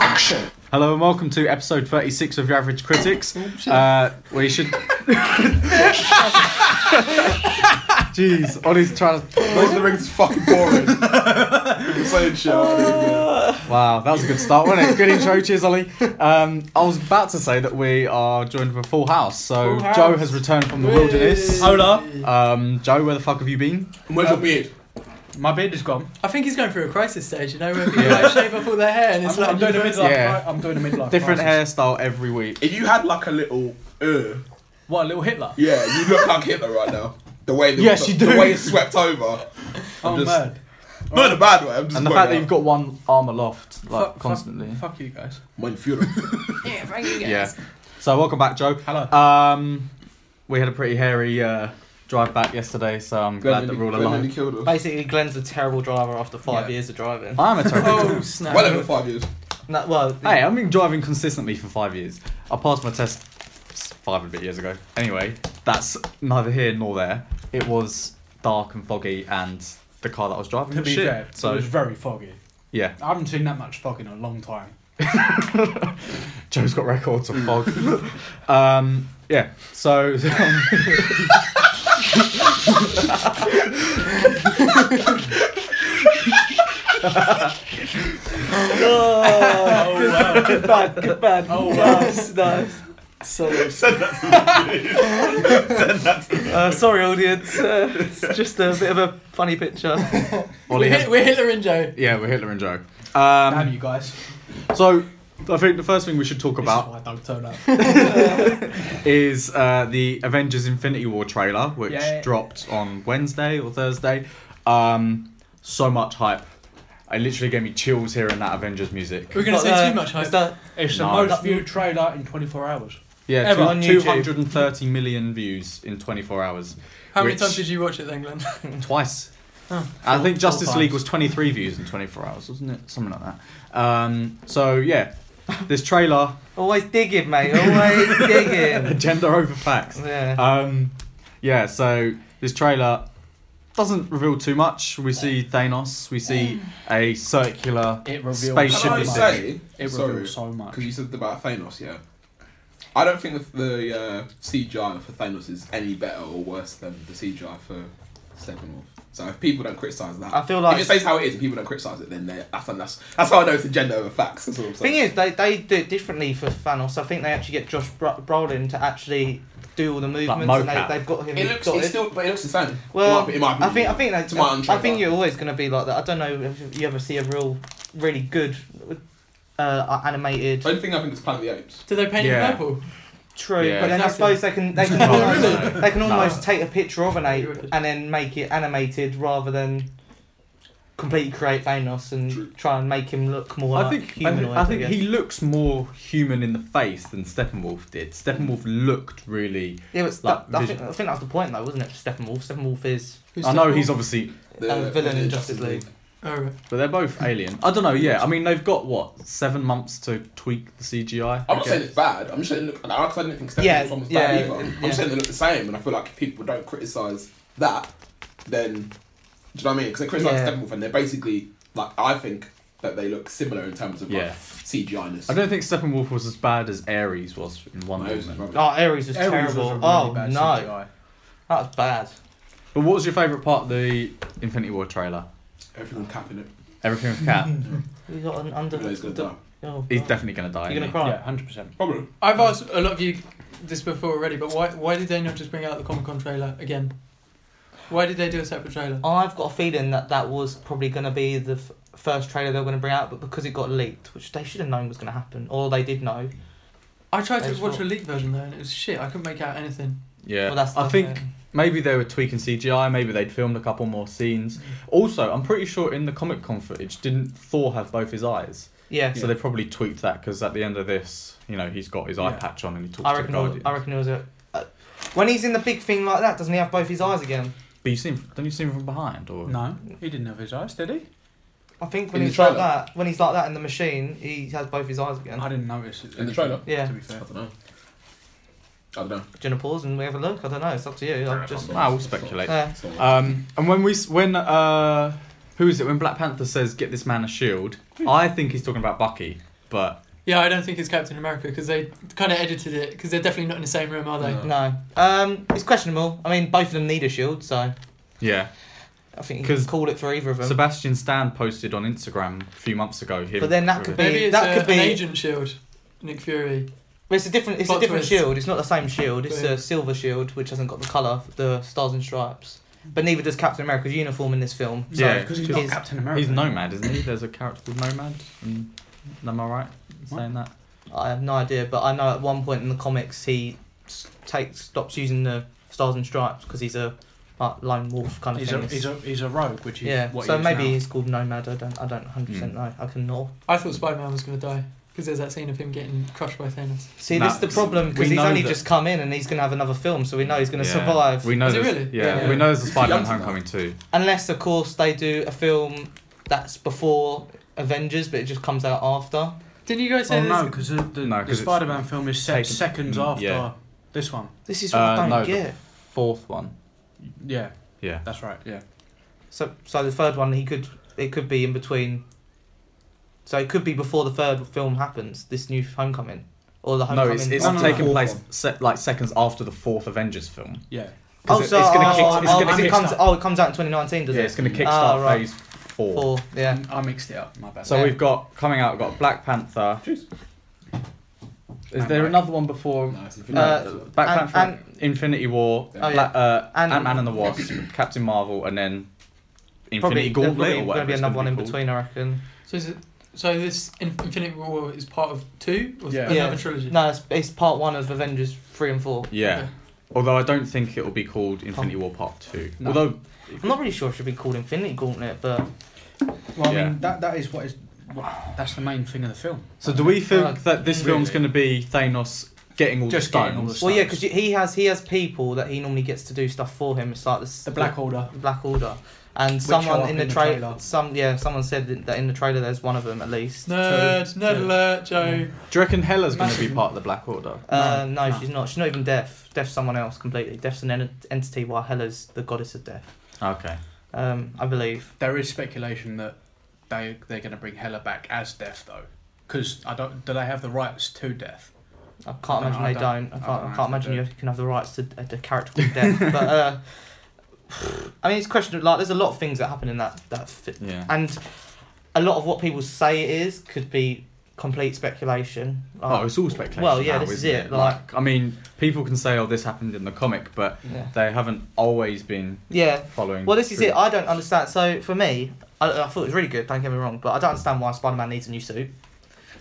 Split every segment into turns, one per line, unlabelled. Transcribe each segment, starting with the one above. action.
Hello and welcome to episode 36 of Your Average Critics.
Oh,
Uh, we should. Jeez, Ollie's trying to.
Those the rings fucking boring. People saying shit.
Wow, that was a good start, wasn't it? Good intro, cheers, Ollie. Um, I was about to say that we are joined with a full house. So
Full house.
Joe has returned from the wilderness.
Hola,
Um, Joe, where the fuck have you been?
Where's your beard?
my beard is gone.
I think he's going through a crisis stage, you know, where people like shave off all their hair and
I'm,
it's
I'm
like
doing a midlife.
Yeah.
cri- I'm doing a midlife.
Different
crisis.
hairstyle every week.
If you had like a little, uh,
What a little Hitler.
yeah, you look like Hitler right now. The way the,
Yes, you
the,
do.
way it's swept over.
Oh
just-
man.
Not in a bad way. I'm just
And the
pointing
fact that
out.
you've got one arm aloft, like,
Fuck, fuck.
constantly.
Fuck you guys.
Mein Führer.
yeah, thank you guys.
Yeah. So welcome back, Joe.
Hello.
Um, we had a pretty hairy uh, drive back yesterday, so I'm glad that we're all
Glenn nearly
alive.
killed us.
Basically, Glenn's a terrible driver after five
Yeah.
years of driving.
I'm a terrible.
Oh snap!
Well over five years.
No, well,
hey, I've been driving consistently for five years. I passed my test s- five and a bit years ago. Anyway, that's neither here nor there. It was dark and foggy, and the car that I was driving
To
was
be
shit.
fair, it
so
was very foggy.
yeah,
I haven't seen that much fog in a long time.
Joe's got records of
Hmm.
fog. um, yeah, so
Oh wow.
good man, good man.
Oh, wow.
nice, nice. Solid. Uh, sorry, audience. Uh, it's just a bit of a funny picture.
Ollie
we're,
has-
Hit- we're Hitler and Joe.
yeah, we're Hitler and Joe.
Damn
Um,
you guys.
so I think the first thing we should talk about
This is why I don't turn up.
is uh, the Avengers Infinity War trailer, which
Yeah.
dropped on Wednesday or Thursday. Um, so much hype. It literally gave me chills hearing that Avengers music.
We're gonna
But,
say
uh,
too much
is
hype.
that-
It's the
No.
most viewed trailer in 24 hours.
Yeah,
Ever
two-
on YouTube.
230 million views in 24 hours.
How many
which-
times did you watch it then, Glenn?
Twice.
Oh,
I think
four
Justice
times.
League was 23 views in 24 hours, wasn't it? Something like that. Um, so, yeah, this trailer,
Always digging, mate. Always digging.
agenda over facts.
Yeah.
Um, yeah, so this trailer doesn't reveal too much. We see Thanos, we see a circular.
It reveals
Spaceship
so
Can I
be
much.
sick.
say?
It
sorry,
reveals so much.
because you said about Thanos, yeah. I don't think the, the uh, CGI for Thanos is any better or worse than the CGI for Steppenwolf. So if people don't criticize that,
I feel like-
if it stays how it is and people don't criticize it, then they're- that's that's that's how I know it's agenda over facts. That's all I'm saying.
Thing is, they, they do it differently for Thanos. I think they actually get Josh Bro- Brolin to actually do all the movements,
mocap.
and they, they've got him.
it looks
got
it's
it.
still, but it looks the same.
Well,
in my, in my
I think
opinion.
I think that,
to my own
I think
trailer.
you're always going to be like that. I don't know if you ever see a real, really good, uh, animated.
Only thing I think is Planet of the Apes.
Did they paint
Yeah.
it purple?
True,
Yeah.
but then I
Nothing.
suppose they can they can
No,
almost,
no.
they can
No.
almost take a picture of an ape
You're right.
and then make it animated rather than completely create Thanos and
True.
try and make him look more.
I
like
think I,
humanoid,
I think
guess.
he looks more human in the face than Steppenwolf did. Steppenwolf looked really.
Yeah, but
like,
that, I, think,
vision-
I think that's the point though, wasn't it? Steppenwolf. Steppenwolf is
I know he's obviously,
a Uh, villain in Justice League.
Oh, right.
but they're both alien. I don't know. Yeah, I mean they've got what seven months to tweak the CGI.
I'm
I
not
guess.
saying it's bad. I'm just saying look, I didn't think Stephen
Yeah,
Fry was
yeah,
bad either. I'm
yeah.
saying they look the same, and I feel like if people don't criticize that, then do you know what I mean? Because they criticize
Yeah.
Steppenwolf, and they're basically like I think that they look similar in terms of
Yeah.
like CGI-ness.
I don't think Steppenwolf was as bad as Ares was in Wonder
No, it was
Woman.
rubbish.
Oh, Ares was
Ares was a
terrible.
really
oh
bad
no,
CGI.
that was bad.
But what was your favourite part of the Infinity War trailer?
Everyone capping it.
Everything with Cat.
We got an under.
You know he's gonna die.
Oh,
He's
God.
definitely gonna die.
You're gonna
isn't
cry.
Yeah, 100%.
Probably.
I've asked a lot of you this before already, but why why did they not just bring out the Comic Con trailer again? Why did they do a separate trailer?
I've got a feeling that that was probably going to be the f- first trailer they were going to bring out, but because it got leaked, which they should have known was going to happen, or they did know.
I tried to
It's
watch
not-
a leaked version though, and it was shit. I couldn't make out anything.
he? Yeah.
Well, that's
I
the
think
thing.
maybe they were tweaking CGI. Maybe they'd filmed a couple more scenes. Also, I'm pretty sure in the Comic Con footage, didn't Thor have both his eyes?
Yeah.
So they probably tweaked that because at the end of this, you know, he's got his eye
Yeah.
patch on and he talks
I
to the
reckon. all-
Guardian.
I reckon it was a. Uh, when he's in the big thing like that, doesn't he have both his eyes again?
But you see him? Don't you see him from behind? Or
No, he didn't have his eyes, did he?
I think when
In the
he's like
trailer?
that, when he's like that in the machine, he has both his eyes again.
I didn't notice it.
In the trailer?
Yeah.
To be
I
fair.
don't know.
Um,
I don't know.
Do you want to pause and we have a look? I don't know. It's up to you. I'm just. Uh,
Ah, we'll speculate.
Yeah.
So,
Um, and when we s- when uh, who is it? When Black Panther says, "Get this man a shield," I think he's talking about Bucky, but
Yeah, I don't think it's Captain America because they kind of edited it because they're definitely not in the same room, are they?
No.
No. Um, it's questionable. I mean, both of them need a shield, so
Yeah.
I think you can
'Cause
call it for either of them.
Sebastian Stan posted on Instagram a few months ago. Him
But then that could be-
Maybe it's
that
a,
could be-
an agent shield, Nick Fury.
but it's a different. It's a
Plot
different
twist.
shield. It's not the same shield. It's
Yeah.
a silver shield which hasn't got the color, the stars and stripes. But neither does Captain America's uniform in this film.
Yeah,
because he's not
he's-
Captain America.
He's Nomad, isn't he? There's a character called Nomad. And, am I right in saying that?
I have no idea, but I know at one point in the comics he s- takes stops using the stars and stripes because he's a like, lone wolf kind of
He's
thing.
a, he's a he's a rogue, which is
yeah,
what
so
he is
maybe
now.
he's called Nomad. I don't, I don't 100 percent know. I can not
I thought Spider Man was going to die because there's that scene of him getting crushed by Thanos.
see.
No,
this is the
it's-
problem
we
because he's
know
only
that-
just come in and he's gonna have another film, so we know he's gonna
Yeah.
survive.
We know
Is it
there's-
really?
Yeah,
Yeah.
we know there's a
He's
Spider-Man
young for that.
Homecoming too.
Unless, of course, they do a film that's before Avengers, but it just comes out after.
Didn't you guys say
Oh
this?
no, because the, the,
No,
the
'cause it's
Spider-Man film is set
taken-
seconds
Mm,
after
yeah.
this one.
This is what
Uh,
I don't
no, the
get.
Fourth one.
Yeah,
Yeah.
that's right. Yeah,
So, so the third one, he could it could be in between. So it could be before the third film happens. This new Homecoming, or the
No,
Homecoming. Oh,
it's, it's
No, no, no.
taking
Fourth
place
one.
se- like seconds after the fourth Avengers film.
yeah.
'Cause
oh,
it-
so
it's gonna
oh,
kick-
oh,
it's
oh,
gonna
it
kick
comes,
start.
oh, it comes out in 2019, does
yeah,
it?
it's going to kickstart
Ah, right.
Phase Four.
Four, yeah.
I mixed it up. My bad.
So
Yeah.
we've got coming out. We've got Black Panther.
Jeez.
Is there
Ant-Man.
another one before?
No, it's
Uh,
Infinity War.
Black
Ant-
Panther, Infinity War,
Oh,
Bla-
yeah.
uh,
And-
Ant Man and the Wasp, Captain Marvel, and then
Probably
Infinity
there's
Gauntlet.
probably
or
going to
whatever
be
it's
another one
gonna
in
be called.
between, I reckon.
So is it? So this In- Infinity War is part of two or
Yeah.
another
Yeah.
trilogy?
No, it's, it's part one of Avengers three and four.
Yeah.
Okay.
Although I don't think it will be called Infinity War Part Two.
No.
Although
I'm not really sure it should be called Infinity Gauntlet, but
well, I
yeah.
mean that that is what is what, that's the main thing of the film.
So do we think
Uh,
that this
really?
film's going to be Thanos getting all
Just
the stones?
getting all the
well, yeah,
Stones.
because he has he has people that he normally gets to do stuff for him. It's like this,
The Black Order.
the Black Order, and someone
are
in
in
the,
the
trailer,
trailer.
some yeah, someone said that in the trailer there's one of them at least.
Nerd, nerd
Two.
alert, Joe.
Do you reckon Hela's going to be
Massive.
part of the Black Order?
Uh,
No,
no,
no.
she's not. She's not even deaf. Deaf's someone else completely. Deaf's an en- entity, while Hela's the goddess of death.
Okay.
Um, I believe.
There is speculation that they they're going to bring Hela back as Death though, because I don't. Do they have the rights to Death?
I can't
I don't
imagine
know, I
they
don't-
don't. I
I
can't. I,
don't know
can't
if they
imagine you can have the rights to a, a character called death. but uh, I mean, it's questionable. Like, there's a lot of things that happen in that that fi-
Yeah.
and a lot of what people say it is could be complete speculation.
Oh,
Like,
it's all speculation.
uh, Well, yeah,
now,
this is
isn't
it, like-
I mean, people can say, "Oh, this happened in the comic," but
yeah.
they haven't always been
yeah.
following.
Well, this is
through.
it. I don't understand. So for me, I, I thought it was really good. Don't get me wrong, but I don't understand why Spider-Man needs a new suit.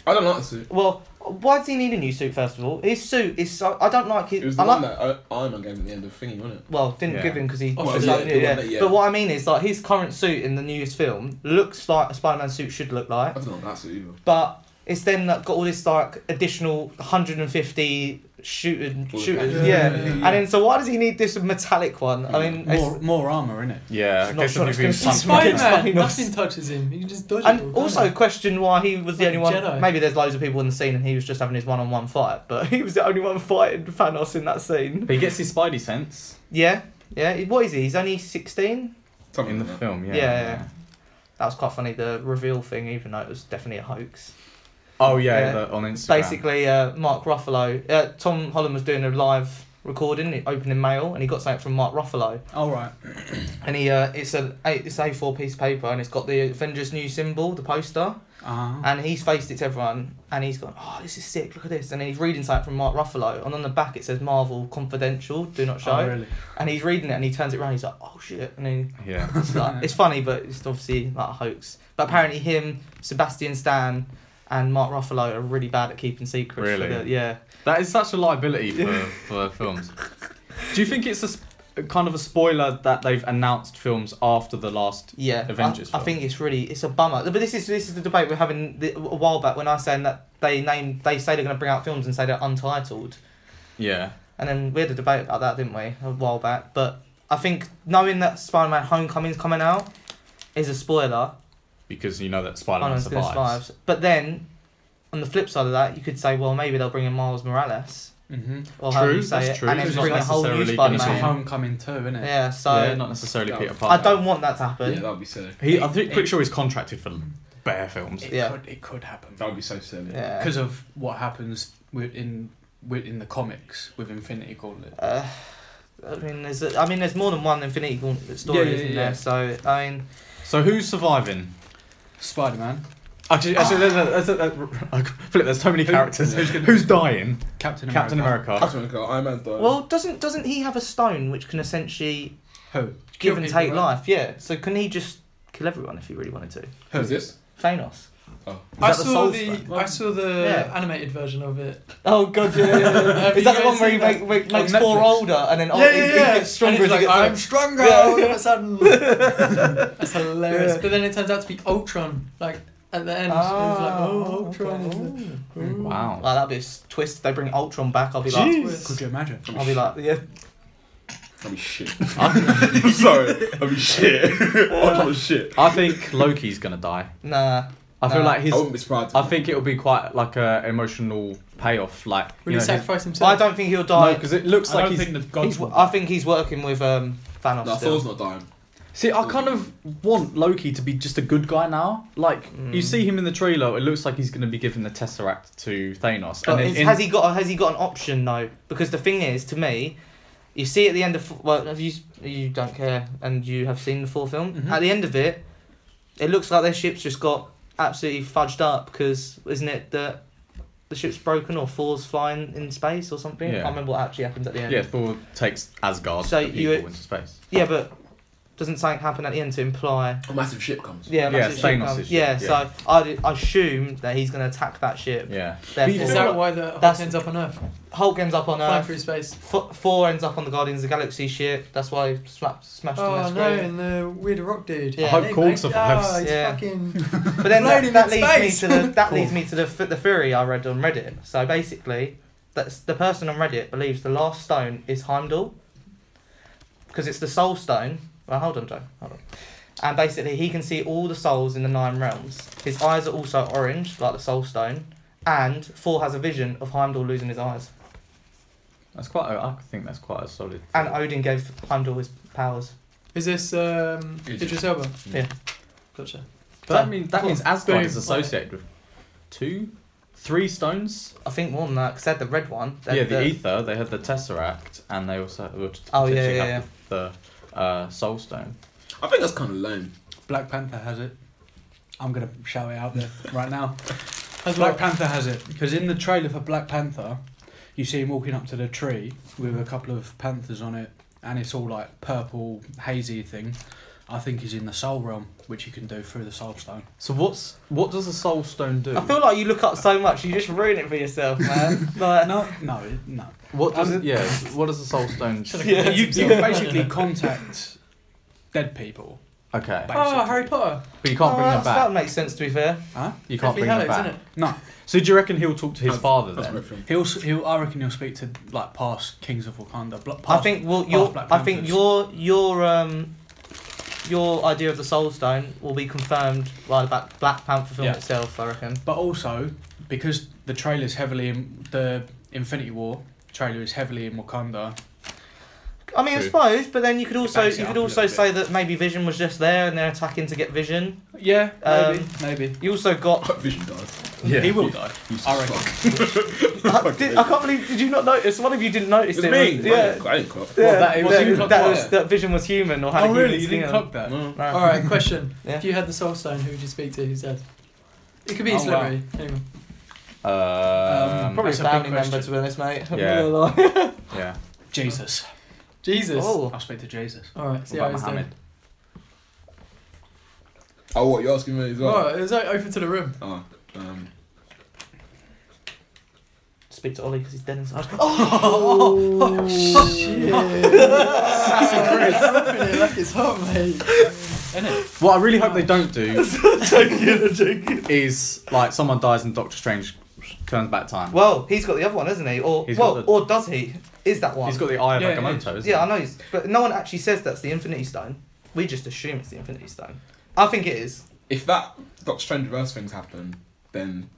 I don't like the suit.
Well, why does he need a new suit? First of all, his suit is so. I don't like his.
It was
I
the
like.
one that uh, Iron Man gave at the end of Thingy, wasn't it?
Well, didn't
Yeah.
give him because he.
Oh,
was
yeah,
like,
the
yeah,
one
yeah.
that- yeah.
But what I mean is, like, his current suit in the newest film looks like a Spider-Man suit should look
I
like,
don't like that suit either.
but it's then like, got all this like additional 150 shooting
Bullet
shooters, yeah.
patches.
Yeah, yeah,
And
yeah.
then so why does he need this metallic one? I mean, it's-
More more armor in it.
Yeah, I
Not
guess
sure
if
it's
you've been
gonna be
punched-
Spider-
Spider
Against
Man,
Thanos.
nothing touches him. He can just dodges.
and also question why he was the
Like
only one.
Jedi.
Maybe there's loads of people in the scene and he was just having his one-on-one fight, but he was the only one fighting Thanos in that scene.
But he gets his Spidey sense
Yeah, yeah. What is he? He's only 16.
Something
in the
like that.
film. Yeah.
Yeah, yeah. That was quite funny. The reveal thing, even though it was definitely a hoax.
Oh yeah,
Yeah.
The, on Instagram.
basically uh, Mark Ruffalo. Uh, Tom Holland was doing a live recording, opening mail, and he got something from Mark Ruffalo.
All right.
And he, uh, it's a it's a four piece paper, and it's got the Avengers new symbol, the poster,
Uh-huh.
and he's faced it to everyone, and he's gone, oh, this is sick, look at this, and he's reading something from Mark Ruffalo, and on the back it says Marvel Confidential, do not show,
Oh, really?
and he's reading it, and he turns it around, he's like, oh shit, and then
Yeah.
it's, like, it's funny, but it's obviously like a hoax.
Mm.
But apparently, him, Sebastian Stan, and Mark Ruffalo are really bad at keeping secrets. for
Really?
the- yeah.
That is such a liability for, for films. Do you think it's a sp- kind of a spoiler that they've announced films after the last?
Yeah.
Avengers
I, I
film.
think it's really it's a bummer. But this is this is the debate we're having the, a while back when I was saying that they name they say they're going to bring out films and say they're untitled,
Yeah.
and then we had a debate about that, didn't we, a while back? But I think knowing that Spider-Man: Homecoming's coming out is a spoiler.
Because you know that Spider-Man
Spider-Man's gonna
survives.
survive. But then, on the flip side of that, you could say, well, maybe they'll bring in Miles Morales.
Mm-hmm.
or however
True,
you say
that's
it,
true.
and then
It's
bring
not
a whole new
necessarily gonna
Spider
It's a
Man.
Man.
homecoming too, isn't it?
Yeah, so
yeah, not necessarily Peter Parker.
I don't want that to
Yeah,
happen.
that'd be silly.
He, I'm pretty, pretty sure he's contracted for bear films.
It
Yeah.
could it could happen
That would be so silly.
Yeah.
because of what happens with in with in the comics with Infinity Gauntlet.
Uh, I mean, there's a, I mean, there's more than one Infinity Gauntlet story,
yeah,
isn't
yeah.
there? So I mean,
So who's surviving?
Spider Man,
Actually, actually, there's, a, there's, a, I flip, there's so many
Who-
characters.
who's
Who's,
gonna-
dying?
Captain America.
Captain America.
That's what I got. Iron Man's dying.
well, doesn't doesn't he have a stone which can essentially
Who?
give
Kill
and
people,
take
right?
life? Yeah. So can he just kill everyone if he really wanted to?
Who's this?
Thanos.
Oh.
Is
I
that the
saw
Soul
the,
Stone?
I saw the
Yeah.
animated version of it.
Oh god, yeah. yeah, yeah.
Have
Is that the
you guys
one where he
seen that?
make, make,
On
makes four
Netflix.
older and then oh, he, he gets stronger as
And he's
he
like, I'm
gets
stronger
Yeah.
all of a sudden. That's hilarious.
Yeah.
But then it turns out to be Ultron. Like at the end,
Oh,
it's like, oh, Ultron.
older.
Wow.
Like Mm. that'd be a s- twist. If they bring Ultron back. I'll be like,
Could you imagine?
I'll be like, yeah.
That'd be shit. I'm sorry. That'd be shit. Ultron was shit.
I think Loki's gonna die.
Nah.
I feel
Nah.
like his.
I wouldn't be surprised.
I think it would be quite like a emotional payoff. Like you
Will he
know, his-
sacrifice
I
himself?
don't think he'll
no,
die.
because it looks
I
like
don't
he's.
think the gods.
he's,
will-
I think he's working with um, Thanos.
No,
still.
Thor's not dying.
See, I kind of want Loki to be just a good guy now. Like you
Mm.
see him in the trailer, it looks like he's gonna be giving the Tesseract to Thanos.
But
then
is,
in-
has he got? Has he got an option though? Because the thing is, to me, you see at the end of well, have you you don't care, and you have seen the full film.
Mm-hmm.
Mhm.
At the end of it, it looks like their ship's just got absolutely fudged up. Because isn't it that the ship's broken or Thor's flying in space or something? I
Yeah.
can't remember what actually happens at the end.
yeah, Thor takes Asgard.
So
So the people
you-
into space.
Yeah, but doesn't something happen at the end to imply?
A massive ship comes.
Yeah,
Yeah, that's the ship
Thanos' ship,
comes- yeah,
yeah.
So I I assume that he's gonna attack that ship.
Yeah.
Therefore,
Is that why the Hulk
That's-
ends up on Earth?
Hulk ends up on
Flying
Earth.
through space.
F- four ends up on the Guardians of the Galaxy ship. That's why he sma- smashed in
Oh
the
no,
screen.
and the weird rock dude.
Yeah. I
hope
Hey,
Korg
mate.
survives.
Ah, he's
Yeah.
fucking.
But then
Floating
that, that
in
leads me
space.
to the that
Cool.
leads me to the f- the theory I read on Reddit. So basically, that's the person on Reddit believes the last stone is Heimdall because it's the Soul Stone. Well, hold on, Joe. Hold on. And basically, he can see all the souls in the nine realms. His eyes are also orange, like the Soul Stone. And Thor has a vision of Heimdall losing his eyes.
That's quite. A, I think that's quite a solid.
And Odin gave Heimdall his powers.
Is this um,
Idris.
Idris Elba?
Yeah.
Gotcha.
But that means that means Asgard
Boom.
is associated with two, three stones.
I think more than that, because they had the red one. They
yeah,
had
the,
E
ether. They had the tesseract, and they also would
Oh, yeah,
potentially
yeah,
have the, the uh, soul stone.
I think that's kind of lame.
Black Panther has it. I'm gonna shout it out there right now.
As
Black
well.
Panther has it because in the trailer for Black Panther, you see him walking up to the tree with a couple of panthers on it, and it's all like purple hazy thing. I think he's in the Soul Realm, which you can do through the Soul Stone.
So what's what does the soul stone do?
I feel like you look up so much, you just ruin it for yourself, man. like,
No, no, no.
what does
I'm-
yeah? What does the soul stone?
Yeah.
You, you can basically contact dead people.
Okay,
Ba-
Oh, Harry Potter.
but you can't
Oh,
bring them
that's- That
back.
makes sense, to be fair.
Huh?
You can't
Deathly
bring them
Hallows,
back.
isn't
No,
So do you reckon he'll talk to his
That's-
father
That's
then?
my film.
he'll, s- he'll. I reckon he'll speak to like past kings of Wakanda. bl-
I
Past,
think well, your
Black
I think
Panthers.
your your um your idea of the Soul Stone will be confirmed by the Black, Black Panther film
Yeah.
itself. I reckon.
But also, because the trailer's heavily in the Infinity War trailer is heavily in Wakanda.
I mean, I
True.
suppose, but then you could also
backs it
you
up
could
a
also
little
say that maybe Vision was just there and they're attacking to get Vision.
Yeah, maybe,
Um,
maybe.
You also got.
Vision dies.
Yeah.
He will die.
Useless
I reckon.
fuck.
I, did, I can't believe. Did you not notice? One of you didn't notice
It's
it.
me.
Yeah.
Yeah. I didn't clock.
Yeah,
Well, that-
that,
well, you
that,
clocked
that
it.
was, that vision was human or had a
Oh
human
really? You
skin
didn't
on.
clock that?
No.
No.
All right, question.
Yeah.
If you had the Soul Stone, who would you speak to? Who's dead? It could be
Oh,
oh, Slippery. Anyway.
Um,
Probably a
That's a big
family member,
question.
to be honest, mate. I'm
Yeah.
not gonna lie.
yeah.
Jesus.
Jesus.
Oh.
I'll speak to Jesus.
All right.
What
See how
about
it's
Mohammed?
done.
Oh, what? You're asking me as well?
Oh, it was like open to the room.
Oh, um,
Speak to Ollie because he's dead inside. Oh,
Shit. Rubbing it like it's hot, mate.
What I really hope they don't do is like someone dies and Doctor Strange turns back time.
well, he's got the other one, hasn't he? Or
He's
well,
got the-
or does he? Is that one?
He's got the eye of
Yeah,
Agamotto, isn't he?
yeah, I know. He's, but no one actually says that's the Infinity Stone. We just assume it's the Infinity Stone. I think it is.
if that Doctor Strange verse things happen, then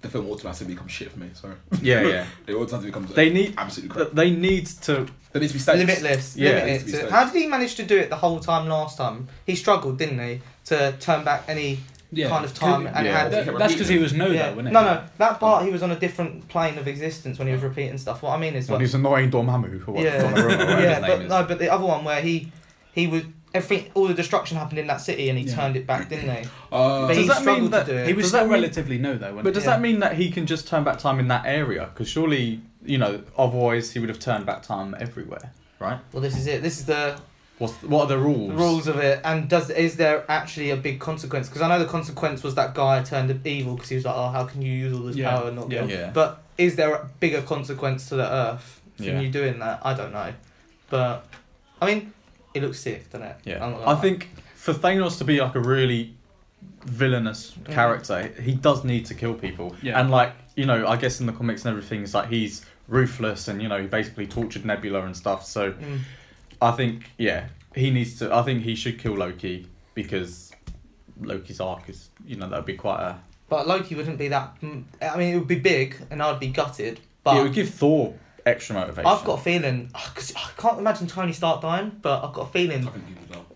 the film automatically becomes shit for me. Sorry,
Yeah, yeah.
it automatically becomes
They need
absolutely crap.
th- they need to
There needs to be stakes.
Limitless.
Yeah,
limit
needs to
it to-
be stakes.
how did he manage to do it the whole time last time? He struggled, didn't he, to turn back any
Yeah.
kind of time, and
Yeah.
it had
That-
That- that's because he was new,
yeah.
though, wasn't it?
No, no, that part he was on a different plane of existence when he was repeating stuff. What I mean is,
When
what,
he's annoying Dormammu, or what,
yeah,
Donnarumma, whatever
yeah,
his name
but
is.
no, but the other one where he he was everything, all the destruction happened in that city, and he
Yeah.
turned it back, didn't he?
Uh,
But he
Does that mean
struggled
that
to do it.
He was
Does that
still
mean-
relatively new, though, wasn't
But does
Yeah.
that mean that he can just turn back time in that area? Because surely, you know, otherwise he would have turned back time everywhere, right?
well, this is it. This is the
What's what are the rules?
rules of it, and does is there actually a big consequence? Because I know the consequence was that guy turned evil because he was like, oh, how can you use all this
Yeah.
power and not?
Yeah.
Yeah.
Yeah.
But is there a bigger consequence to the Earth from
Yeah.
you doing that? I don't know, but I mean, it looks sick, doesn't it?
Yeah.
I'm not gonna
I
lie.
think for Thanos to be like a really villainous
Mm.
character, he does need to kill people.
Yeah.
And like, you know, I guess in the comics and everything, it's like he's ruthless and, you know, he basically tortured Nebula and stuff. So
Mm.
I think, yeah, he needs to, I think he should kill Loki because Loki's arc is, you know, that would be quite a.
But Loki wouldn't be that. mm, I mean, it would be big, and I'd be gutted. But
it would give Thor extra motivation.
I've got a feeling. oh, 'cause I can't imagine Tony Stark dying, but I've got a feeling.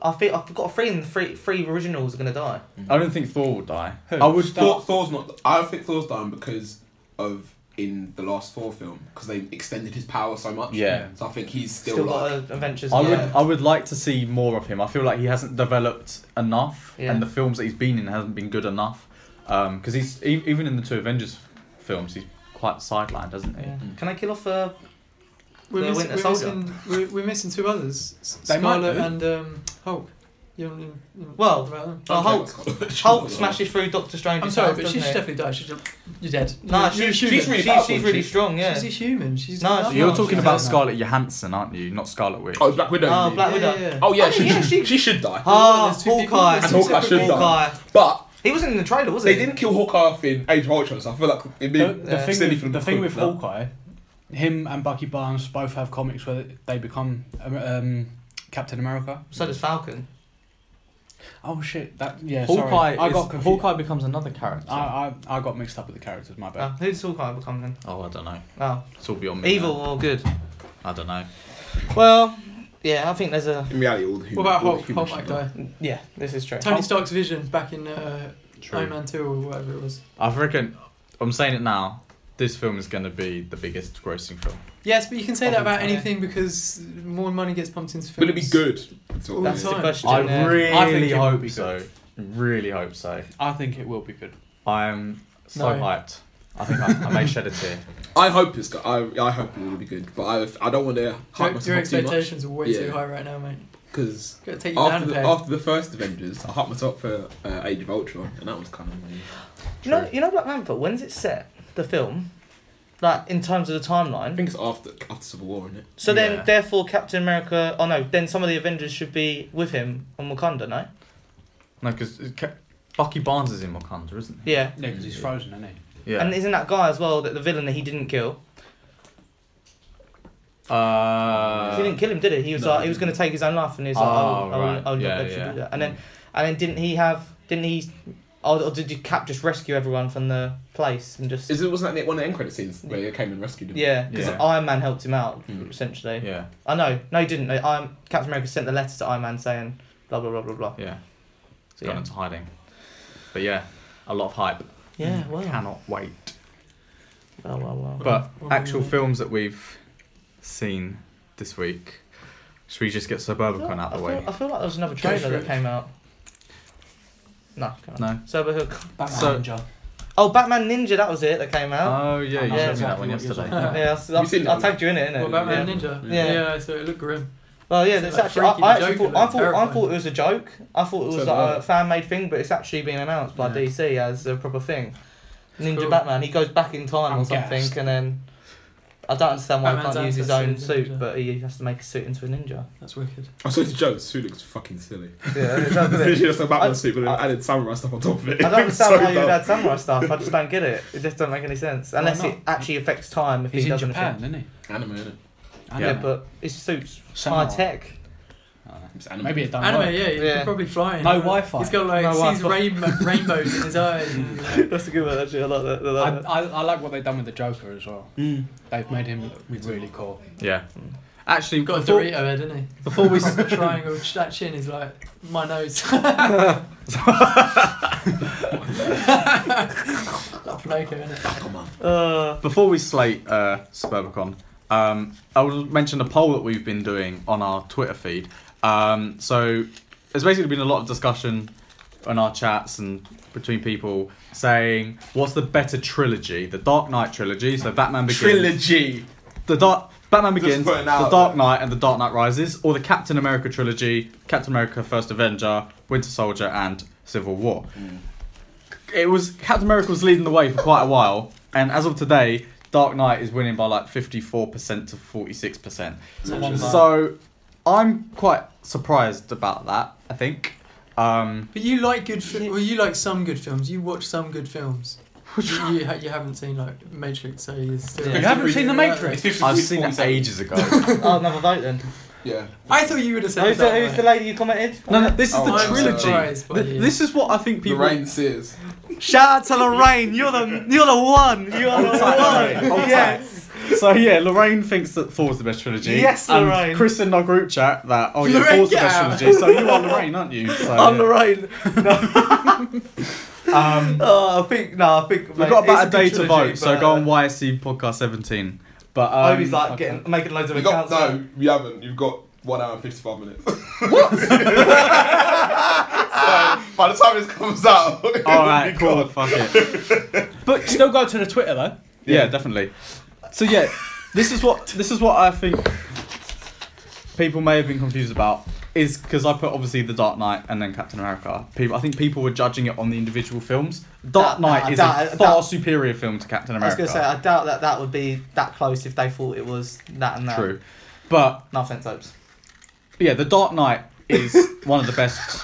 I feel I've got a feeling the three three originals are gonna die.
I don't think Thor will die.
Who?
I would
Thor, Thor's not. I don't think Thor's done because of in the last Thor film because they extended his power so much.
Yeah.
So I think he's still,
Still, got
like.
uh, Adventures.
I
and-
would
Yeah.
I would like to see more of him. I feel like he hasn't developed enough,
Yeah.
and the films that he's been in hasn't been good enough. Because he's e- even in the two Avengers films, he's quite sidelined, hasn't he?
Yeah. Can I kill off uh,
We're,
The
miss-
Winter
we're
Soldier.
missing. We're, we're missing two others. S-
They might
Scarlet
do.
and um, Hulk. You don't, you don't
Well,
talk about them.
Oh,
uh, Hulk? Hulk smashes through Doctor Strange.
I'm sorry, but she should definitely die. She's a, you're dead.
Nah,
You're- you're
she's,
a
she's,
human.
she's
really
really,
powerful,
she's really
she-
strong. Yeah.
She's a human. She's
No,
not-
she-
You're
no,
talking
she's
about
not.
Scarlett Johansson, aren't you? Not Scarlet Witch.
Oh, Black Widow.
Oh,
you mean?
Black Widow.
Yeah, yeah, yeah.
Oh, yeah,
Oh,
she,
yeah,
she
she-
should die.
Ah,
There's two people.
Hawkeye.
And
Hawkeye should die.
Hawkeye.
But
He wasn't in the trailer, was he?
they didn't kill Hawkeye in Age of Ultron, so I feel like it'd be
The, the
Yeah.
thing
uh, silly
with,
for them
the
to
thing
put
with
that.
Hawkeye, him and Bucky Barnes both have comics where they become um, um, Captain America.
So does Falcon.
Oh shit! That yeah.
Hawkeye.
sorry. I
is-
got confused.
Hawkeye becomes another character.
I, I I got mixed up with the characters. My
Uh,
bad.
who does Hawkeye become then?
oh, I don't know.
Oh,
It's all beyond me.
evil
now.
or good?
I don't know.
Well, yeah, I think there's a
In reality, all the
What
human,
about
all the
Hulk?
human
Hulk
should
might
die.
die.
yeah. This is true.
Tony Stark's vision back in uh,
True.
Iron Man 2 or whatever it was.
I reckon. I'm saying it now. This film is going to be the biggest grossing film.
Yes, but you can say that about
Obviously.
anything because more money gets pumped into films.
Will it be good? That's all.
That's the
time.
question.
I
yeah.
really
I think it will
hope
be
so. Really hope so.
I think it will be good.
I'm so
No.
hyped. I think I, I may shed a tear.
I hope it's. Go- I I hope it will be good, but I I don't want to
Your,
hype
your
myself up too much
expectations are way too
Yeah.
high right now, mate.
because
Gotta take you down
after
a
the,
peg.
after the first Avengers, I hyped myself up for uh, Age of Ultron, and that was kind of annoying.
You know, you know Black Panther. When's it set? The film, like in terms of the
I
timeline.
think it's after after Civil War, isn't it?
So then,
Yeah.
therefore, Captain America. Oh no, then some of the Avengers should be with him on Wakanda, no?
No, because Bucky Barnes is in Wakanda, isn't he?
Yeah.
Yeah, because he's frozen, isn't he?
Yeah.
And isn't that guy as well that the villain that he didn't kill?
uh,
he didn't kill him, did he? He was
no,
like
he
he was going
didn't.
to take his own life, and he was like,
Oh,
oh, I will
right.
I will
Yeah,
not let you
yeah.
do that. And then, and then didn't he have? Didn't he? Or, or did you Cap just rescue everyone from the place and just?
Is it wasn't that the- one of the end credit scenes where they came and rescued him?
Yeah, because
Yeah. Hmm.
Iron Man helped him out
Mm.
essentially.
Yeah,
I know. No, he didn't. Iron, Captain America sent the letter to Iron Man saying blah blah blah blah blah.
yeah. He's
So,
gone
yeah.
into hiding. But yeah, a lot of hype.
Oh, Yeah, well,
Cannot wait.
well, well, well.
But
Well,
actual
well,
films that we've seen this week. Should we just get Suburbicon out
I
of the
feel,
way?
I feel like there was another
Go
trailer
for
that
it.
came out. No, come on.
No.
Sober Hook.
Batman
So-
Ninja.
Oh, Batman Ninja, that was it that came out.
Oh yeah, you
Yeah,
showed me that
exactly
one
what you're
yesterday.
saying.
yeah, I, s- I,
Have you seen
I
that
tagged you in it, innit?
Oh, What, Batman Ninja?
Yeah.
Yeah. so it looked grim.
Well, yeah,
It's
that's actually.
like
I,
Freaky the
I actually
Joker
thought I
looked
thought, I
terrifying.
thought it was a joke. I thought it was
So
like
did I.
a fan made thing, but it's actually been announced by
Yeah.
DC as a proper thing. Ninja
Cool.
Batman, he goes back in time
I'm
or something,
gassed.
and then I don't understand why
Batman's
he can't use his own
ancestors
suit,
ninja.
but he has to make a suit into a ninja.
That's wicked.
I saw the Jones who looks fucking silly.
Yeah, it's
It's
like-
literally just a Batman
I-
suit, but then
I-
added samurai stuff on top of it.
I don't
It was
understand
so
how you would
dumb.
add samurai stuff. I just don't get it. It just do not make any sense.
Why
Unless it
not?
actually affects time if
He's
he
in
does
Japan,
anything.
isn't he?
Anime, innit?
I
Yeah,
know.
but his suit's
Samurai.
high tech.
I don't know.
It's anime.
Maybe it don't
Anime,
work.
yeah, you
Yeah.
can probably fly. in
No
it.
Wi-Fi.
He's got like
No
sees
Wi-Fi.
rainbow- rainbows in his eyes. and he's like,
That's a good one, actually. I like that. I
I,
like that.
I, I like what they've done with the Joker as well.
Mm.
They've made him look really cool.
Yeah. Actually,
You've got a
before-
Dorito head, isn't he?
before we s-
triangle. That chin is like my nose. Like Pinocchio, innit?
Come on.
Uh,
Before we slate uh, Suburbicon, um, I will mention a poll that we've been doing on our Twitter feed. Um, so there's basically been a lot of discussion on our chats and between people saying what's the better trilogy, the Dark Knight trilogy, so Batman Begins,
Trilogy.
the Dark Batman
Just
Begins,
putting
the
out
Dark
there.
Knight, and the Dark Knight Rises, or the Captain America trilogy, Captain America: First Avenger, Winter Soldier, and Civil War.
Mm.
It was Captain America was leading the way for quite a while, and as of today, Dark Knight is winning by like fifty-four percent to forty-six percent.
Not one bar.
So I'm quite surprised about that. I think. Um,
But you like good films. Well, you like some good films. You watch some good films. you, you, ha- you haven't seen like Matrix, so you're still.
Yeah.
You haven't seen The Matrix?
uh, It's 53,
I've seen that
47.
ages ago.
oh, another vote then.
Yeah.
I thought you would have said
Who's the,
that.
who's the lady you commented?
no, no, this is
Oh,
the
I'm
trilogy.
surprised by
Th-
you.
This is what I think
The
people.
rain sears.
Shout out to Lorraine. You're the you're the one. You are the
Lorraine. Hold
one.
tight.
Yes.
So yeah, Lorraine thinks that four's the best trilogy.
Yes,
and
Lorraine.
Chris in our group chat that oh yeah,
Lorraine,
four's the
get
best
out.
trilogy. So you are Lorraine, aren't you? So,
I'm
yeah.
Lorraine.
Um,
Oh, I think no, I think
we've got about a day to vote, so
uh,
go on YSC podcast seventeen. But um,
Obi's like getting making loads of
You got
accounts. now.
no. You haven't. You've got one hour and fifty-five minutes. What? so by the time this comes out, it'll
Oh
all right,
be
cool,
gone.
fuck it.
But still go to the Twitter though.
Yeah, definitely. So yeah, this is what this is what I think people may have been confused about is because I put obviously the Dark Knight and then Captain America. People, I think people were judging it on the individual films. Dark
That-
Knight
nah,
is
that-
a far
that-
superior film to Captain
I was
America.
gonna say I doubt that that would be that close if they thought it was that and that.
True. But
No offense, Obes.
yeah, The Dark Knight is one of the best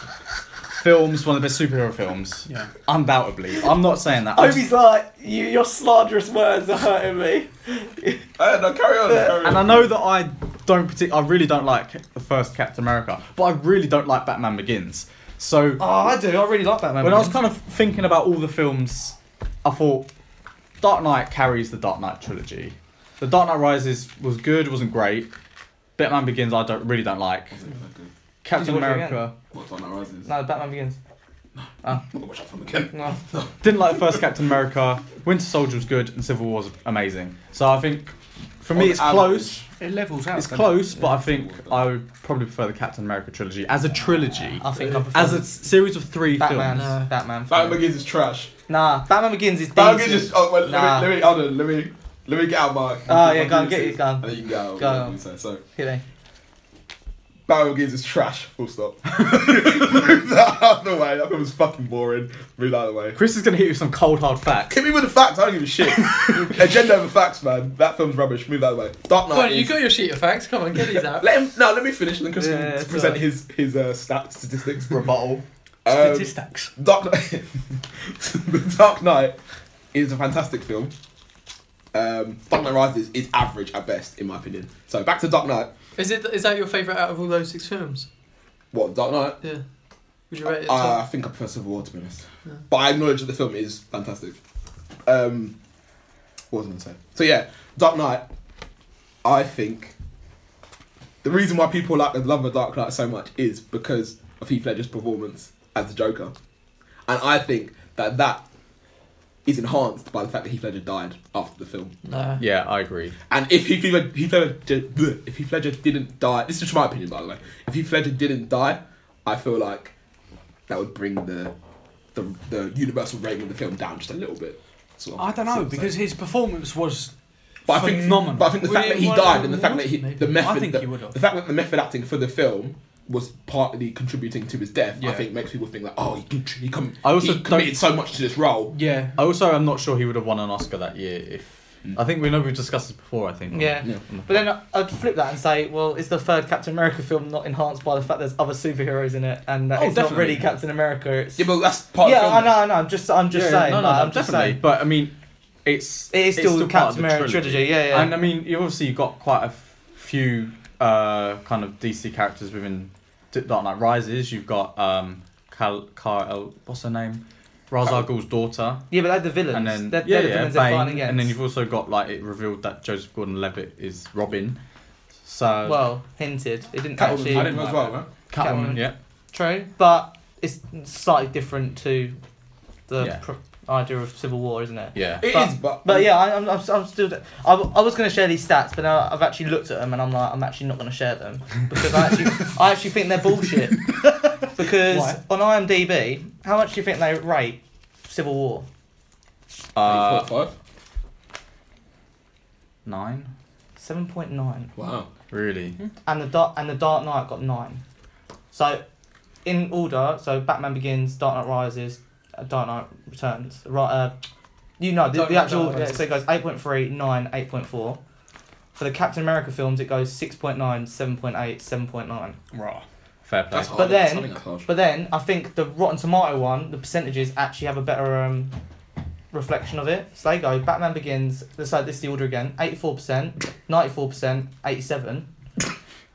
films, one of the best superhero films.
Yeah.
Undoubtedly. I'm not saying that. I'm
Obi's like you, your slanderous words are hurting me.
Uh, no, carry on. carry on.
and I know that I don't partic- I really don't like the first Captain America, but I really don't like Batman Begins. So
Oh, I do. I really like Batman.
when I was
Begins.
kind of thinking about all the films, I thought Dark Knight carries the Dark Knight trilogy. The Dark Knight Rises was good, wasn't great. Batman Begins, I don't really don't like.
What's it gonna do?
Captain
watch it again?
America
What's on our rises?
no Batman Begins.
I'll watch that film again.
No.
didn't like the first Captain America. Winter Soldier was good, and Civil War was amazing. So I think for me,
On
it's close.
It levels out.
It's
doesn't it?
close, but I
Yeah,
think
Civil War.
I would probably prefer the Captain America trilogy as a trilogy,
I think I prefer
as a s- series of three
Batman.
films.
No.
Batman.
Batman Begins is trash.
Nah, Batman Begins is
Batman
decent.
Begins is. Oh, well,
Nah.
let, me, let me. Hold on. Let me. Let me get out my.
Oh,
my
yeah, go on,
Begins
get
is.
it, go on.
And then you can go.
Go on.
So, so
Hit me.
Batman Begins is trash. Full stop. Move that out of the way. That film was fucking boring. Move that out of the way.
Chris is gonna hit you with some cold hard facts.
Hit me with the facts. I don't give a shit. Agenda over facts, man. That film's rubbish. Move that way. Dark
Come
Knight.
on, you
is-
got your sheet of facts. Come on, get these out.
Let him. No, let me finish, and then Chris
Yeah,
can
it's
present
alright.
his his uh, stat statistics.
Rebuttal.
Um,
Statistics.
Dark Knight. the Dark Knight is a fantastic film. Um, Dark Knight Rises is average at best, in my opinion. So back to Dark Knight.
Is it is that your favourite out of all those six films?
What Dark Knight?
Yeah. Would you rate it? at
Uh, I
top?
think I prefer Civil War to be honest.
Yeah.
But I acknowledge that the film is fantastic. Um, what was I going to say? So yeah, Dark Knight. I think the reason why people like the love of Dark Knight so much is because of Heath Ledger's performance as the Joker, and I think that that is enhanced by the fact that Heath Ledger died after the film.
no.
Yeah, I agree.
And if Heath Ledger, Heath Ledger, did- bleh, if Heath Ledger didn't die, this is just my opinion, by the way. If Heath Ledger didn't die, I feel like that would bring the the, the universal rating of the film down just a little bit. Sort of-
I don't know
sort of
because
thing.
his performance was
but I think,
phenomenal.
But I think the
Would
fact
it
that he
won
died
an
and the fact that
award?
he,
Maybe.
the method,
I think
that,
he would have.
the fact that the method acting for the film was partly contributing to his death. I
Yeah.
think makes people think like, oh, he, contr- he, com-
I also
he
don't-
committed so much to this role.
Yeah.
Also, I'm not sure he would have won an Oscar that year if. I think we know we've discussed this before. I think.
Yeah. But then I- I'd flip that and say, well, is the third Captain America film not enhanced by the fact there's other superheroes in it and that
Oh,
it's not
definitely.
really Captain America? It's
Yeah, but that's part
yeah,
of the
I
film.
know, I know. I'm just, I'm just
Yeah,
saying.
No, no,
like,
no,
I'm just
definitely.
saying.
But I mean, it's
It is still,
part of
Captain
the
America trilogy. Yeah, yeah.
And I mean, you've obviously got quite a f- few uh, kind of DC characters within D- Dark Knight Rises. You've got um, Cal, Cal, what's her name, Ra's al Ghul's daughter,
yeah, but they're the villains.
and then
they're,
yeah,
they're the
yeah,
villains they're fighting
Bane.
against.
and then you've also got like it revealed that Joseph Gordon-Levitt is Robin. So
well hinted. It didn't
Catwoman,
actually.
I didn't know as well, man.
Catwoman,
Catwoman.
yeah,
True, but it's slightly different to the
Yeah.
pr- idea of civil war, isn't it?
Yeah.
It is,
But-
but,
But yeah, I, I'm, I'm, I'm still. I, w- I was going to share these stats, but now I've actually looked at them and I'm like, I'm actually not going to share them because I actually, I actually think they're bullshit. Because
Why?
on IMDb, how much do you think they rate Civil War?
Uh,
Eight, four, five.
nine.
Seven point nine,
Wow.
Really?
and the dark and the Dark Knight got nine. So, in order, so Batman Begins, Dark Knight Rises, uh, Dark Knight Returns. Right, uh, you know the,
Dark
the
Knight,
actual.
Dark Knight
Yeah,
Rises.
so it goes 8.3, 9, 8.4. For the Captain America films, it goes 6.9, 7.8, 7.9.
Raw.
Fair play.
But
That's hard. But then,
then- But then I think the Rotten Tomato one, the percentages actually have a better um, reflection of it. So they go Batman Begins, let's say this is the order again 84%, 94%, 87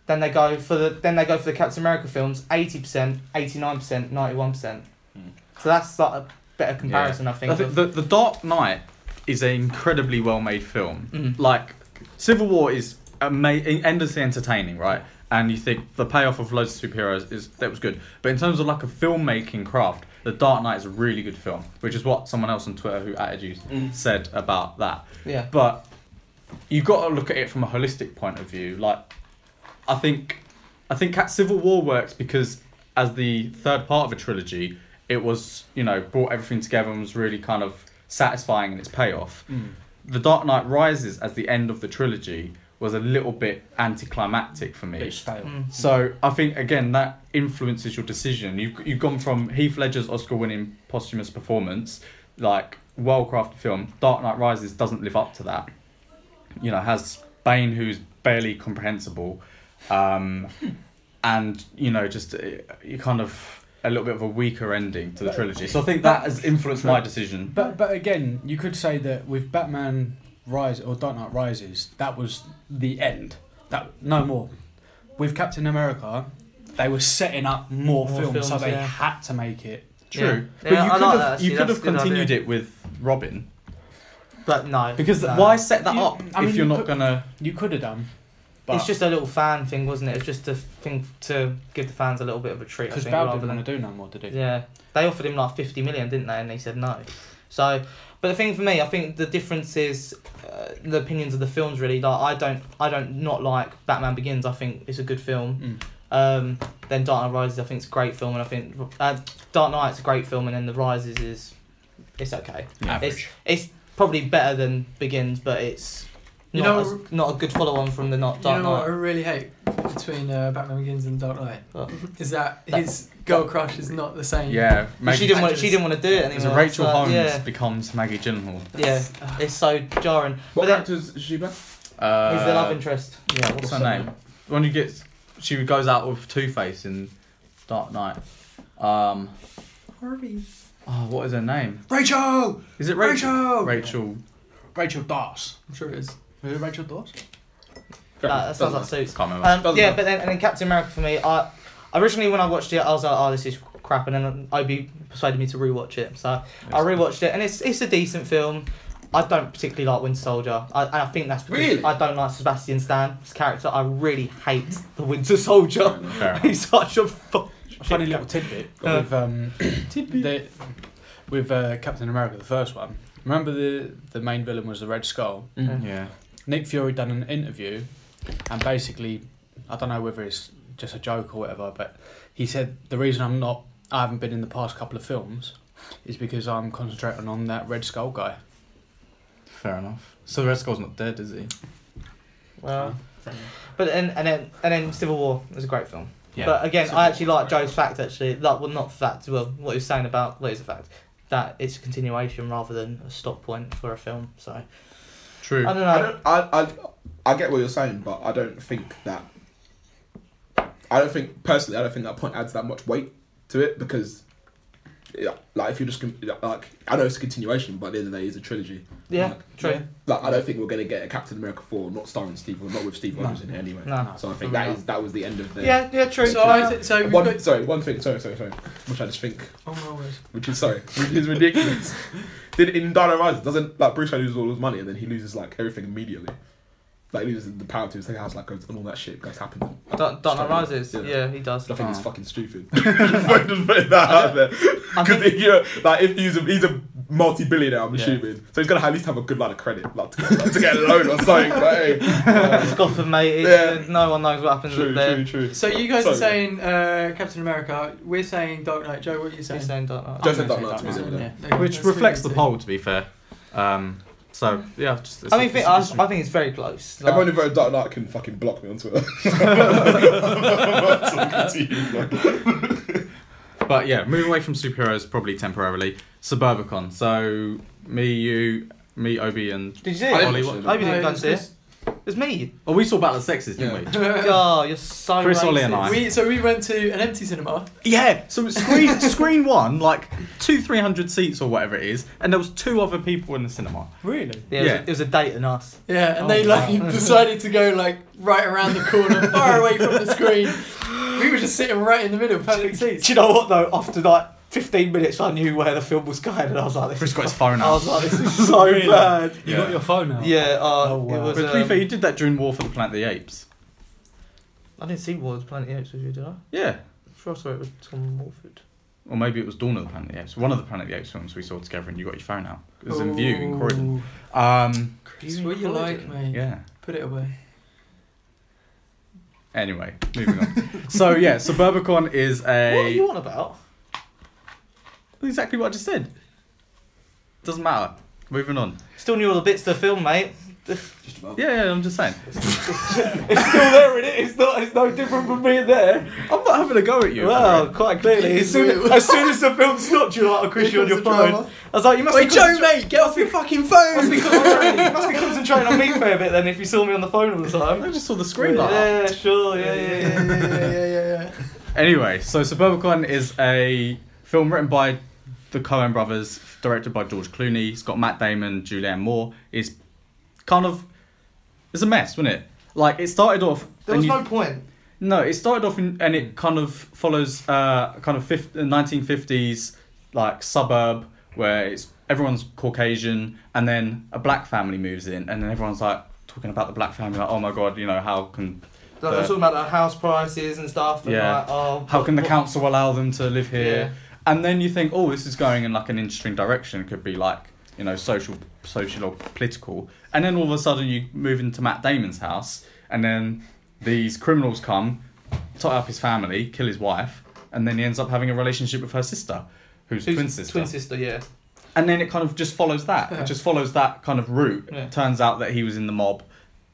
Then they go for the then they go for the Captain America films eighty percent, eighty nine percent, ninety one percent.
Hmm.
So that's like a better comparison, I think.
I think
of-
the, the Dark Knight is an incredibly well made film.
Mhm.
Like, Civil War is ama- endlessly entertaining, right? And you think the payoff of loads of superheroes is that was good. But in terms of like a filmmaking craft, The Dark Knight is a really good film, which is what someone else on Twitter who added you said about that.
Mm. yeah.
But you've got to look at it from a holistic point of view. Like, I think, I think Cat Civil War works because as the third part of a trilogy, it was you know brought everything together and was really kind of satisfying in its payoff. The Dark Knight Rises as the end of the trilogy was a little bit anticlimactic for me.
Bit stale.
Mm.
So I think again that influences your decision. You've you've gone from Heath Ledger's Oscar-winning posthumous performance, like well-crafted film. Dark Knight Rises doesn't live up to that. You know, has Bane who's barely comprehensible, um, and you know just uh, you kind of a little bit of a weaker ending to the trilogy. So I think that has influenced my decision.
But but again, you could say that with Batman Rise or Dark Knight Rises, that was the end. That no more. With Captain America, they were setting up more,
More
films, so
films,
they
yeah.
had to make it.
True,
Yeah.
but
Yeah,
you
I
could
like
have
that, actually.
you could have
That's a good
continued
idea.
it with Robin
But no.
because
no.
why set that
You-
up
I mean,
if
you
you're not
could-
gonna?
You could have done, but
it's just a little fan thing, wasn't it? It's just a thing to give the fans a little bit of a treat. I
because
think,
Bale
rather
didn't
than
want to do no more, did he?
Yeah, they offered him like fifty million, didn't they? And he said no. So, but the thing for me, I think the difference is uh, the opinions of the films. Really, like I don't, I don't not like Batman Begins. I think it's a good film.
Mm.
Um, then Dark Knight Rises, I think it's a great film, and I think uh, Dark Knight's a great film, and then The Rises is, it's okay. It's
Average.
it's probably better than Begins, but it's
You
not
know-
as- not a good follow on from the not
You
Dark
know what I
Knight.
really hate between uh, Batman Begins and Dark Knight
What?
is that
That-
his girl crush is not the same.
Yeah,
But she
Maggie-
didn't want.
Actress.
She didn't want to do it
As
anymore.
Rachel
so,
Holmes
uh, Yeah,
becomes Maggie Gyllenhaal.
yeah.
uh,
It's so jarring. but
What
then-
characters is she back?
Uh,
He's the love interest.
Yeah,
What's her name? When you get, she goes out with Two Face in Dark Knight. Um,
Harvey.
oh, what is her name?
Rachel!
Is it Rachel?
Rachel!
Rachel.
Rachel Dawes.
I'm sure it is.
Who Rachel Dawes?
That, that sounds like suits.
Can't remember.
Um,
Doesn't
yeah,
matter.
but then and then Captain America for me, I originally when I watched it, I was like, oh, this is crap, and then Obi persuaded me to rewatch it. So I rewatched it, and it's it's a decent film. I don't particularly like Winter Soldier. I, and I think that's because
Really?
I don't like Sebastian Stan's character. I really hate the Winter Soldier.
Fair enough.
He's such a fuck.
A funny little tidbit
Uh,
with um, the, with uh, Captain America, the first one. Remember the the main villain was the Red Skull.
Mm-hmm.
Yeah.
Nick Fury done an interview, and basically, I don't know whether it's just a joke or whatever, but he said the reason I'm not, I haven't been in the past couple of films, is because I'm concentrating on that Red Skull guy.
Fair enough. So Red Skull's not dead, is he?
Well, but and and then and then Civil War was a great film.
Yeah.
But again,
Civil
I
War
actually
was
like
great.
Joe's fact actually. That well, not fact. Well, what he was saying about what is a fact that it's a continuation rather than a stop point for a film. So I
True.
don't know.
I, don't, I, I, I get what you're saying, but I don't think that. I don't think, personally, I don't think that point adds that much weight to it because. Yeah, like if you just con- like I know it's a continuation, but at the end of the day, it's a trilogy.
yeah,
Like,
true.
Like I don't think we're gonna get a Captain America four, not starring Steve, not with Steve Rogers in it anyway.
No, no.
So I think that is that was the end of the.
Yeah, yeah, true.
So, I th- so we've
One,
got.
Sorry, one thing. Sorry, sorry, sorry. Which I just think,
Oh my word.
which is sorry, which is ridiculous. Did in Dino Rise doesn't like Bruce Wayne loses all his money and then he loses like everything immediately. Like he loses the power to his house, like goes and all that shit goes happening.
Dark Dark Knight Rises.
Yeah.
Yeah. he does.
I think it's
Ah.
fucking stupid. just putting that out there
I
because
think
you know, like if he's a, he's a multi-billionaire, I'm
Yeah.
assuming. So he's gonna at least have a good line of credit, like to, like, to get a loan or something. But hey,
It's Gotham, mate. It,
Yeah.
No one knows what happens
true,
up there.
true, true.
So you guys
Sorry.
are saying uh, Captain America. We're saying Dark Knight. Joe, what are you saying?
He's saying Dark Knight.
Just
I'm
said Dark
gonna
Knight to
say
me.
Dark
the
Knight.
other day.
Yeah, okay,
which
that's
reflects the
really
poll, to be fair. Um, so yeah, just it's
I mean,
it's-
I, I think it's very close. Like,
Everyone who voted Dark Knight can fucking block me on Twitter. That's all good to you, bro.
But yeah, moving away from superheroes probably temporarily. Suburbicon. So me, you, me, Obi, and
Did you see
I
it?
didn't
Ollie,
watch
what-
it.
I hope you
No,
didn't go and
it's
see it.
just-
It's me.
oh, we saw Battle of Sexes, didn't we?
God, you're so
Chris,
racist.
Ollie and I.
We, so we went to an empty cinema.
Yeah. So screen screen one, like two, three hundred seats or whatever it is, and there was two other people in the cinema.
Really?
Yeah, it was,
Yeah.
it was a date and us.
Yeah, and
Oh,
they like
wow.
decided to go like right around the corner, far away from the screen. We were just sitting right in the middle, perfect seats.
you know what though? After like 15 minutes, I knew where the film was going, and I was like,
Chris got his phone out.
like, this is so
Really?
bad.
You
Yeah.
got your phone out.
Yeah, uh,
Oh, wow.
it was.
But to be
um,
fair, you did that during War for the Planet of the Apes.
I didn't see Wars Planet of the Apes with you, did I? I'm
Yeah.
sure I saw it with Tom Wolford.
Or maybe it was Dawn of the Planet of the Apes. One of the Planet of the Apes films we saw together, and you got your phone out. It was in view in Croydon.
Oh.
Um,
It's what you like, mate.
yeah.
Put it away.
Anyway, moving on. so yeah, Suburbicon is a.
What are you on about?
Exactly what I just said. Doesn't matter. Moving on.
Still knew all the bits of the film, mate.
Just about.
Yeah, yeah, I'm just saying.
It's still there in it. It's not. It's no different from being there.
I'm not having a go at you.
Well, quite clearly. As soon as, as soon as the film stopped, you're like, oh, Chris, you're on your phone. I was like, you must
Wait,
be
Joe,
concentr-
mate, get off your fucking phone.
must be concentrating. you must be concentrating on me for a bit then. If you saw me on the phone all the
I
time.
just saw the screen light up.
Yeah, sure. Yeah, yeah, yeah.
yeah, yeah, yeah, yeah,
Anyway, so Suburbicon is a film written by the Coen brothers, directed by George Clooney. It's got Matt Damon, Julianne Moore. It's kind of it's a mess, wasn't it? Like it started off.
There
and
was
you-
no point.
No, it started off in, and it kind of follows uh, kind of fif- 1950s like suburb where it's everyone's Caucasian and then a black family moves in and then everyone's like talking about the black family like oh my god you know how can
Like, they're talking about like, house prices and stuff. And
Yeah.
Like, oh,
how can the
what-
council allow them to live here
Yeah.
and then you think oh this is going in like an interesting direction it could be like you know social social or political and then all of a sudden you move into matt damon's house and then these criminals come tie up his family kill his wife and then he ends up having a relationship with her sister who's,
Who's-
twin sister
Twin sister, yeah.
and then it kind of just follows that
Yeah.
it just follows that kind of route
Yeah.
turns out that he was in the mob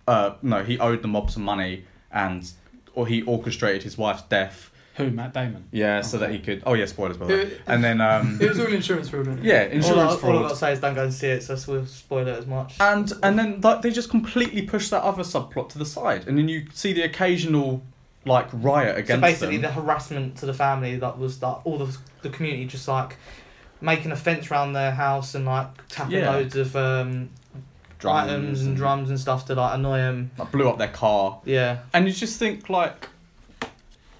uh, no he owed the mob some money and or he orchestrated his wife's death
Who? Matt Damon.
yeah, so that he could. Oh yeah, spoilers by the way.
Yeah.
And then um,
yeah. It was all insurance fraud, wasn't it?
yeah,
all, I,
insurance
all I've got
fraud.
to say is don't go and see it, so we'll spoil it as much.
And and then like they just completely push that other subplot to the side, and then you see the occasional like riot
so
against
basically,
them.
the harassment to the family that was like all the the community just like making a fence around their house and like tapping
Yeah.
loads of um,
Drums
items
and-
and drums and stuff to like annoy them.
like, blew up their car,
Yeah,
and you just think like,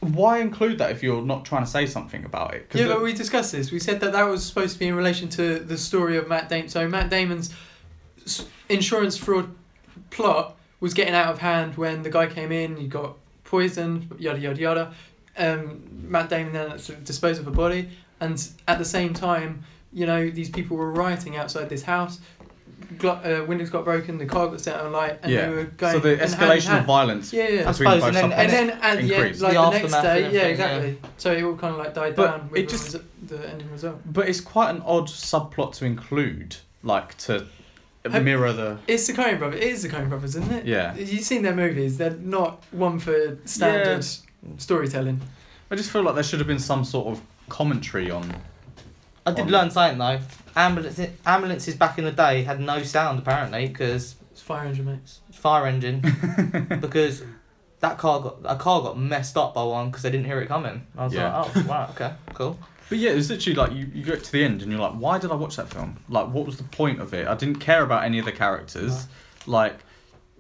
why include that if you're not trying to say something about it? 'Cause
Yeah,
the-
but we discussed this. We said that that was supposed to be in relation to the story of Matt Damon. So Matt Damon's s- insurance fraud plot was getting out of hand when the guy came in. He got poisoned. Yada yada yada. Um, Matt Damon then had to dispose of a body, and at the same time, you know, these people were rioting outside this house. Glo- uh, windows got broken. The car got set on light, and
yeah.
they were going.
so the
in hand in
escalation of
hand.
violence.
Yeah, yeah.
I
Between
suppose,
both
and then,
subplots.
And then at the end,
increased.
like
The
the, next
aftermath and
day, yeah,
everything,
exactly. So it all kind of like died
But
down. With
it just-
the res- the ending result.
But it's quite an odd subplot to include, like to
Have-
mirror the.
It's the Coen Brothers. It is the Coen Brothers, isn't it?
Yeah.
You've seen their movies. They're not one for standard storytelling.
I just feel like there should have been some sort of commentary on.
I did
On-
learn something though. Ambulance, ambulances back in the day had no sound apparently because
It's Fire Engine Mates.
fire engine because that car got a car got messed up by one because they didn't hear it coming. I was
Yeah.
like, oh wow, okay, cool.
But yeah, it was literally like you, you get to the end and you're like, why did I watch that film? Like, what was the point of it? I didn't care about any of the characters. Like,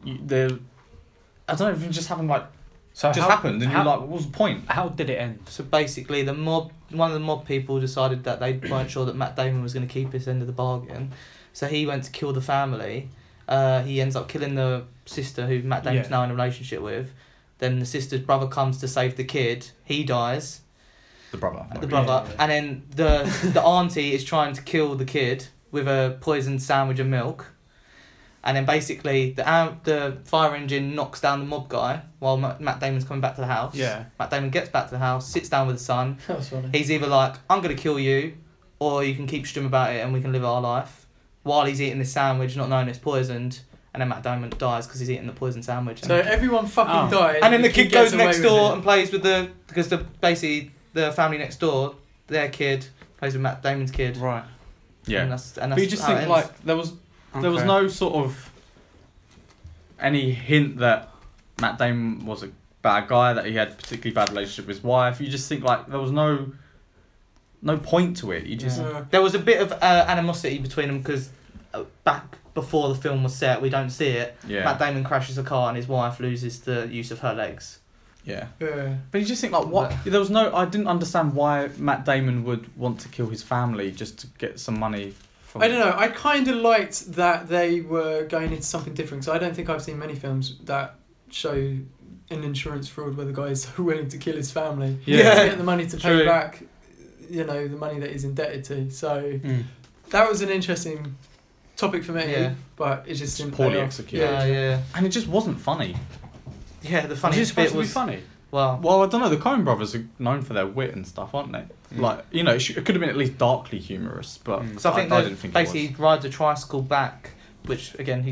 you, they I don't know if it just happened, like,
So
just
how,
happened and
how-
you're like, what was the point?
How did it end?
So basically, the mob, one of the mob people decided that they weren't sure that Matt Damon was going to keep his end of the bargain, so he went to kill the family. Uh, he ends up killing the sister who Matt Damon's
Yeah.
now in a relationship with. Then the sister's brother comes to save the kid. He dies,
The brother.
the
maybe.
brother,
yeah.
and then the the auntie is trying to kill the kid. with a poisoned sandwich and milk. And then basically, the am- the fire engine knocks down the mob guy while Ma- Matt Damon's coming back to the house.
Yeah.
Matt Damon gets back to the house, sits down with his son,
That was funny.
He's either like, I'm gonna kill you, or you can keep strum about it and we can live our life. While he's eating this sandwich, not knowing it's poisoned, and then Matt Damon dies because he's eating the poisoned sandwich.
So everyone fucking
Oh.
died.
and then the kid goes
gets
next
away with
door
it.
and plays with the because the basically the family next door, their kid plays with Matt Damon's kid.
Right.
And
Yeah.
that's, and
But
that's
you just
how it
think
ends.
like there was there was
Okay.
no sort of any hint that Matt Damon was a bad guy, that he had a particularly bad relationship with his wife. You just think like there was no no point to it. You just
Yeah.
Uh,
There was a bit of uh, animosity between them because back before the film was set, we don't see it.
yeah
Matt Damon crashes a car and his wife loses the use of her legs.
yeah.
yeah.
But you just think like what? There was no. I didn't understand why Matt Damon would want to kill his family just to get some money. From,
I don't know. I kind of liked that they were going into something different. So I don't think I've seen many films that show an insurance fraud where the guy is so willing to kill his family
Yeah.
to get the money to pay
True.
back, you know, the money that he's indebted to. So
Mm.
that was an interesting topic for me.
Yeah.
But it just didn't
poorly
pay off.
executed.
Yeah, yeah.
And it just wasn't funny.
Yeah, the
Is it
funniest
supposed
bit
to be
was
funny?
well,
Well, I don't know. The Coen Brothers are known for their wit and stuff, aren't they?
Mm.
Like you know, it, sh- it could have been at least darkly humorous, but
Mm.
because I think,
I,
the-
didn't think
basically
it
he rides a tricycle back, which again he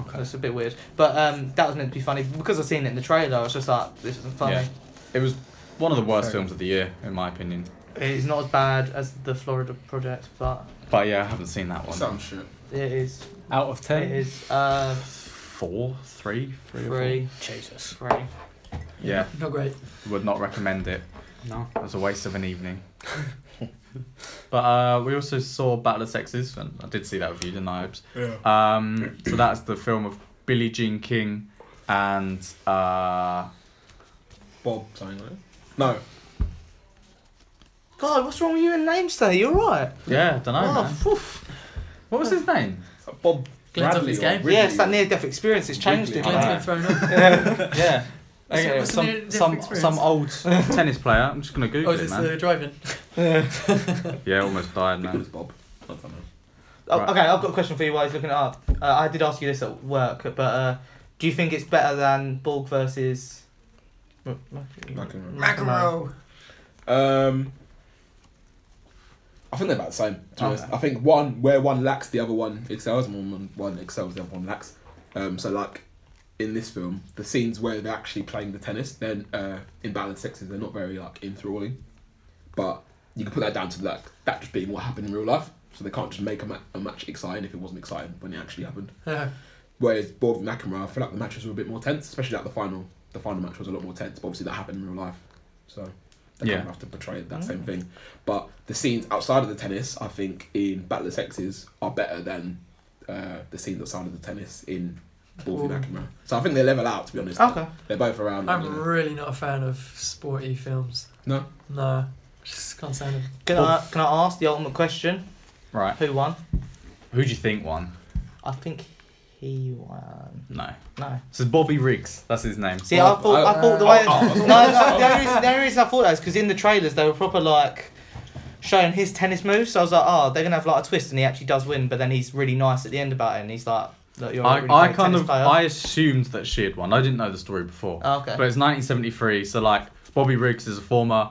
Okay.
that's a bit weird. But um, that was meant to be funny because I seen it in the trailer. I was just like, this isn't funny.
Yeah. was. It was one of the worst
Fair
films of the year, in my opinion.
It's not as bad as the Florida Project, but
But yeah, I haven't seen that one.
Some shit.
it is.
Out of
Um,
It
ten.
is uh,
Four, three, three, or
three,
Jesus.
three.
four. Yeah,
Not great.
would not recommend it.
No.
It was a waste of an evening. but uh, we also saw Battle of the Sexes, and I did see that with you, didn't I? Hopes?
Yeah.
Um, so that's the film of Billie Jean King and uh,
Bob something like that. No.
God, what's wrong with you and names today? You're right.
yeah, I don't know.
oh,
man.
phew.
What was his name?
Bob
Glenn's off
Bradley
his
or
game.
Ridley
yeah, it's that
or-
near-death experience. It's changed it.
Wrigley.
Glenn's
Glenn's
been
been
thrown off.
yeah. Okay,
what's the name
some
of the
some
experience?
some old tennis player. I'm just gonna Google
Oh, is
it,
this
man.
the driving?
Yeah, almost
I
died,
think it
man.
was Bob. I don't know.
Oh,
Right.
Okay, I've got a question for you while he's looking it up. Uh, I did ask you this at work, but uh, do you think it's better than Borg versus M- M-
Mackenroe.
Mackenroe?
Um, I think they're about the same. To be honest.
Oh, Okay.
I think one where one lacks, the other one excels, and one one excels, the other one lacks. Um, so like in this film, the scenes where they're actually playing the tennis, then uh, in Balanced Sexes, they're not very like enthralling, but you can put that down to like that just being what happened in real life. So they can't just make a, ma- a match exciting if it wasn't exciting when it actually happened.
Yeah.
Whereas Bob and McEnroe, I feel like the matches were a bit more tense, especially like the final. The final match was a lot more tense, but obviously that happened in real life, so they
Yeah.
kind of have to portray that same
Mm.
thing. But the scenes outside of the tennis, I think, in Battle of the Sexes are better than uh, the scenes outside of the tennis in Bob and McEnroe. So I think they level out. To be honest,
Okay.
they're both around.
I'm
you know.
really not a fan of sporty films.
No?
No. Just can't stand them.
Can I, can I ask the ultimate question?
Right.
Who won?
Who do you think won?
I think he won.
No.
No.
This is Bobby Riggs. That's his name.
See,
Well,
I thought I,
I-
thought the
uh,
way
oh, oh,
no, no, the, only reason, the only reason I thought that is because in the trailers they were proper like showing his tennis moves. So I was like, oh, they're gonna have like a twist, and he actually does win. But then he's really nice at the end about it, and he's like, look, you're a
I,
really
I
great
kind
tennis
of
player.
I assumed that she had won. I didn't know the story before.
Oh, okay.
But it's 1973, so like Bobby Riggs is a former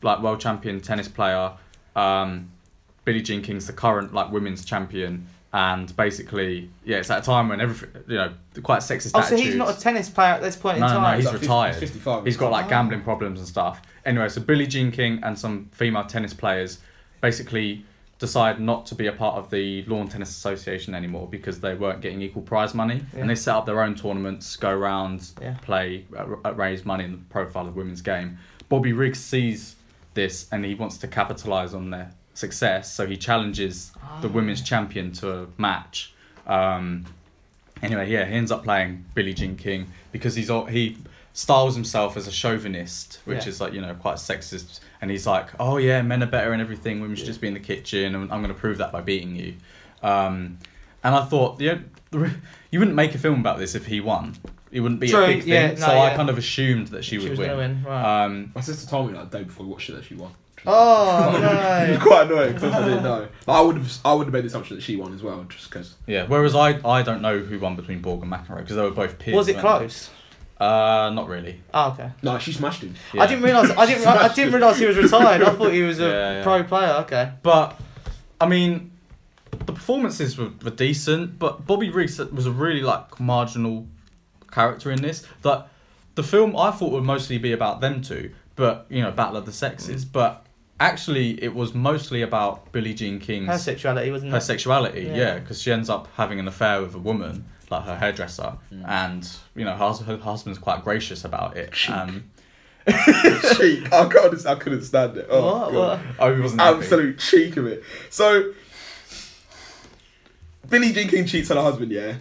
like world champion tennis player. Um, Billie Jean King's the current like women's champion, and basically yeah, it's at a time when everything you know quite sexist.
Oh, so he's
attitudes.
not a tennis player at this point in
No, no, no,
time.
he's
like fifty-
retired.
55.
He's got like
Oh.
gambling problems and stuff. Anyway, so Billie Jean King and some female tennis players basically decide not to be a part of the Lawn Tennis Association anymore because they weren't getting equal prize money,
Yeah.
and they set up their own tournaments, go round,
Yeah.
play, uh, r- uh, raise money in the profile of women's game. Bobby Riggs sees this and he wants to capitalize on their success, so he challenges
Ah.
the women's champion to a match. Um, anyway, yeah, he ends up playing Billie Jean King because he's all, he styles himself as a chauvinist, which
Yeah.
is like you know quite sexist, and he's like, oh yeah, men are better and everything. Women should
Yeah.
just be in the kitchen, and I'm going to prove that by beating you. Um, and I thought, yeah, the re- you wouldn't make a film about this if he won. It wouldn't be
True,
a big thing.
yeah, no,
so I
yeah.
kind of assumed that she, would
was
win.
gonna win. Right.
Um,
My sister told me like the day before we watched it that she won. She
Oh
It's
no.
quite annoying because I didn't know. Like, I would have, I would have made the assumption that she won as well, just because.
Yeah. Whereas I, I don't know who won between Borg and McEnroe because they were both peers.
Was it
weren't they?
close?
Uh, not really.
Oh, okay.
No, she smashed him.
Yeah.
I didn't realize. I didn't. I, I didn't realize he was retired. I thought he was a
Yeah, yeah.
pro player. Okay.
But I mean, the performances were, were decent, but Bobby Riggs was a really like marginal character in this. That the film I thought would mostly be about them two, but you know, Battle of the Sexes.
Mm.
But actually, it was mostly about Billie Jean King's
Her sexuality wasn't.
her
it?
sexuality,
Yeah.
yeah, because she ends up having an affair with a woman, like her hairdresser,
Mm.
and you know her, hus- her husband's quite gracious about it. Um,
cheek. I couldn't, I couldn't stand it. Oh,
What?
God.
What?
oh, he wasn't happy.
absolute cheek of it. So, Billie Jean King cheats on her husband, yeah?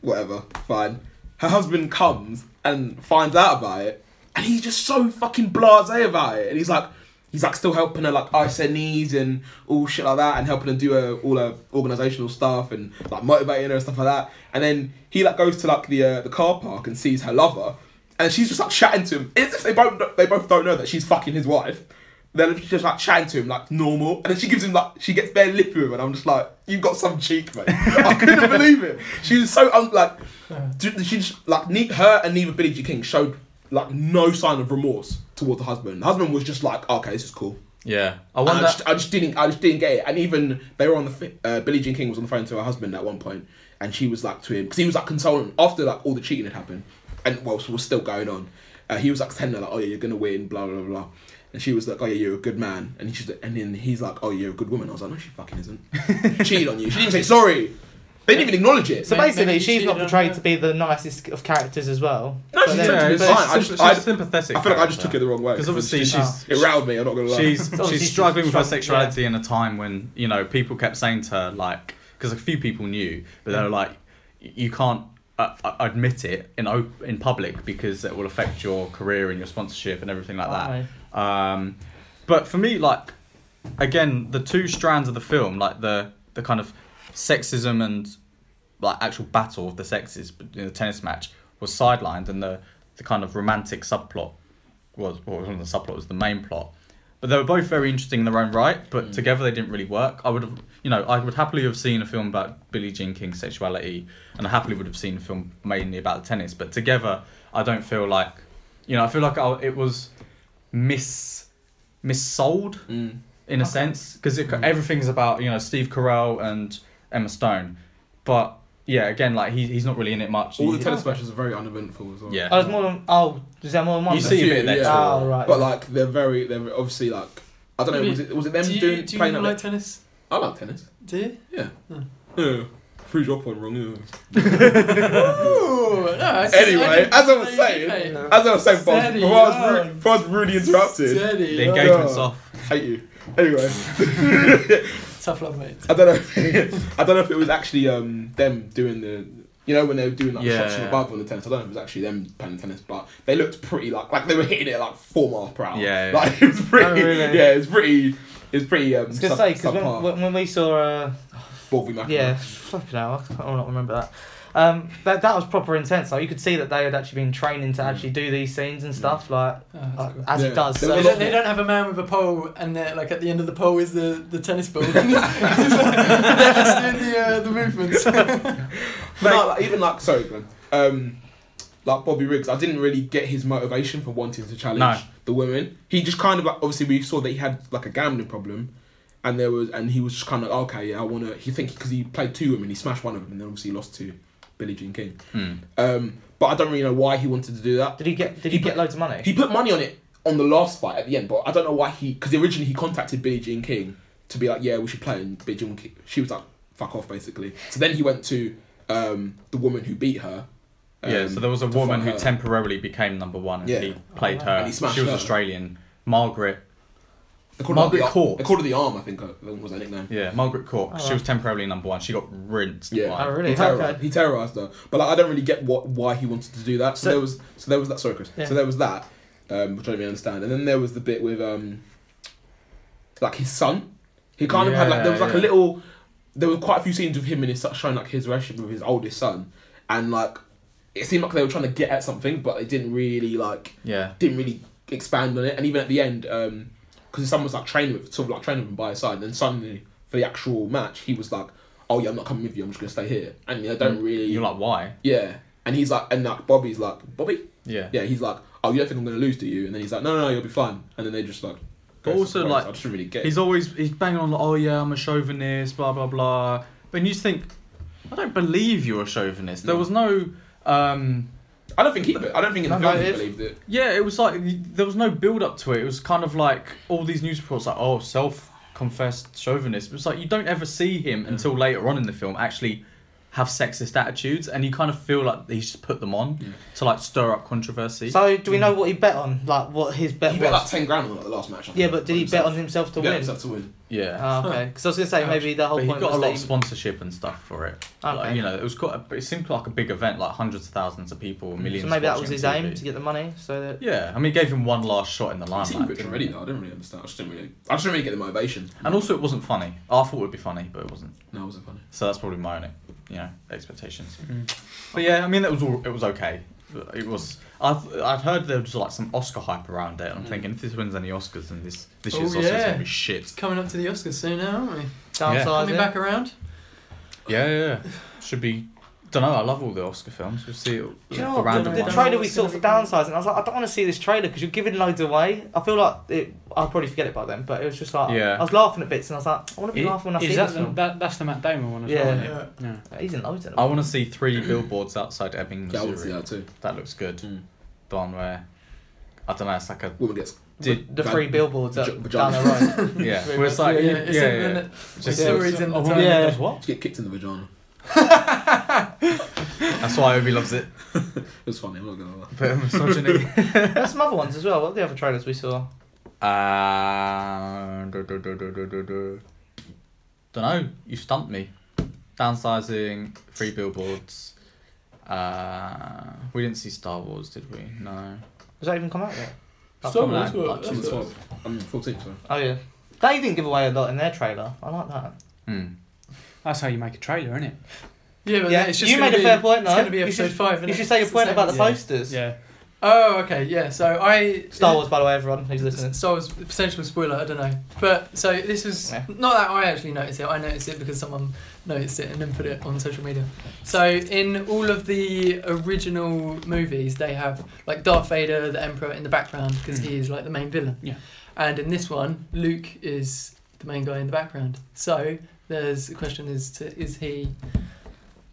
Whatever, fine. Her husband comes and finds out about it, and he's just so fucking blasé about it. And he's like, he's like still helping her like ice her knees and all shit like that, and helping her do her all her organisational stuff and like motivating her and stuff like that. And then he like goes to like the uh, the car park and sees her lover, and she's just like chatting to him as if they both they both don't know that she's fucking his wife. Then she's just like chatting to him like normal, and then she gives him like she gets bare lippy with him, and I'm just like, you've got some cheek, mate. I couldn't believe it. She was so un- like, d- she just, like ne- her and neither Billie Jean King showed like no sign of remorse towards the husband. The husband was just like, okay, this is cool.
Yeah, I
And I,
wonder.
just, I just didn't, I just didn't get it. And even they were on the fi- uh, Billie Jean King was on the phone to her husband at one point, and she was like to him because he was like consoling him after like all the cheating had happened, and well, was still going on. Uh, he was like telling her like, oh yeah, you're gonna win, blah blah blah. And she was like, "Oh yeah, you're a good man," and she's, and then he's like, "Oh, you're a good woman." I was like, "No, she fucking isn't. She cheated on you. She didn't say sorry. They didn't even acknowledge it."
So
Maybe-
basically,
maybe
she's
she
not
did on
portrayed
her.
to be the nicest of characters as well.
No, she's
then-
not.
yeah,
it's
it's
fine. I
sim-
just-
she's
I-
sympathetic.
I feel like I just took it the wrong way
because obviously
it's
she's
just- it riled me. I'm not gonna lie.
she's
obviously
she's struggling with her
struggled,
sexuality in a time when you know people kept saying to her like because a few people knew but they were like "Y- you can't uh, uh, admit it in op- in public because it will affect your career and your sponsorship and everything like that. Um, but for me, like again, the two strands of the film, like the the kind of sexism and like actual battle of the sexes in the tennis match was sidelined, and the the kind of romantic subplot was well, it wasn't the subplot it was the main plot. But they were both very interesting in their own right, but together they didn't really work. I would have, you know, I would happily have seen a film about Billie Jean King's sexuality, and I happily would have seen a film mainly about tennis. But together, I don't feel like, you know, I feel like I, it was mis missold
Mm.
in a sense because
Hmm.
everything's about you know Steve Carell and Emma Stone, but yeah, again, like he, he's not really in it much.
All
He-
the tennis matches are very uneventful as well.
Yeah.
I was more than. Oh, is there more than one?
you
then?
see a bit of
Yeah.
that. too.
Oh right.
But
yeah.
like they're very, they're obviously like I don't know. Was it was it them
do you,
doing
do you
playing
like
that? bit?
tennis?
I like tennis.
Do you?
Yeah.
Hmm.
Yeah. Free drop on wrong. Yeah.
Ooh, no, I said-
Anyway,
I didn't
as I was
say
saying,
you did.
As I was saying, before, I was-
Steady
before I was,
on.
rude, before I was rudely interrupted.
Steady,
the
yeah.
engagement's
Yeah.
off.
Hate you. Anyway,
Tough love, mate.
I don't know. If, I don't know if it was actually um them doing the. You know when they were doing like shots from
Yeah.
above on the tennis, I don't know if it was actually them playing tennis, but they looked pretty like like they were hitting it like four miles per hour.
Yeah, yeah.
like it was pretty.
Oh, really?
Yeah, it was pretty. It was pretty. Um,
I was gonna
sub-
say because
subpar.
when, when we saw uh,
Ball v. McEnroe.
yeah, flipping hell, I can't remember that. Um, that that was proper intense. Like you could see that they had actually been training to actually do these scenes and stuff. Like
Oh, that's
uh,
cool.
as
Yeah.
it does. so-
There
They
was
don't, they don't have a man with a pole, and they're, like at the end of the pole is the, the tennis ball. they're just doing the, uh, the movements.
But no, like, even like sorry, Glenn. Um, like Bobby Riggs, I didn't really get his motivation for wanting to challenge
No.
the women. He just kind of like obviously we saw that he had like a gambling problem, and there was and he was just kind of like, okay, yeah, I wanna. He think because he played two women, he smashed one of them, and then obviously lost to Billie Jean King.
Hmm.
Um, but I don't really know why he wanted to do that.
Did he get? Did he,
He put-
get loads of money?
He put money on it on the last fight at the end, but I don't know why he because originally he contacted Billie Jean King to be like, yeah, we should play, and Billie Jean King, she was like, fuck off, basically. So then he went to um, the woman who beat her. um,
yeah, so there was a
to
woman
fight
who
her.
temporarily became number one and
Yeah.
he played
Oh,
her.
wow.
And he smashed
she was
her.
Australian. Margaret.
They called her, like,
Margaret
the,
Court.
They called her the arm, I think. uh, That was her nickname.
Yeah, Margaret Court.
Oh,
she
wow.
was temporarily number one. She got rinsed.
Yeah.
by-
Oh really?
He terrorized,
Okay.
he terrorized her, but like, I don't really get what why he wanted to do that. So,
So-
there was, so there was that. Sorry, Chris.
Yeah.
So there was that, um, which I don't really understand. And then there was the bit with, um, like his son. He kind of had like there was
Yeah,
like a
yeah.
little. There were quite a few scenes with him and his son showing like his relationship with his oldest son, and like it seemed like they were trying to get at something, but they didn't really like
Yeah.
didn't really expand on it. And even at the end, um, because someone's like training with, sort of like training with him by his side, and then suddenly for the actual match, he was like, "Oh yeah, I'm not coming with you. I'm just gonna stay here." And I
Mm.
don't really,
You're like, why?
yeah. And he's like, and like Bobby's like, Bobby,
Yeah.
yeah. He's like, "Oh, you don't think I'm gonna lose, do you?" And then he's like, "No, no, no you'll be fine." And then they just like,
But
go
also,
somewhere else.
like,
I just don't really get.
He's always he's banging on like, oh yeah, I'm a chauvinist, blah blah blah. But you just think, I don't believe you're a chauvinist. There was no, um,
it. I don't think he. I don't think in the
No, no,
film he
if-
believed it.
yeah, it was like there was no build up to it. It was kind of like all these news reports like, oh, self confessed chauvinist. It was like you don't ever see him until later on in the film actually have sexist attitudes, and you kind of feel like he's just put them on
Yeah.
to like stir up controversy.
So do we know what he bet on? Like what his bet
He
was?
bet like ten grand on like, the last match. I think,
yeah, but did he bet on himself to
Yeah,
win?
himself to win.
yeah.
Oh, okay, because I was gonna say maybe the whole
But he
point
got a
was
lot
Oh, that
of
he-
sponsorship and stuff for it.
Okay.
Like, you know, it was quite. A, it seemed like a big event, like hundreds of thousands of people, millions.
Mm. so maybe that was
watching
his
TV.
aim to get the money. So that
Yeah, I mean, it gave him one last shot in the
I've seen
limelight.
Rich
didn't
already
it?
though. I didn't really understand. I just didn't really. I just didn't really get the motivation.
And also, it wasn't funny. I thought it would be funny, but it wasn't.
No, it wasn't funny.
So that's probably my own, you know, expectations.
Mm.
But yeah, I mean, that was all. It was okay. It was. I've I'd heard there was like some Oscar hype around it. and I'm
Mm.
thinking if this wins any Oscars, then this this
Oh,
year's Oscars
yeah.
gonna be shit.
It's coming up to the Oscars soon now, aren't we?
downsizing.
Coming back around.
Yeah, yeah, yeah. should be. Don't know. I love all the Oscar films. We'll see. It,
Do you know
the
what?
random
the, the
ones.
trailer we
It's
saw
gonna
for
be good.
downsizing, I was like, I don't want to see this trailer because you're giving loads away. I feel like it, I'll probably forget it by then, but it was just like
Yeah.
I was laughing at bits and I was like, I want to be
Is-
laughing when I see this
Is that the,
film.
that, that's the Matt Damon one as
Yeah.
well? isn't it?
Yeah.
yeah.
He's in loads of them.
I want to see three billboards outside Ebbing,
Yeah, I would see
Missouri.
that too.
that looks good.
Mm.
The one where I don't know. It's like a
Woman gets
Did the three billboards up,
Jo-
down the road.
yeah.
Very
where it's like yeah, yeah,
it's
yeah,
in the-
Just
Yeah,
looks-
it's in the
Oh,
time.
yeah.
Yeah.
Does what?
to get kicked in the vagina.
that's why Obi loves it.
It was funny. I'm not gonna lie.
But misogyny.
There's some other ones as well. What are the other trailers we saw?
uh, do, do, do, do, do, do, do. Don't know. You stumped me. Downsizing, three billboards. Uh, we didn't see Star Wars, did we? No.
Has that even come out yet?
That's
Star
coming
Wars
out,
were-
like,
She was
two-
twelve. I'm fourteen. Sorry.
Oh yeah. They didn't give away a lot in their trailer. I like that.
Hmm.
That's how you make a trailer, isn't it?
Yeah, but
Yeah,
then it's just
you
gonna
made a
be-
fair point,
It's
though.
going to be
You
episode
should-
five.
You
innit?
should say your
It's
point
same.
about the
Yeah.
posters.
Yeah.
Oh, okay, yeah. So I
Star Wars, by the way, everyone who's listening.
So I was a potential spoiler. I don't know, but so this was
Yeah.
not that I actually noticed it. I noticed it because someone noticed it and then put it on social media. So in all of the original movies, they have like Darth Vader, the Emperor, in the background because
Mm.
he is like the main villain.
Yeah.
And in this one, Luke is the main guy in the background. So there's the question: Is to, is he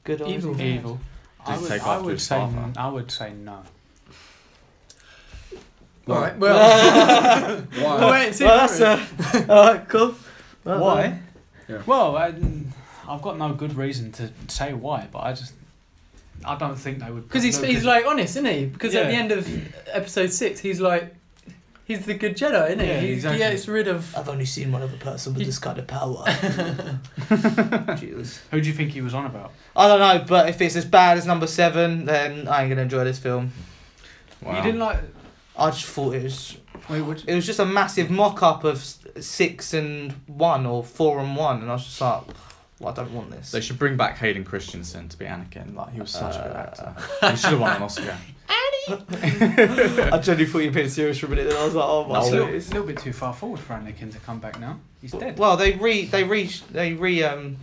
Good old
evil?
Evil. I
Did
would,
take
I
after
would
his
say
father.
I would say no.
All right. Well.
Why?
wait, see,
Well, that's
don't
uh, alright, cool. Well, uh,
Well, I, I've got no good reason to say why, but I just I don't think they would.
Because he's,
look
he's
at-
like honest, isn't he? Because at the
Yeah.
end of episode six, he's like, he's the good Jedi, isn't he?
Yeah,
he
exactly.
gets rid of.
I've only seen one other person with
You-
this kind of power. Jesus.
who do you think he was on about?
I don't know, but if it's as bad as number seven, then I ain't gonna enjoy this film.
Wow.
You didn't like.
I just thought it was
Wait, what?
it was just a massive mock up of s- six and one or four and one, and I was just like, well, I don't want this.
They should bring back Hayden Christensen to be Anakin. Like he was such a good
Uh,
actor. he should have won an Oscar.
I genuinely thought you were being serious for a minute, and I was like, oh
It's a little,
goodness.
little bit too far forward for Anakin to come back now. He's dead.
Well, they re they re they re um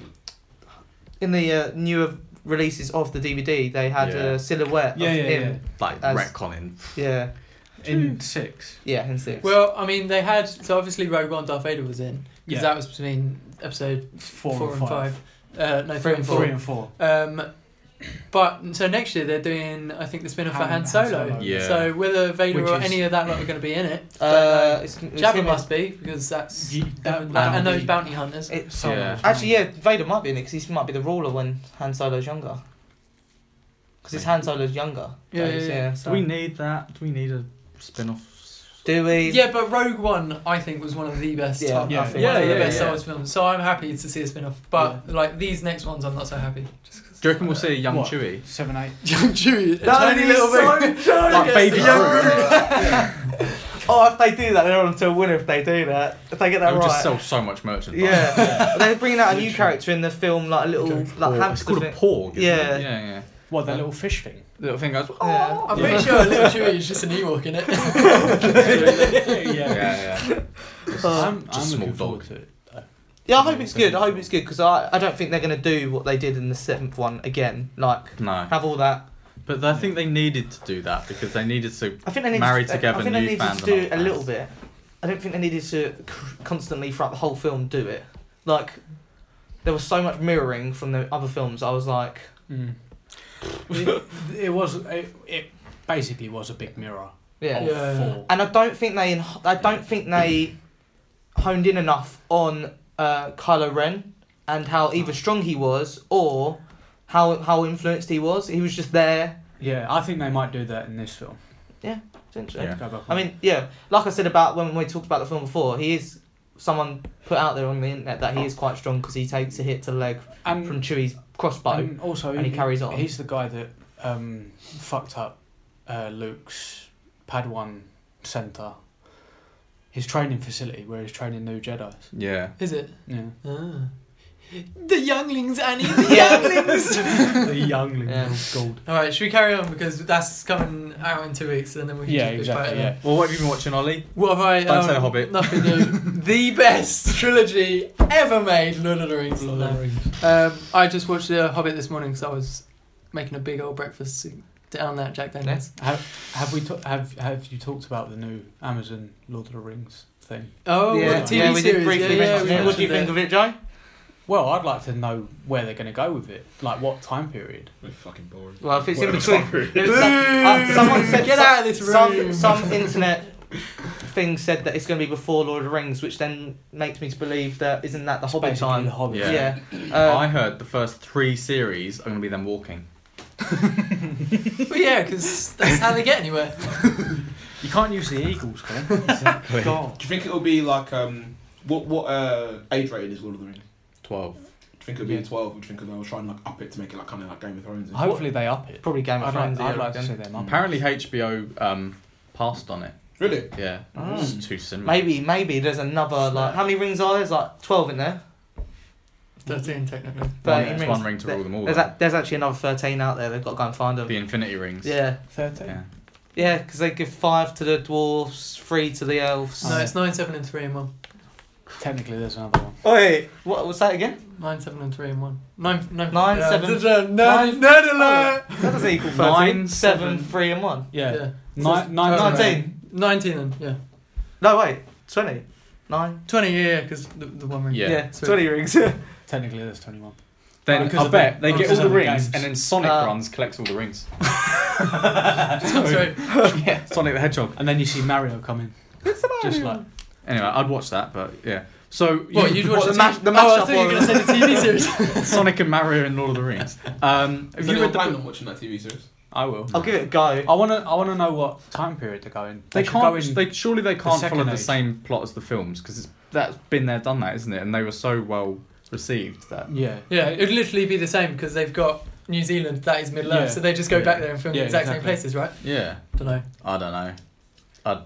in the uh, newer releases of the DVD, they had
Yeah.
a silhouette
yeah,
of
yeah, yeah.
him.
Like
As-
retconning.
Yeah. yeah,
In six.
in six.
Well, I mean, they had. So obviously, Rogue One, Darth Vader was in. Because
Yeah.
that was between episode
four,
four, and five. Uh, no, three,
Three
and
and
four.
Three and four.
Um, but so next year they're doing, I think, the spin off for
Han-
Han
Han
Solo.
Solo.
Yeah.
So whether Vader
Which
or
is-
any of that lot are going to be in it,
uh,
don't know.
it's, it's
Jabba
him
must be because that's
Ye- that- um, that
and
would
those
be-
bounty hunters.
It-
Solo
Yeah.
was
Actually,
wrong.
yeah, Vader might be in it because he might be the ruler when Han Solo's younger. Because his Han Solo's younger.
Yeah,
Like,
yeah, yeah.
so-
need that? Do we need a spin-off?
Do we?
Yeah, but Rogue One, I think, was one of the best.
Yeah,
Star-
yeah,
I think,
yeah,
one of the
yeah,
best
yeah.
Star Wars films. So I'm happy to see a spin off. But like these next ones, I'm not so happy. Just 'cause-
Do you reckon we'll see a young
What?
Chewie?
Seven, eight.
Young Chewie, a
That would
tiny
be
little
so
bit.
Like baby Grogu.
Oh, if they do that, they're on to a winner if they do that. If they get
They
that
would
right.
just sell so much merchandise.
yeah. They're bringing out a new character in the film, like a little like
Or-
hamster
Oh, it's called a
thing.
porg. isn't it?
Yeah.
yeah, yeah.
What that
Yeah.
little fish thing?
The little thing goes. oh.
Yeah.
Oh, I'm pretty sure Little Chewie is just an Ewok in it.
yeah.
Yeah, yeah.
Uh, I'm, I'm
just small
looking forward
dog.
to it.
Yeah, I hope it's good. I hope it's good because I, I don't think they're going to do what they did in the seventh one again. Like
No,
have all that.
but I think they needed to do that because they needed to.
I think they need
Married
to,
together,
I think
new
they needed
fans and
to do
old
a
fans.
little bit. I don't think they needed to c- constantly throughout the whole film do it. Like there was so much mirroring from the other films. I was like,
Mm. it, it was it, it basically was a big mirror.
yeah.
Of
Yeah.
Four.
And I don't think they en- I don't think they honed in enough on uh, Kylo Ren and how either strong he was or how how influenced he was. He was just there.
Yeah, I think they might do that in this film.
Essentially.
Yeah.
Go back
I
on.
mean, yeah, like I said about when we talked about the film before, he is someone put out there on the internet that he is quite strong because he takes a hit to the leg
Um,
and,
from Chewie's crossbow.
and also
and he carries on.
He's the guy that um, fucked up uh, Luke's Padawan center, his training facility where he's training new Jedi's.
Yeah.
Is it?
Yeah,
Ah. The younglings, Annie. The
Yeah.
younglings.
the youngling
Yeah.
was gold.
All right, should we carry on because that's coming out in two weeks, and then we can
Yeah,
just bitch about
exactly.
it.
Yeah.
Well, what have you been watching, Ollie?
What have I?
Don't
um,
say The Hobbit.
Nothing new. the best trilogy ever made, Lord of the Rings.
Lord of the Rings.
Um, I just watched The Hobbit this morning because I was making a big old breakfast to- down that Jack Daniels.
Have, have we ta- have have you talked about the new Amazon Lord of the Rings thing?
Oh,
yeah,
the TV
yeah, we
series.
did briefly
yeah, yeah,
mention
we
it. What do you
mentioned
think
it.
of it, Joe?
Well, I'd like to know where they're going to go with it, like what time period.
Really fucking boring.
Well, if it's in
Whatever
between-
time period.
There was some- uh, someone said
Get
some-
out of this
Some
room.
some internet thing said that it's going to be before Lord of the Rings, which then makes me to believe that isn't that the
It's
Hobbit
basically
time?
The Hobbit.
Yeah.
Yeah. Uh,
I heard the first three series are going to be them walking.
Well, yeah, because that's how they get anywhere.
You can't use the Eagles, can you? God.
Do you think it'll be like um what what uh age rated is Lord of the Rings? Do
Twelve.
you think it'll be a twelve? Do you think they'll try and like up it to make it like kind of like Game of Thrones?
Hopefully they up it.
probably Game of
I'd
Thrones.
like, I'd
era
like to
again.
see them up.
Apparently HBO um, passed on it.
Really?
Yeah,
Mm.
it's too similar.
Maybe maybe there's another like how many rings are there? There's like twelve in there.
Thirteen technically.
One,
Thirteen
it's
rings.
one ring to
There-
rule them all.
There's,
though.
a, there's actually another 13 out there. They've got to go and find them.
The Infinity Rings.
Yeah.
Thirteen.
Yeah.
Yeah, because they give five to the dwarves, three to the elves.
No, it's nine, seven, and three in one.
Technically, there's another one.
Oi! What was that again?
Nine, seven, and three in one. Nine, nine,
Nine,
uh,
seven-
nine,
nine-
nine, alert.
That doesn't equal 13.
Nine,
seven,
seven.
three, and one.
Yeah.
Yeah.
Nine, nine,
Nineteen.
Nineteen.
Nineteen, then, yeah.
No, wait. 20. Nine.
Twenty, yeah, yeah, because the, the one ring.
Yeah.
Yeah,
Sweet.
20 rings. yeah,
Technically, there's twenty-one.
Then
Because
I
of
bet
the-
they get
because
all the
of the
rings,
games.
and then Sonic
Uh,
runs, collects all the rings.
Sounds right.
yeah, Sonic the Hedgehog.
And then you see Mario coming. Just like
Anyway, I'd watch that, but yeah. So
What, you'd watch
What,
the,
the mash-
TV
the
Oh, I
mashup
thought you were going to say the TV series.
Sonic and Mario in Lord of the Rings. Um,
Is
have you read the
plan
book?
on watching that TV series?
I will.
I'll give it a go.
I wanna, I wanna know what time period to go in.
They
should go
can't.
in-
They surely they can't
second
follow the
age.
same plot as the films because that's been there, done that, isn't it? And they were so well received that.
yeah.
Yeah, it would literally be the same because they've got New Zealand, that is Middle
Yeah.
Earth, so they just go
Yeah.
back there and film
Yeah,
the exact
exactly.
same places, right?
Yeah,
Don't know.
I don't know. I, pff,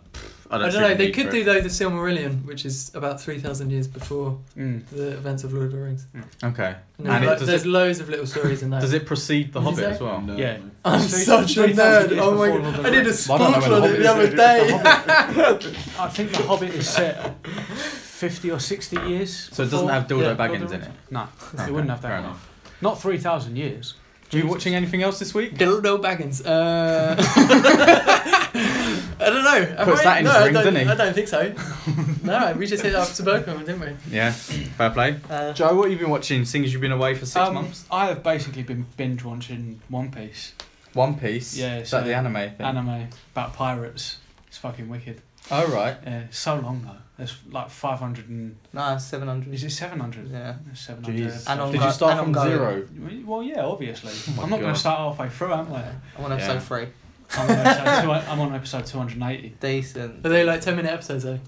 I
I
don't,
don't,
see
know.
the
They
need
could
for
do
it.
though the Silmarillion, which is about three thousand years before
Mm.
the events of Lord of the Rings.
Okay.
And there's,
And it-
like-
does
there's
it-
loads of little stories in that.
Does it precede The
Did you
Hobbit
say?
as well?
No.
Yeah.
I'm
Three-
such a
3,000
nerd.
years
Oh my
before Lord of
god!
the
I did a
Rings.
Well, I don't know
sport
when
on
The
it
Hobbit is
the other
released.
day.
I think the Hobbit is set fifty or sixty years.
So it doesn't
before-
have dildo
Yeah,
baggins in it.
No,
Okay,
it wouldn't have
fair
that.
enough.
Not three thousand years.
Are you watching anything else this week?
Dildo Baggins. Uh, I don't know. Have
Puts
I-
that in
no,
his
I
ring,
don't-
doesn't he?
I don't think so. no, we just hit up Suburban, didn't we?
Yeah, fair play.
Uh,
Joe, what have you been watching? Seeing as you've been away for six
Um,
months.
I have basically been binge watching One Piece
One Piece.
yeah,
Is
so-
that the anime thing?
anime about pirates. It's fucking wicked.
Oh right.
Yeah, it's so long though. There's like five hundred and
no, 700.
is it seven hundred?
Yeah.
Seven hundred.
Jeez.
And on-
Did you start
and
from
ongoing.
zero?
Well, yeah, obviously.
my
I'm not going
God.
to start halfway through, am I?
I'm on episode
Yeah.
3.
I'm on episode, two, I'm on episode 280.
Decent.
Are they like ten minute episodes though?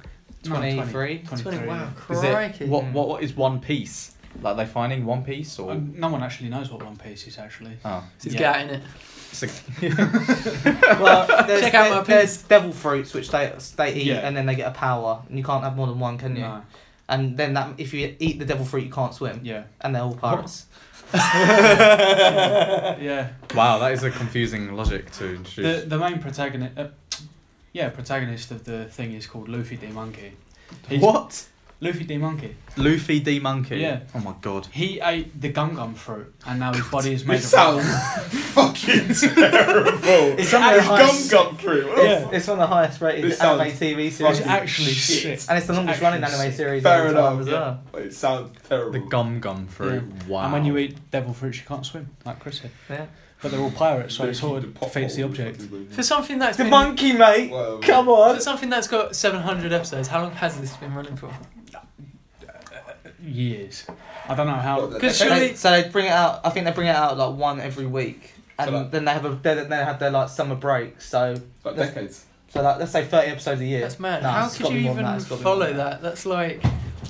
23.
23.
Wow,
Is it,
crikey!
what, what what is One Piece? Like they finding One Piece or?
Uh, no one actually knows what One Piece is actually.
oh,
She's
Yeah.
got in it.
it's a,
well, there's,
Check out my
there's devil fruits which they they eat
Yeah.
and then they get a power, and you can't have more than one, can you?
No.
and then that if you eat the devil fruit, you can't swim,
Yeah.
and they're all pirates.
Yeah.
Wow, that is a confusing logic to introduce.
The the main protagonist, uh, yeah, protagonist of the thing is called Luffy D Monkey. He's-
what?
Luffy D Monkey.
Luffy D Monkey.
Yeah.
Oh my god.
He ate the gum gum fruit, and now his body is made
It
of.
sounds fucking terrible.
It's one of the
gum
highest-
gum fruit. What the
Yeah.
It's one of the highest rated
This sounds
anime TV
It's
series,
Fucking
actually
shit.
sick.
and it's the longest
actually
running anime
sick.
series.
Fair
of all time
enough,
as
yeah.
well.
f- It sounds terrible.
The gum gum fruit. Wow.
And when you eat devil fruit, you can't swim, like Chris said.
Yeah.
But they're all pirates, so it
Literally
sort
the
of defeats the
pothole
object.
fucking movie.
For something that's
The
been-
monkey, mate.
Whatever.
Come on.
For something that's got 700 episodes, how long has this been running for?
Years. I don't know
What,
how.
the
Because
decade?
surely-
They, so they bring it out. I think they bring it out like one every week, and
So, like-
then they have a they, they have their like summer break. So
Like decades.
so like let's say thirty episodes a year.
That's mad.
Nah,
How
it's
could
gotta be
you
more than
even
that, it's gotta be more
follow
than
that? That's like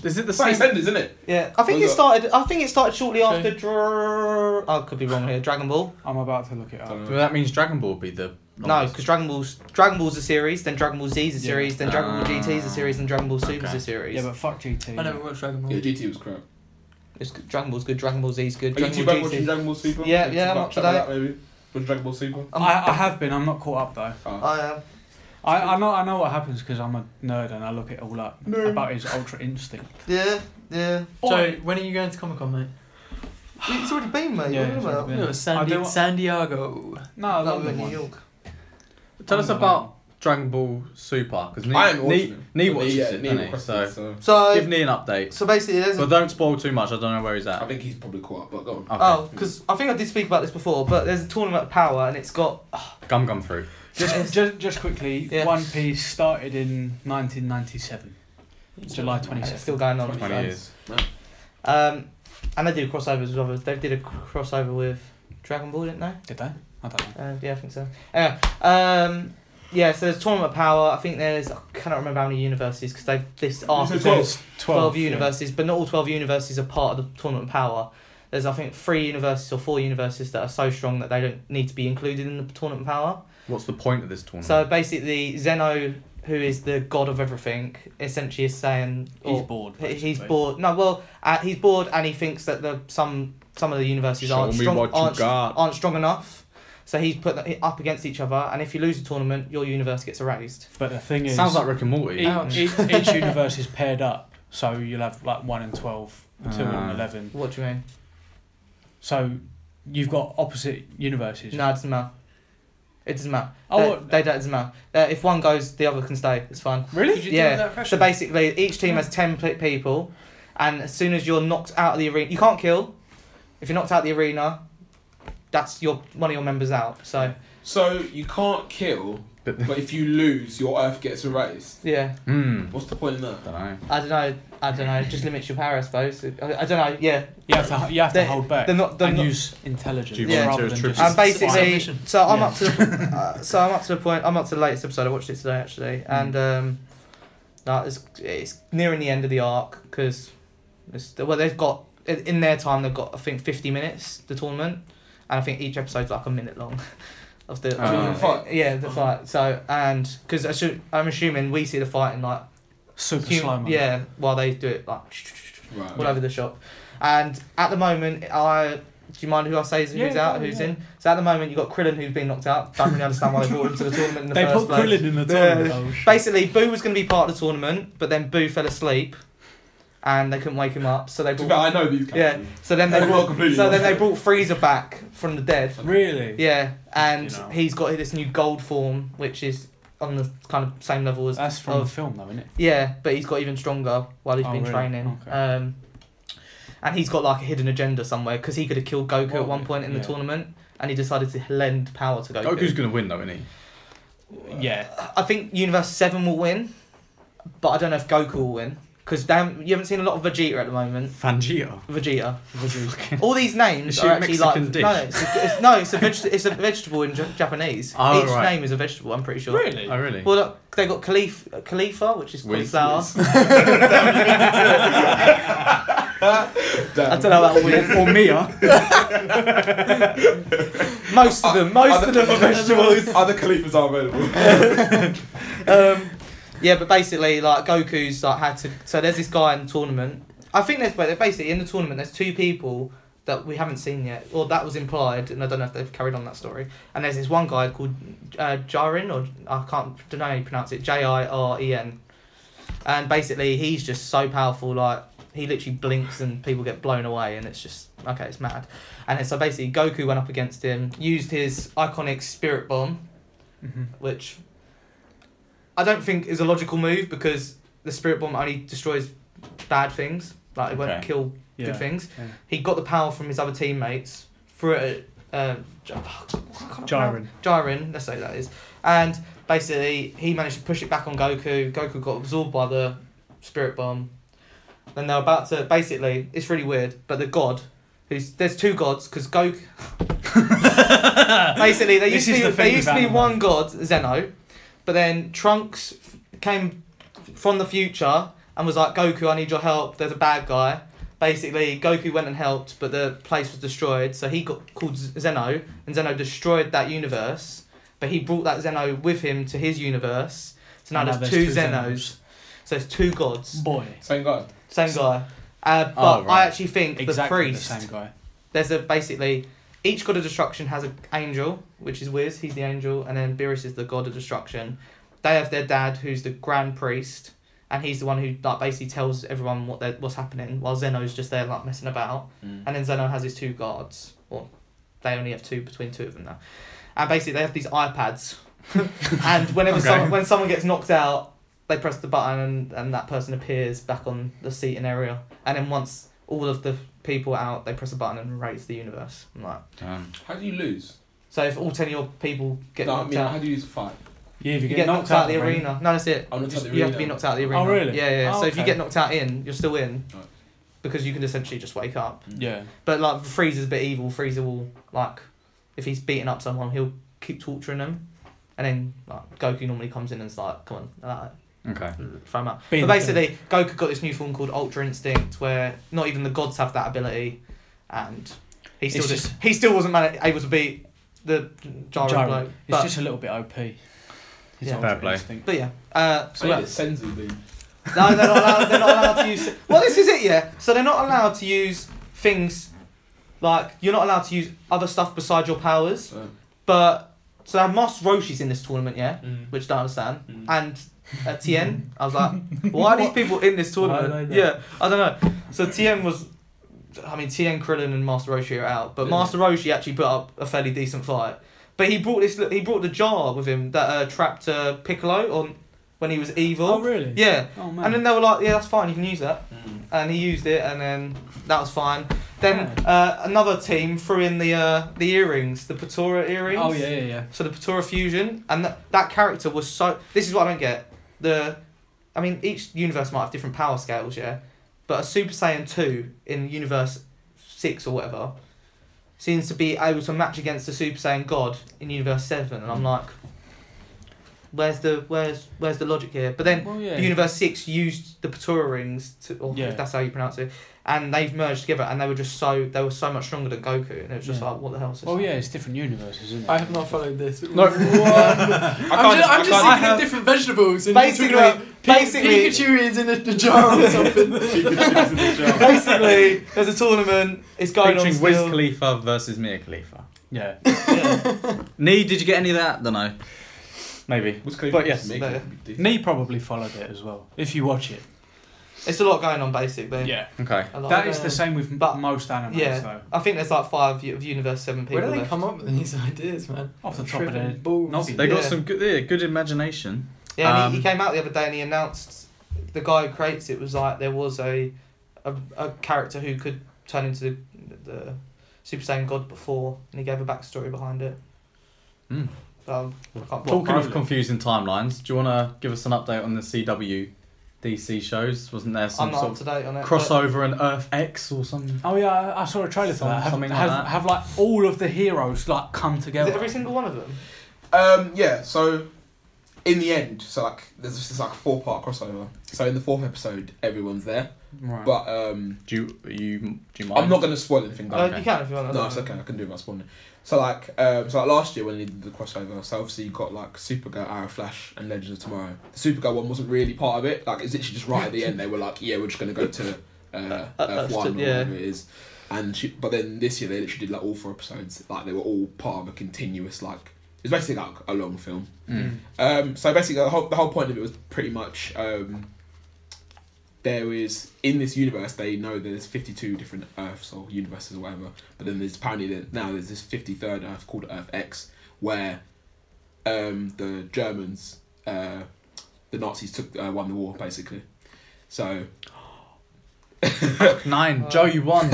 Is it the
It's like
same?
extenders, isn't it?
Yeah, I think it
What was
started. I think it started shortly
Okay.
after. Dra- I could be wrong here. Dragon Ball.
I'm about to look it up.
Don't know.
Well, that means Dragon Ball would be the.
No, because Dragon Ball's Dragon Ball's a series, then Dragon Ball Z's a
Yeah.
series, then Dragon Ball
Ah.
GT's a series, and Dragon Ball Super's
Okay.
a series.
Yeah, but fuck GT.
I never watched Dragon Ball.
Yeah, GT was crap.
It's good- Dragon Ball's good. Dragon Ball Z's good.
Are you
Dragon
two
Ball
both watching
GT.
Dragon Ball Super?
Yeah,
Can you
yeah,
talk
I'm up
about
to
that maybe? Watch Dragon Ball Super?
I, I have been. I'm not caught up though.
Oh.
I am.
I, I know I know what happens because I'm a nerd and I look it all up
Nerd.
about his ultra instinct.
Yeah, yeah.
So when are you going to Comic Con, mate?
It's already been, mate. What are
Yeah,
you on
it's
about?
already Yeah.
No, San,
I do
Di-
want-
San Diego.
no,
That was
London
in New
one.
York.
Tell us
London
about Dragon Ball Super because
I
Nee, Nee,
am watching
Nee
But
watches
yeah,
it,
Nee
doesn't he?
requested
So
it, so
give
So,
Nee an update,
so basically, there's a
but don't spoil too much. I don't know where he's at.
I think he's probably caught up, but go on.
Okay.
Oh, because I think I did speak about this before, but there's a tournament of power and it's got.
Gum gum fruit.
Just, just, just quickly,
Yeah.
One Piece started in 1997, July 27th.
It's still going on.
Twenty
so.
years.
Um, and they do crossovers with others. They did a crossover with Dragon Ball, didn't they?
Did they? I don't know.
Uh, yeah, I think so. Anyway, um, yeah, so there's tournament of power. I think there's I cannot remember how many universities because they've this after
said 12.
12,
12 yeah.
universities, but not all 12 universities are part of the tournament of power. There's, I think, three universities or four universities that are so strong that they don't need to be included in the tournament of power.
What's the point of this tournament?
So basically, Zeno, who is the god of everything, essentially is saying
He's
or,
bored.
he- he's
basically.
bored. No, well, uh, he's bored, and he thinks that the some some of the universities
Show
aren't
me
strong,
what you
aren't,
got.
aren't strong enough. So he's put that up against each other, and if you lose the tournament, your universe gets erased.
But the thing is,
Sounds like Rick and Morty.
each, each, each universe is paired up, so you'll have like 1 and 12, 2
Ah.
and 11.
What do you mean?
So you've got opposite universes.
No, it doesn't matter. It doesn't matter.
Oh,
they,
what-
they don't- it doesn't matter. Uh, if one goes, the other can stay. It's fine.
Really?
yeah. So basically, each team has ten pl- people, and as soon as you're knocked out of the arena, you can't kill. If you're knocked out of the arena, that's your one of your members out. So
So you can't kill,
But-
but if you lose, your Earth gets erased.
yeah,
Hmm.
What's the point in that?
Don't know.
I don't know. I don't know. It just limits your power, I suppose. I, I don't know. Yeah.
You have to, you have to
They're-
hold back
they're not- they're
and
not-
use intelligence
Do you
Yeah.
rather
volunteer
than
as
just.
And basically,
Submission.
so I'm
Yeah.
up to the, uh, so I'm up to the point. I'm up to the latest episode. I watched it today
Mm.
actually, and um, no, it's it's nearing the end of the arc because it's well they've got in in their time they've got I think 50 minutes the tournament, and I think each esode's like a minute long. Of the,
Oh.
Fight.
yeah, the fight. So and because I should, I'm assuming we see the fight in like
super
hum-
slow mo.
yeah, while they do it like
Right.
all over the shop. And at the moment, I do you mind who I say is who's
Yeah,
out,
yeah,
who's
yeah.
in? So at the moment, you've got Krillin who's been knocked out. Don't really understand why they brought him to the tournament in the
They
first
put
place.
Krillin in the
Yeah.
tournament. oh, shit.
Basically, Boo was going to be part of the tournament, but then Boo fell asleep, and they couldn't wake him up. So they
To be
brought
fair, I know these
yeah.
characters.
So then they
They were
brought
completely
so then
lost.
they brought Freezer back from the dead.
Really?
Yeah, and
You know.
he's got this new gold form, which is on the kind of same level as
That's from
of-
the film, though, isn't it?
yeah, but he's got even stronger while he's
Oh,
been
really?
training.
Okay.
Um, and he's got like a hidden agenda somewhere because he could have killed Goku
Well,
at one point in
yeah.
the tournament, and he decided to lend power to Goku.
Goku's gonna win though, isn't he?
Uh,
Yeah.
I think Universe Seven will win, but I don't know if Goku will win because you haven't seen a lot of Vegeta at the moment.
Fangio.
Vegeta, all these names
Is
are
she a
actually like
Mexican dish?
no, it's, it's, no, it's a veg- it's a vegetable in J- Japanese.
Oh,
Each
right.
name is a vegetable. I'm pretty sure.
Really?
Oh really?
Well, look, they got Khalif, Khalifa, which is
Wiz.
cauliflower.
Damn.
I don't know about Wiz.
or Mia.
Most of them, most of them are
Other-
vegetables.
Other Khalifas are available.
Um, Yeah, but basically, like Goku's like had to. So there's this guy in the tournament. I think there's, but basically in the tournament, there's two people that we haven't seen yet, or that was implied, and I don't know if they've carried on that story. And there's this one guy called uh, Jiren, or I can't don't know how you pronounce it, J I R E N. And basically, he's just so powerful. Like he literally blinks, and people get blown away, and it's just okay, it's mad. And then, so basically, Goku went up against him, used his iconic spirit bomb,
Mhm.
which I don't think is a logical move because the spirit bomb only destroys bad things. Like it won't
Okay.
kill
Yeah.
good things.
Yeah.
He got the power from his other teammates, threw it at um, J- I can't
Jiren.
Jiren, let's say that is. And basically, he managed to push it back on Goku. Goku got absorbed by the spirit bomb. Then they're about to. Basically, it's really weird, but the god. Who's, there's two gods because Goku. Basically, there used
This
to
is
be,
the
there
thing
used to be
about
one god, Zeno, but then Trunks f- came from the future and was like, Goku, I need your help. There's a bad guy. Basically, Goku went and helped, but the place was destroyed. So he got called Z- Zeno, and Zeno destroyed that universe. But he brought that Zeno with him to his universe. So now
And
there's, two, Zenos. So it's two gods,
Boy.
Same guy.
same guy. Uh, but
Oh, right.
I actually think the
Exactly the,
priest.
same guy.
there's a basically each god of destruction has an angel, which is Wiz. He's the angel, and then Beerus is the god of destruction. They have their dad, who's the grand priest, and he's the one who like basically tells everyone what they're, what's happening, while Zeno's just there like messing about. And then Zeno has his two guards. Well, they only have two between two of them now. And basically, they have these iPads. and whenever
Okay.
someone, when someone gets knocked out, they press the button and, and that person appears back on the seating area. And then once all of the people are out, they press a button and raise the universe. I'm like,
Damn.
How do you lose?
so if all 10 of your people get
no, I
knocked
mean, how
out,
do you lose a fight?
Yeah, if
you get knocked out of the arena. No, that's it.
Oh, knocked
Just-
out the
You have to be
arena.
knocked out of the arena.
Oh, really?
Yeah, yeah.
Oh,
so if you
okay.
get knocked out in, you're still in.
Right.
Because you can essentially just wake up.
Yeah.
But like Frieza's a bit evil. Frieza will like if he's beating up someone, he'll keep torturing them, and then like Goku normally comes in and's like, "Come on, like,
Okay.
throw him out."
Be
but
the
basically, Goku got this new form called Ultra Instinct, where not even the gods have that ability, and he still
It's
just, he still wasn't man- able to beat the Gyro
Jiren.
bloke.
It's
But,
just a little bit OP. His
Yeah.
ultra
Fair play.
instinct.
but yeah, uh,
So
yeah.
you get Senzu, dude.
No, they're not allowed. They're not allowed to use. Well, this is it, yeah. So they're not allowed to use things like you're not allowed to use other stuff beside your powers.
Right.
But so they have Master Roshi's in this tournament, yeah, which I don't understand.
Mm.
And uh, Tien, I was like, why are these people in this
Why are
tournament?
they
Yeah, I don't know. So Tien was. I mean, Tien Krillin and Master Roshi are out, but
Yeah.
Master Roshi actually put up a fairly decent fight. But he brought this. He brought the jar with him that uh, trapped uh, Piccolo on when he was evil.
Oh, really?
Yeah,
Oh, man.
and then they were like, yeah, that's fine, you can use that.
Mm.
And he used it, and then that was fine. Then
Right.
uh, another team threw in the uh, the earrings, the Petora earrings.
Oh, yeah, yeah, yeah.
So the Petora fusion, and that that character was so. This is what I don't get. The, I mean, each universe might have different power scales, yeah, but a Super Saiyan two in universe six or whatever seems to be able to match against the Super Saiyan God in universe seven, and
Mm.
I'm like, where's the where's where's the logic here? But then
Well, yeah.
Universe Six used the Petora rings to, or
Yeah.
if that's how you pronounce it, and they've merged together, and they were just so they were so much stronger than Goku, and it was just
Yeah.
like, what the hell is this?
Well, yeah, it's different universes, isn't it?
I have not followed this.
No.
I
I'm
can't-
just,
I
I'm just
can't-
thinking
I
of
have-
different vegetables. And
Basically- uh,
basically,
basically-
Pikachu is in a, a jar or something.
Basically, there's a tournament. It's going on
Featuring Wiz
still.
Khalifa versus Mia Khalifa.
yeah.
Yeah.
Nee, did you get any of that? Don't know. Maybe.
What's crazy
But yes,
is Mick
there.
would be dick.
Nee probably followed it as well, if you watch it.
It's a lot going on, basically.
Okay.
A lot
That
going
is the
on.
same with
But-
most animals,
yeah.
though.
I think there's like five u- of Universe Seven people.
Where do they
left.
come up with these ideas, man?
Off the top of
Tripping
their
balls.
noggin.
They got
Yeah.
some good, yeah, good imagination.
Yeah, and he,
Um,
he came out the other day and he announced the guy who creates it was like there was a a, a character who could turn into the, the Super Saiyan God before, and he gave a backstory behind it.
Hmm.
Um, I can't
Talking
Broly?
of confusing timelines, do you want to give us an update on the CW DC shows? Wasn't there
I'm
some
not
sort
up
of
to date on it.
crossover and Earth X or something?
Oh yeah, I, I saw a trailer for
Some-
that. Have,
something like
have,
that.
have like all of the heroes like come
but- Is
together.
it every single one of them?
Um, yeah, so in the end, so like there's just like a four part crossover. So in the fourth episode, everyone's there.
Right.
But um,
Do you, you do you mind?
I'm not going to spoil anything.
Uh,
Done.
you can if you want.
No, it's okay. I can do it without spoiling. it. So like, um, so like last year when they did the crossover, so obviously you got like Supergirl, Arrow, Flash, and Legends of Tomorrow. The Supergirl one wasn't really part of it. Like, it's literally just right at the end. They were like, yeah, we're just going to go to uh,
Uh,
Earth
that's
One
it,
or
yeah.
whatever it is. And she, but then this year they literally did like all four episodes. Like they were all part of a continuous like. It's basically like a long film.
Mm.
Um, so basically, the whole, the whole point of it was pretty much um, there is in this universe they know there's 52 different Earths or universes or whatever, but then there's apparently there- now there's this 53rd Earth called Earth X where um, the Germans, uh, the Nazis took uh, won the war basically. So
Nine.
Uh,
Joe, you won.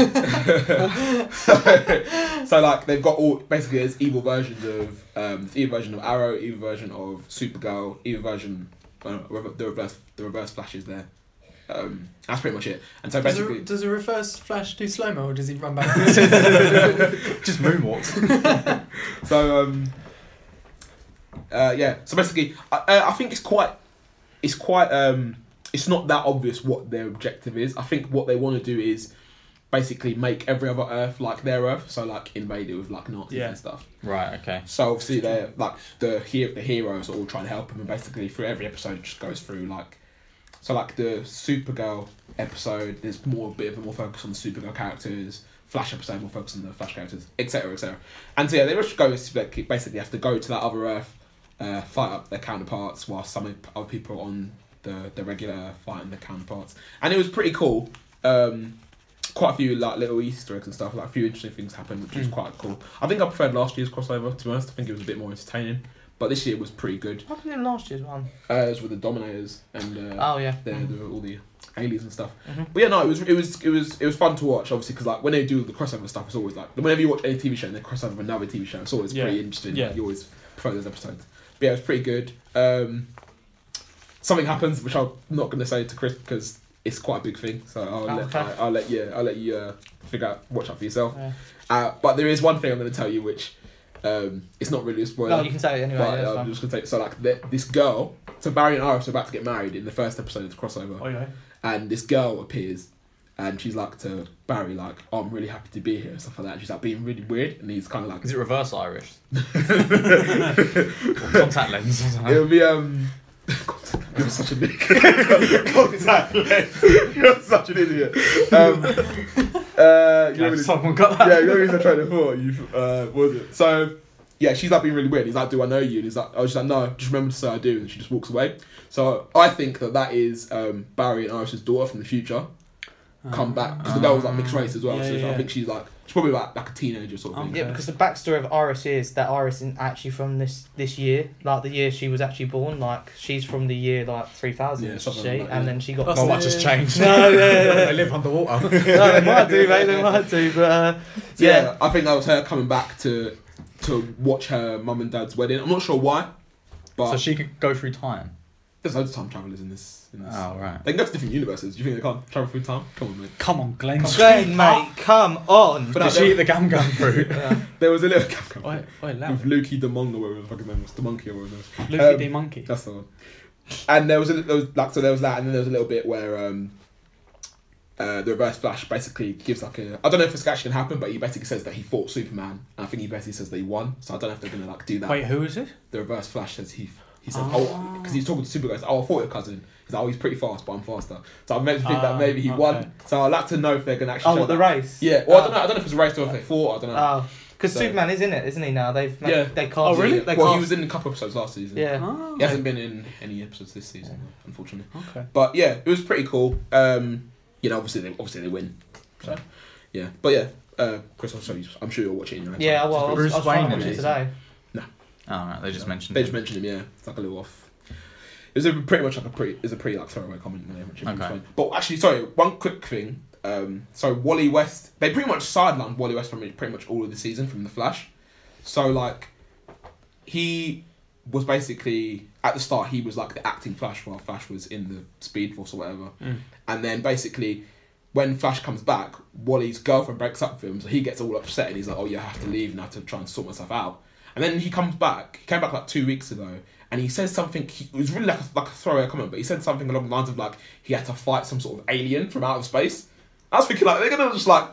so like they've got all basically there's evil versions of um there's evil version of Arrow, evil version of Supergirl, evil version uh, rever- the reverse the reverse flash is there. Um, that's pretty much it. And so
Does
basically
the, does the reverse flash do slow mo or does he run back?
Just moonwalks.
so um uh yeah so basically I, uh, I think it's quite it's quite um it's not that obvious what their objective is i think what they want to do is basically make every other earth like their earth so like invade it with like nazis
Yeah.
and stuff
Right. Okay.
So obviously they're like the hero, the heroes are all trying to help him, and basically through every episode just goes through like, so like the Supergirl episode, there's more a bit of a more focus on the Supergirl characters. Flash episode more focus on the Flash characters, etc., etc. And so yeah, they just go like, basically have to go to that other Earth, uh, fight up their counterparts, while some other people on the the regular Earth fighting their counterparts. And it was pretty cool. Um, quite a few like little Easter eggs and stuff, like a few interesting things happened, which was
Mm.
quite cool. I think I preferred last year's crossover, to be honest. I think it was a bit more entertaining. But this year was pretty good.
What happened in last year's one?
Uh, it was with the Dominators and uh,
Oh yeah.
the, the, all the aliens and stuff.
Mhm.
But yeah, no, it was it was it was it was fun to watch, obviously, because like when they do the crossover stuff, it's always like whenever you watch any TV show and they cross over another TV show, it's always
Yeah.
pretty interesting.
Yeah.
You always prefer those episodes. But yeah, it was pretty good. Um, something happens, which I'm not going to say to Chris because it's quite a big thing. So I'll,
Oh,
let,
okay.
I, I'll let you I'll let you uh, figure out watch out for yourself.
Yeah.
Uh, but there is one thing I'm going to tell you, which um, it's not really a spoiler.
No, you can say it anyway.
But
yeah, that's
I'm
fine.
just gonna take so like th- this girl. So Barry and Iris are about to get married in the first episode of the crossover,
Oh, yeah.
and this girl appears, and she's like to Barry like, oh, "I'm really happy to be here" and stuff like that. And she's like being really weird, and he's kind of like,
Is it reverse Irish? Or contact lens. I don't know.
"It'll be um." God, You're such a dick. Contact lens. You're such an idiot. Um, uh, you know,
Yeah, someone got that.
yeah, you know he's trying to thought you uh was it? So yeah, she's like being really weird. He's like, "Do I know you?" And he's like, "Oh, she's like, no, just remember to say I do." And she just walks away. So I think that that is um, Barry and Iris's daughter from the future come
Uh,
back because the girl was like mixed race as well.
Um, Yeah,
so
yeah,
I
yeah.
think she's like she's probably like, like a teenager sort of
Um,
thing.
Yeah,
Okay.
because the backstory of Iris is that Iris isn't actually from this this year, like the year she was actually born. Like she's from the year like three thousand,
Yeah,
she,
something like that, yeah.
and then she got.
That's
Not
no,
much has changed.
No, yeah, yeah, yeah.
they live underwater.
they might do, mate. They might do, but uh,
So, yeah.
yeah.
I think that was her coming back to to watch her mum and dad's wedding. I'm not sure why, but
so she could go through time.
there's loads of time travelers in this. In this.
Oh right.
They can go to different universes. Do you think they can't travel through time? Come on, mate.
Come on, Glenn.
Glenn, mate, come on.
"Ah!" But
Did
no,
she eat the gam gum fruit?
Yeah.
There was a little.
Oi, oi, loud.
With Lukey the Mong or whatever the fuck his name was, the monkey or whatever. it was.
Luffy
Um,
D Monkey.
That's the one. And there was, a, there was like so there was that, and then there was a little bit where um, uh, the Reverse Flash basically gives like a I don't know if it's actually gonna happen, but he basically says that he fought Superman, and I think he basically says that he won. So I don't know if they're gonna like do that.
Wait, Ah. who is it?
The Reverse Flash says he he says oh because he's talking to Supergirl. He's, oh, I fought your cousin. He's like, oh, he's pretty fast, but I'm faster. So I meant to think
Ah,
that maybe he
okay.
won. So I'd like to know if they're gonna actually.
Oh,
show
what the
that.
race? Ah.
Yeah. Well, I don't know. I don't know if it's a race or if they fought. I don't know.
Oh, because
So-
Superman is in it, isn't he? Now they've made,
Yeah.
they can't.
Oh, really?
They
well,
can't.
he was in a couple episodes last season.
yeah.
Oh,
He hasn't been in any episodes this season, unfortunately.
okay.
But yeah, it was pretty cool. Um, you know, obviously they obviously they win. So yeah, but yeah, uh, Chris, I'm, sorry, I'm sure you'll watch it in your own
Yeah,
time.
well, I was,
Bruce
I was trying
Wayne
to watch
in
it
it.
today.
Oh right. They just mentioned.
they just
it.
mentioned him. Yeah, it's like a little off. It was a, pretty much like a pretty is a pretty like throwaway comment. when they mentioned Bruce
Okay.
Wayne. But actually, sorry, one quick thing. Um, so Wally West, they pretty much sidelined Wally West from pretty much all of the season from the Flash. So like, he was basically at the start he was like the acting Flash while Flash was in the Speed Force or whatever. And then basically, when Flash comes back, Wally's girlfriend breaks up with him, so he gets all upset and he's like, "Oh, yeah, I have to leave now to try and sort myself out." And then he comes back. He came back like two weeks ago, and he says something. He, it was really like a, like a throwaway comment, but he said something along the lines of like he had to fight some sort of alien from out of space. I was thinking like they're gonna just like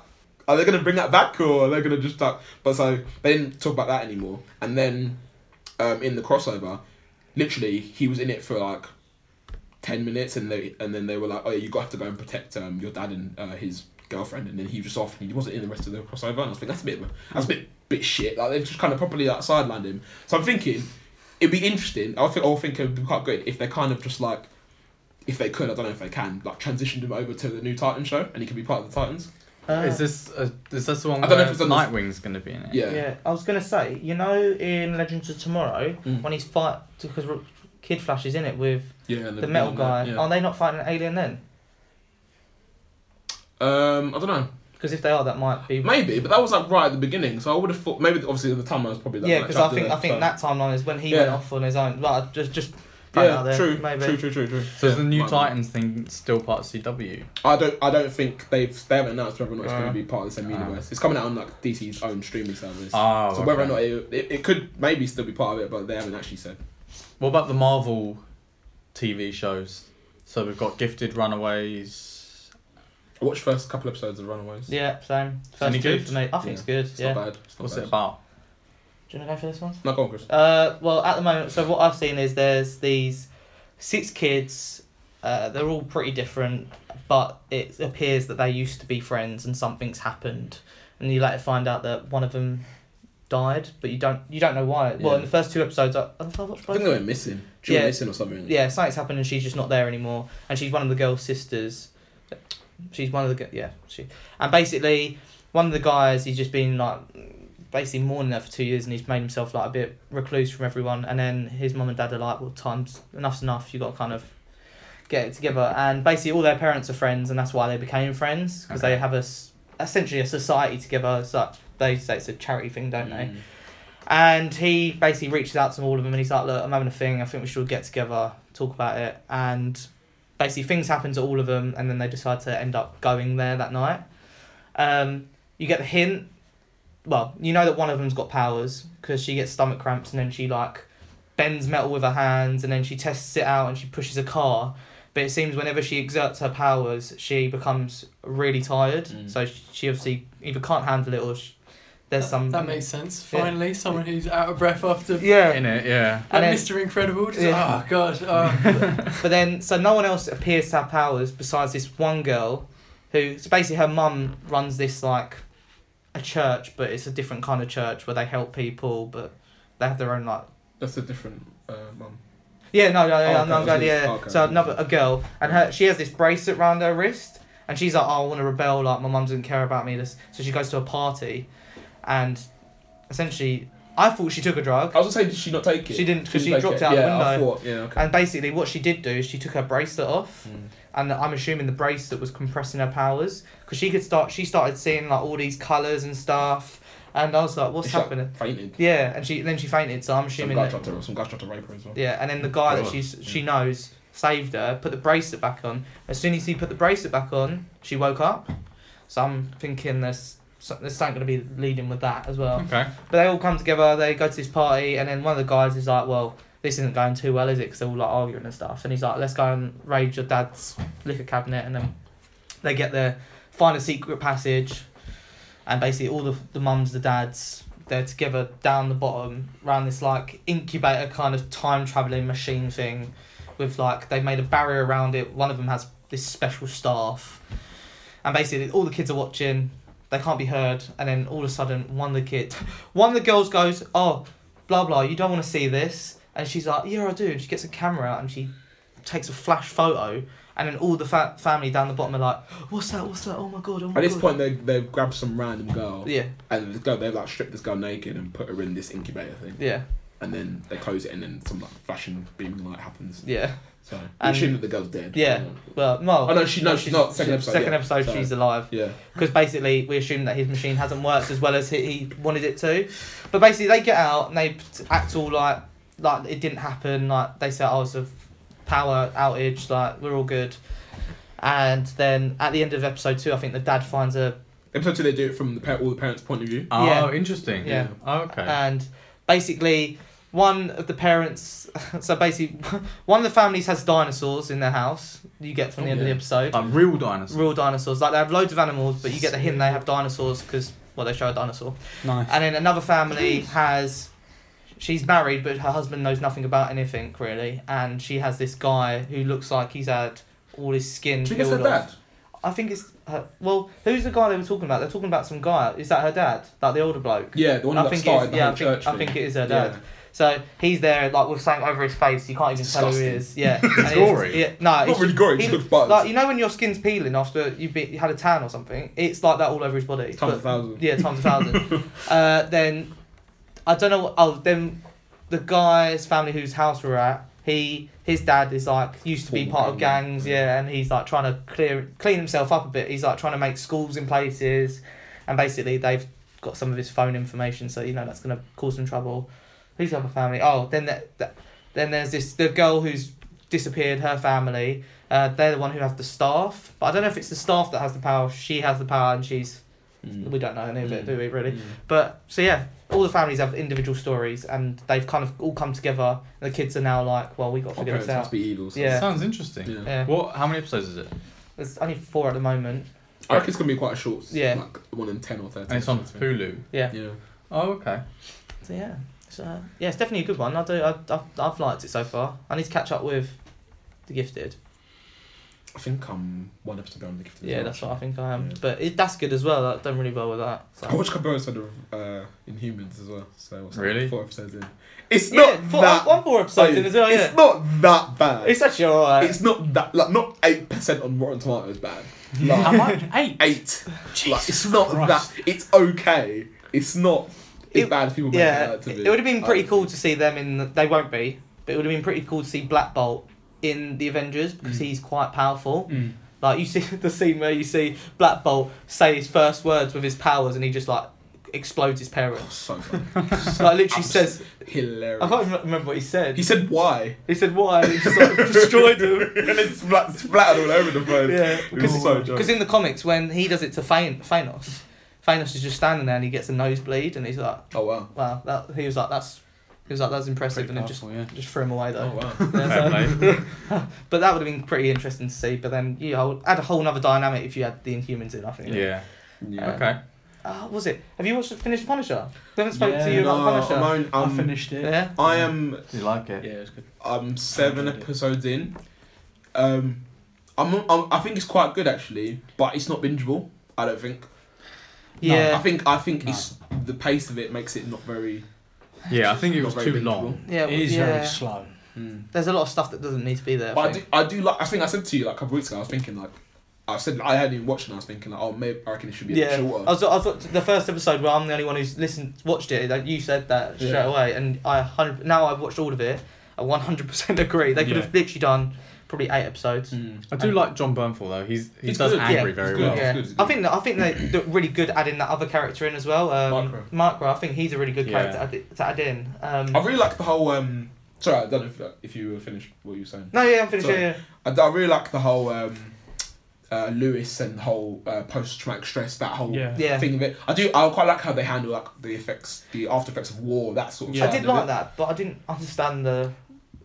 are they gonna bring that back or are they gonna just like? But so they didn't talk about that anymore. And then um, in the crossover, literally he was in it for like ten minutes, and they and then they were like, oh yeah, you got have to go and protect um, your dad and uh, his girlfriend, and then he was just off and he wasn't in the rest of the crossover. And I was thinking that's a bit of a, that's a bit bit shit. Like they've just kind of properly like sidelined him. So I'm thinking it'd be interesting. I think I think it'd be quite good if they kind of just like if they could, I don't know if they can, like transitioned him over to the new Titan show, and he could be part of the Titans.
Uh,
is this uh is this the one?
I don't know
where
if it's on this-
Nightwing's going to be in it.
Yeah.
yeah. I was gonna say, you know, in Legends of Tomorrow,
Mm.
when he's fight because R- Kid Flash is in it with
Yeah,
the metal guy. Are they not fighting an alien then?
Um, I don't know.
Because if they are, that might be.
Maybe, but that was like right at the beginning, so I would have thought maybe obviously at the time I was probably like,
yeah,
like,
because I
chuffed
think
with it,
I think
but-
that timeline is when he
Yeah.
went off on his own. Like, just just throw it out
yeah,
there,
true,
maybe.
true, true, true, true.
So is
Yeah,
the new
might be.
Titans thing still part of CW?
I don't, I don't think they've they haven't announced whether or not it's going
Uh,
to be part of the same
uh.
universe. It's coming out on like DC's own streaming service.
Oh,
so whether or not it, it, it could maybe still be part of it, but they haven't actually said.
What about the Marvel TV shows? So we've got Gifted, Runaways.
I watched first couple episodes of Runaways.
Yeah, same.
any
First two
good?
for me. I think
Yeah.
it's good.
it's
Yeah.
not bad. It's not
What's
bad.
it about?
Do you want to go for this one?
No, go on, Chris.
Uh, well, at the moment, so what I've seen is there's these six kids. Uh, they're all pretty different, but it appears that they used to be friends, and something's happened, and you later find out that one of them died, but you don't you don't know why. Well, in
Yeah.
the first two episodes, I, I watched
I think
both.
they went missing. She went
Yeah.
missing or something.
Yeah, something's happened, and she's just not there anymore, and she's one of the girl's sisters. She's one of the gu- yeah she, and basically one of the guys he's just been like basically mourning her for two years, and he's made himself like a bit recluse from everyone, and then his mum and dad are like, well, times enough's enough, you got to kind of get it together, and basically all their parents are friends, and that's why they became friends because
Okay.
they have a s- essentially a society together. So they say it's a charity thing, don't they?
Mm.
And he basically reaches out to all of them and he's like, Look, I'm having a thing. I think we should all get together, talk about it. And basically, things happen to all of them, and then they decide to end up going there that night. Um, you get the hint. Well, you know that one of them's got powers because she gets stomach cramps and then she like bends metal with her hands and then she tests it out and she pushes a car. But it seems whenever she exerts her powers, she becomes really tired.
Mm.
So she- she obviously either can't handle it or she, there's some.
That makes sense.
Yeah.
Finally, someone who's out of breath after
Yeah.
Mm. In it, yeah.
And
Um,
and
then-
Mr. Incredible. Just,
Yeah.
Oh god. Oh.
But then, so no one else appears to have powers besides this one girl, who so basically her mum runs this like a church, but it's a different kind of church where they help people, but they have their own like.
That's a different uh, mum.
Yeah, no, no, no,
Oh,
I'm- I'm
okay.
glad, yeah.
Okay.
So another a girl, and her she has this bracelet round her wrist, and she's like, oh, I want to rebel, like my mum doesn't care about me. This, so she goes to a party, and essentially, I thought she took a drug.
I was gonna say, did she not take it?
She didn't, 'cause she
take
dropped
it.
out the
yeah, I
window.
thought, yeah, okay.
And basically, what she did do is she took her bracelet off,
Mm.
and I'm assuming the bracelet was compressing her powers because she could start. She started seeing like all these colors and stuff, and I was like, "What's
She, like,
happening?"
fainted.
Yeah, and she then she fainted. So I'm
Some
assuming
guy,
that.
tried to, some guy tried to rape her as well.
Yeah, and then the guy that
Oh.
she's she knows saved her, put the bracelet back on. As soon as he put the bracelet back on, she woke up. So I'm thinking there's so- there's something gonna be leading with that as well.
Okay.
But they all come together, they go to this party, and then one of the guys is like, Well, this isn't going too well, is it? Because they're all like arguing and stuff. And he's like, Let's go and raid your dad's liquor cabinet. And then they get there, find a secret passage, and basically all the, the mums, the dads, they're together down the bottom, around this like incubator kind of time traveling machine thing with like they've made a barrier around it. One of them has this special staff, and basically all the kids are watching. They can't be heard, and then all of a sudden, one of the kids, one of the girls goes, "Oh, blah blah, you don't want to see this," and she's like, "Yeah, I do." And she gets a camera out and she takes a flash photo, and then all the fa- family down the bottom are like, "What's that? What's that? Oh my god!" Oh my
At this
God."
point, they they've grabbed some random girl
yeah,
and this girl they've like stripped this girl naked and put her in this incubator thing,
yeah,
and then they close it and then some like flashing beaming light happens.
yeah.
So we
And-
assume that the girl's dead.
Yeah. Well, well.
Oh no, she no, she's not. Second episode.
Second
yeah.
episode,
So,
she's alive.
Yeah.
because basically we assume that his machine hasn't worked as well as he, he wanted it to. But basically, they get out and they act all like like it didn't happen. Like they said, oh, it's a power outage. Like we're all good. And then at the end of episode two, I think the dad finds a
Episode two, they do it from the par- all the parents' point of view.
Oh,
Yeah. Uh,
interesting.
Yeah.
Oh, okay.
and basically one of the parents. So basically, one of the families has dinosaurs in their house. You get from the
Oh,
end of
yeah.
the episode.
Like real dinosaurs.
Real dinosaurs. Like they have loads of animals, but you get the hint they have dinosaurs because well they show a dinosaur.
Nice.
And then another family has. She's married, but her husband knows nothing about anything really, and she has this guy who looks like he's had all his skin.
Do you think it's her
peeled off.
dad?
I think it's her. Well, who's the guy they were talking about? They're talking about some guy. Is that her dad? Like the older bloke.
Yeah, the one
I
that
think
started
it's-
the
yeah, I
whole
think-
church.
I
thing.
think it is her
Yeah.
dad. So he's there, like with something over his face. You can't even tell who
Disgusting.
he is. Yeah, And it's-
gory.
Yeah, no,
Not
it's
really gory, just
he-
looks butters.
like you know when your skin's peeling after you, be, you had a tan or something. It's like that all over his body.
Times a
But-
thousand.
yeah, times a thousand. uh, then I don't know. Oh, then the guy's family whose house we're at. He his dad is like used to be
Former
part of
gunman.
gangs, yeah, and he's like trying to clear clean himself up a bit. He's like trying to make schools in places, and basically they've got some of his phone information, so you know that's gonna cause some trouble. Who's the other family? Oh, then that, that then there's this the girl who's disappeared. Her family. Uh, they're the one who have the staff, but I don't know if it's the staff that has the power. She has the power, and she's
Mm.
Mm.
we don't know any of it, do we really? But so yeah, all the families have individual stories, and they've kind of all come together. And the kids are now like, well, we got to
Our
figure
parents
this out.
must be evil. so-
Yeah.
Sounds interesting.
Yeah.
Yeah,
What? How many episodes is it?
there's only four at the moment.
I reckon it's gonna be quite a short.
Yeah.
Like one in ten or thirteen.
And it's on
or something.
Hulu.
Yeah,
Yeah.
Oh, okay.
so yeah, so yeah, it's definitely a good one. I do, I, I've, I've liked it so far. I need to catch up with the gifted.
I think I'm one episode down the gift.
Yeah, that's what I think I am.
Yeah.
But it, that's good as well. I've done really well with that. So.
I watched a couple episodes of uh, Inhumans as well. So what's that,
Really?
four episodes in. It's
yeah,
not
four,
that.
one four episodes in as well.
It's
Yeah,
not that bad.
it's actually alright.
It's not that like not eight percent on Rotten Tomatoes bad.
How
Like
much? Eight.
eight. Like it's not
Christ.
that. It's okay. It's not as
It-
bad as people make
Yeah,
it out to
it,
be.
would have been pretty
I-
cool to see them in. The, they won't be, but it would have been pretty cool to see Black Bolt in the Avengers because
Mm.
he's quite powerful.
Mm.
Like you see the scene where you see Black Bolt say his first words with his powers, and he just like explodes his
Oh,
parents.
so funny.
like literally says,
hilarious.
I can't rem- remember what he said.
He said why?
He said why? And he just like, destroyed him.
and it's splat- splattered all over the place.
Yeah,
It was so joke.
because in the comics when he does it to Than- Thanos, Thanos is just standing there and he gets a nosebleed, and he's like,
Oh wow.
wow, that he was like that's. He was like, that's impressive, and it just
yeah.
just threw him away though.
Oh wow.
Yeah, so-
Fair play.
But that would have been pretty interesting to see. But then you know, add a whole nother dynamic if you had the Inhumans in. I think.
yeah.
Yeah.
Okay.
Ah, was it? Have you watched finished Punisher? They haven't spoken to
Yeah.
you
No,
about
I'm,
Punisher.
on-
I
I'm-
finished it.
Yeah.
I am
You like
Yeah,
it?
it was good.
I'm seven
I enjoyed it.
episodes in. Um, I'm, I'm I think it's quite good actually, but it's not bingeable. I don't think.
Yeah.
I think I think it's the pace of it makes it not very.
Yeah. I think it
not
was
very
too
bingeable.
long.
yeah.
it is
yeah.
very slow.
There's a lot of stuff that doesn't need to be there.
But I
I
do
think.
I do like I think I said to you like a couple weeks ago I was thinking like I said I hadn't even watched it and I was thinking like oh maybe I reckon it should be a
yeah,
bit
I
shorter.
was, I was watching the first episode where I'm the only one who's listened, watched it. Like you said that
Yeah.
straight away, and I hundred now I've watched all of it. I 100% agree. They could
Yeah.
have literally done probably eight episodes.
Mm.
I do like John Bernthal though. He's he
He's
does
good.
angry
Yeah,
very
he's good.
well.
yeah,
it's it's
I think that, I think they- they're really good adding that other character in as well. Um,
Micro.
Micro, I think he's a really good
Yeah.
character to add, to add in. Um,
I really like the whole. Um, sorry, I don't know if, if you were finished what you were saying.
no, yeah, I'm finished.
Sorry.
Yeah, yeah.
I, I really like the whole um, uh, Lewis and whole uh, post traumatic stress. That whole
Yeah.
Yeah.
thing of it. I do. I quite like how they handle like the effects, the after effects of war, that sort of.
Yeah.
I
side
did
of
like
it.
that, but I didn't understand the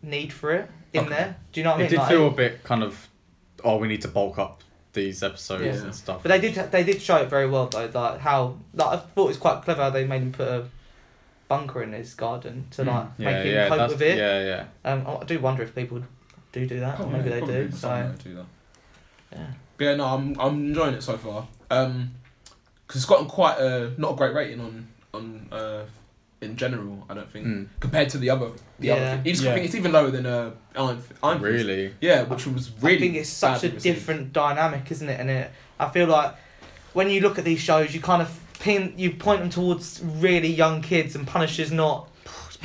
need for it in
Okay.
there. Do you know what I mean?
It did
Like,
feel a bit kind of oh we need to bulk up these episodes
Yeah.
and stuff.
but they did they did show it very well though. Like how like I thought it was quite clever. how They made him put a bunker in his garden to like
Hmm. yeah,
make him
yeah,
cope
that's-
with it.
Yeah, yeah.
Um, I do wonder if people do do that.
Oh,
Maybe
yeah,
they
probably
do. So
some might do that.
yeah.
But yeah, no, I'm I'm enjoying it so far. Um, because it's gotten quite a not a great rating on on uh in general. I don't think
Mm.
compared to the other the
Yeah.
other. Thing. It's, I
Yeah.
think it's even lower than uh Iron. Iron Fist.
really.
Yeah, which was really.
I think it's such a
badly received.
different dynamic, isn't it? And it, I feel like when you look at these shows, you kind of pin, you point them towards really young kids, and Punisher's not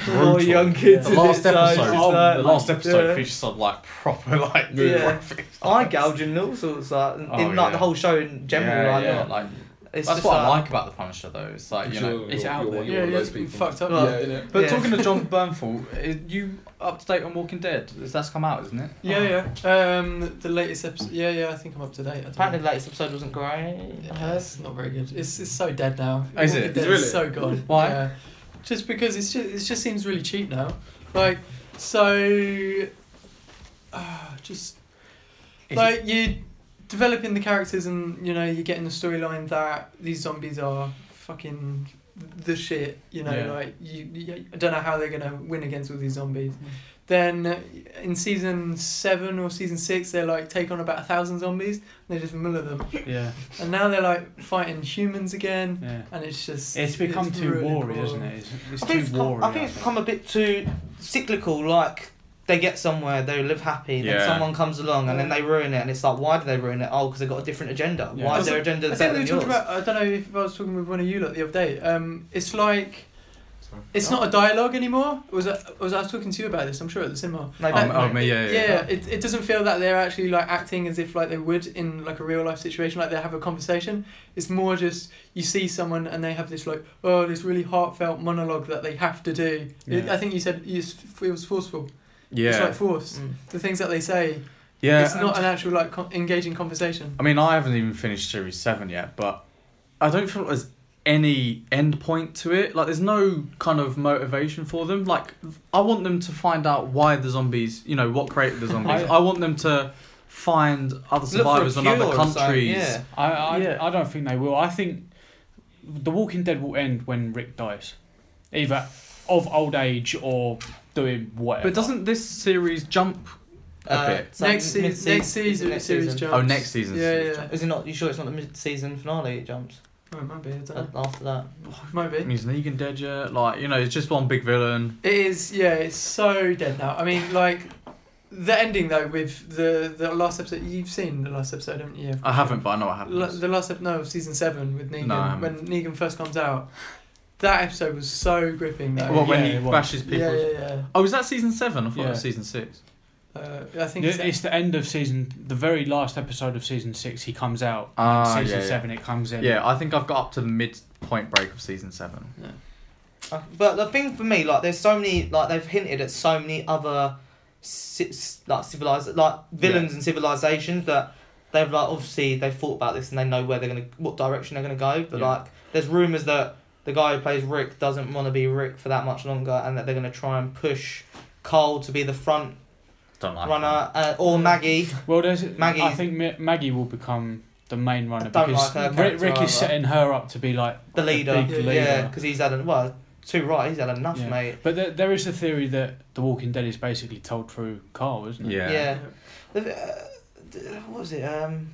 brutal.
poor young kids.
The
is
last
it? So it's
episode,
Oh,
just like-
the last episode
yeah.
features some like proper like
Yeah.
graphics.
Eye gouging and all sorts like, in,
Oh,
like
yeah.
the whole show in general.
yeah,
like,
yeah,
not-
like
it's
that's
just
what I like about the Punisher though. It's like you
Sure,
know.
it's
you're-
out
you're
there.
one- you're
Yeah,
one of
yeah,
those
it's
people.
fucked up.
Well,
Yeah, innit?
But
Yeah.
talking to John Bernthal, you up to date on Walking Dead? That's come out, isn't it?
Yeah, yeah. Um, the latest episode. Yeah, yeah. I think I'm up to date. I don't
Apparently,
know.
the latest episode wasn't great. I
Yeah,
heard.
it's not very good. It's, it's so dead now.
Oh, Is
Walking
it?
Dead
Really?
so gone.
Why?
Yeah. just because it's just, it just seems really cheap now. Like, so, uh, just
Is
like you developing the characters and you know you're getting the storyline that these zombies are fucking the shit. You know,
Yeah.
like you, you, I don't know how they're gonna win against all these zombies.
Mm.
Then in season seven or season six, they're like take on about a thousand zombies. And they just muller them,
Yeah,
and now they're like fighting humans again.
yeah.
And it's just
It's become too
really
warry,
boring.
isn't it? It's,
I
it's
think it's,
too
become-
warry.
I think it's become a bit too cyclical. Like they get somewhere, they live happy, then
Yeah.
someone comes along and then they ruin it, and it's like, why do they ruin it? Oh, because they got a different agenda.
Yeah.
Why is
Also,
their agenda
I
better
think we
than
were
yours?
talking about. I don't know if I was talking with one of you lot the other day. Um, it's like
Sorry.
it's not a dialogue anymore. Was I was I was talking to you about this? I'm sure at the cinema.
No,
Oh,
no,
oh, me, yeah, yeah.
Yeah, it, it doesn't feel that they're actually like acting as if like they would in like a real life situation, like they have a conversation. It's more just you see someone and they have this like oh this really heartfelt monologue that they have to do. It,
Yeah.
I think you said it feels forceful.
Yeah.
It's like forced.
Mm.
The things that they say.
yeah.
it's not an actual like con- engaging conversation.
I mean, I haven't even finished series seven yet, but I don't feel there's any end point to it. Like, there's no kind of motivation for them. Like, I want them to find out why the zombies, you know, what created the zombies.
I-
I want them to find other
Look for a
survivors in
cure
other
or something,
countries.
yeah.
I, I,
Yeah.
I don't think they will. I think The Walking Dead will end when Rick dies, either of old age or doing whatever.
But doesn't this series jump? A
Uh,
bit.
so
next, se-
mid-se-
next season,
next
series
season.
jumps.
Oh, next season's
Yeah,
series
yeah.
Is it not? You sure it's not the mid-season finale? It jumps
Oh, it might be. I don't know.
uh, after that.
Might
I mean,
be.
is Negan dead yet? Like, you know, it's just one big villain.
It is. Yeah, it's so dead now. I mean, like the ending though with the the last episode. You've seen the last episode, haven't you?
I haven't, but I know what
La-
happens.
the last ep- no of season seven with Negan
No, I haven't.
when Negan first comes out. That episode was so gripping though.
Well, when
Yeah,
he
it was.
bashes people.
yeah, yeah,
Oh, is that season seven? I thought it was
Yeah.
season six.
yeah. Uh, I think
it's, the end of season, the very last episode of season six. He comes out.
Ah,
season
yeah, yeah.
seven, it comes in.
Yeah, I think I've got up to the mid point break of season seven.
Uh, But the thing for me, like, there's so many, like, they've hinted at so many other, ci- s- like, civilized, like, villains and civilizations that they've, like, obviously they've thought about this and they know where they're gonna, what direction they're gonna go. But
Yeah.
like, there's rumors that the guy who plays Rick doesn't want to be Rick for that much longer, and that they're gonna try and push Cole to be the front
Don't like
runner, uh, or Maggie.
Well, there's
Maggie-
Maggie. I think Ma- Maggie will become the main runner
I don't
because
like her
Ri- Rick,
character either.
is setting her up to be like
The leader.
big
Yeah,
leader.
Yeah, because he's had, en- well, too right, he's had enough,
Yeah.
mate.
But there, there is a theory that The Walking Dead is basically told through Carl, isn't it?
Yeah.
Yeah. Uh, d- what was it? Um,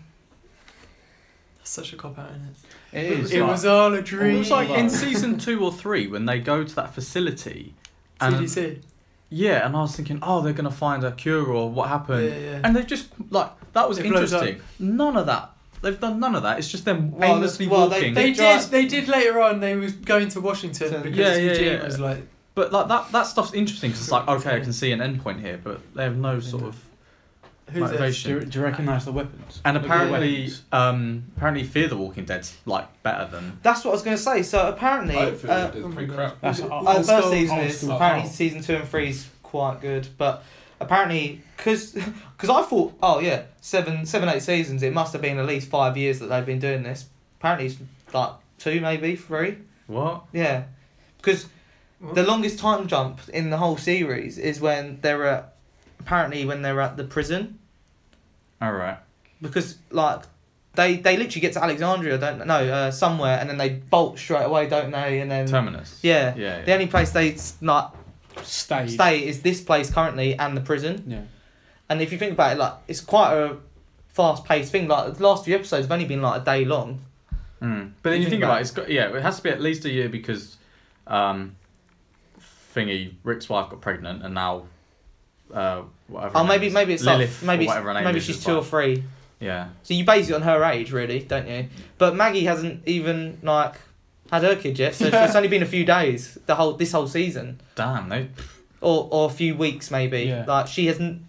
That's such a cop out in it.
It is.
it
like-
was all a
It
dream.
was like in season two or three when they go to that facility, and
CDC.
yeah, and I was thinking, oh, they're gonna find a cure or what
Yeah,
happened,
yeah.
and they just like that was
It blows up.
interesting. None of that. They've done none of that. It's just them
Well,
aimlessly
well, they-
walking.
they-
They
drive-
did. They did later on. They was going to Washington
So-
because
Yeah, yeah,
Eugene
yeah.
was like,
but like that, that stuff's interesting because it's like okay, I can see an endpoint here, but they have no sort of
"Who's this?"
motivation.
Do, you- do you recognise the weapons?
And
Look at the
apparently,
weapons.
um, apparently, Fear the Walking Dead's like better than
That's what I was going to say. So apparently,
I don't feel
uh,
it is pretty crap.
That's
uh,
old
first
school-
season
old
is
school
apparently
Carl.
season two and three is quite good, but apparently because because I thought oh yeah seven seven eight seasons it must have been at least five years that they've been doing this. Apparently it's like two maybe three
what?
yeah because
What?
the longest time jump in the whole series is when they're at apparently when they're at the prison
All right.
because like. They, they literally get to Alexandria, don't no uh, somewhere, and then they bolt straight away, don't they? And then
Terminus.
yeah,
Yeah. yeah.
The only place they s- not
Stayed.
stay is this place currently and the prison.
Yeah.
And if you think about it, like it's quite a fast-paced thing. Like the last few episodes have only been like a day long. Hmm.
Mm. But then you, think about it, it's got yeah, it has to be at least a year because um thingy Rick's wife got pregnant and now uh whatever.
Oh,
her
maybe
name is,
maybe it's
Lilith
like,
or
maybe it's-
whatever her name
maybe
is,
she's
is
two or
like-
three.
Yeah.
So you base it on her age, really, don't you? But Maggie hasn't even like had her kid yet, so it's- it's only been a few days. The whole this whole season,
Damn, they
or or a few weeks maybe.
Yeah.
Like she hasn't.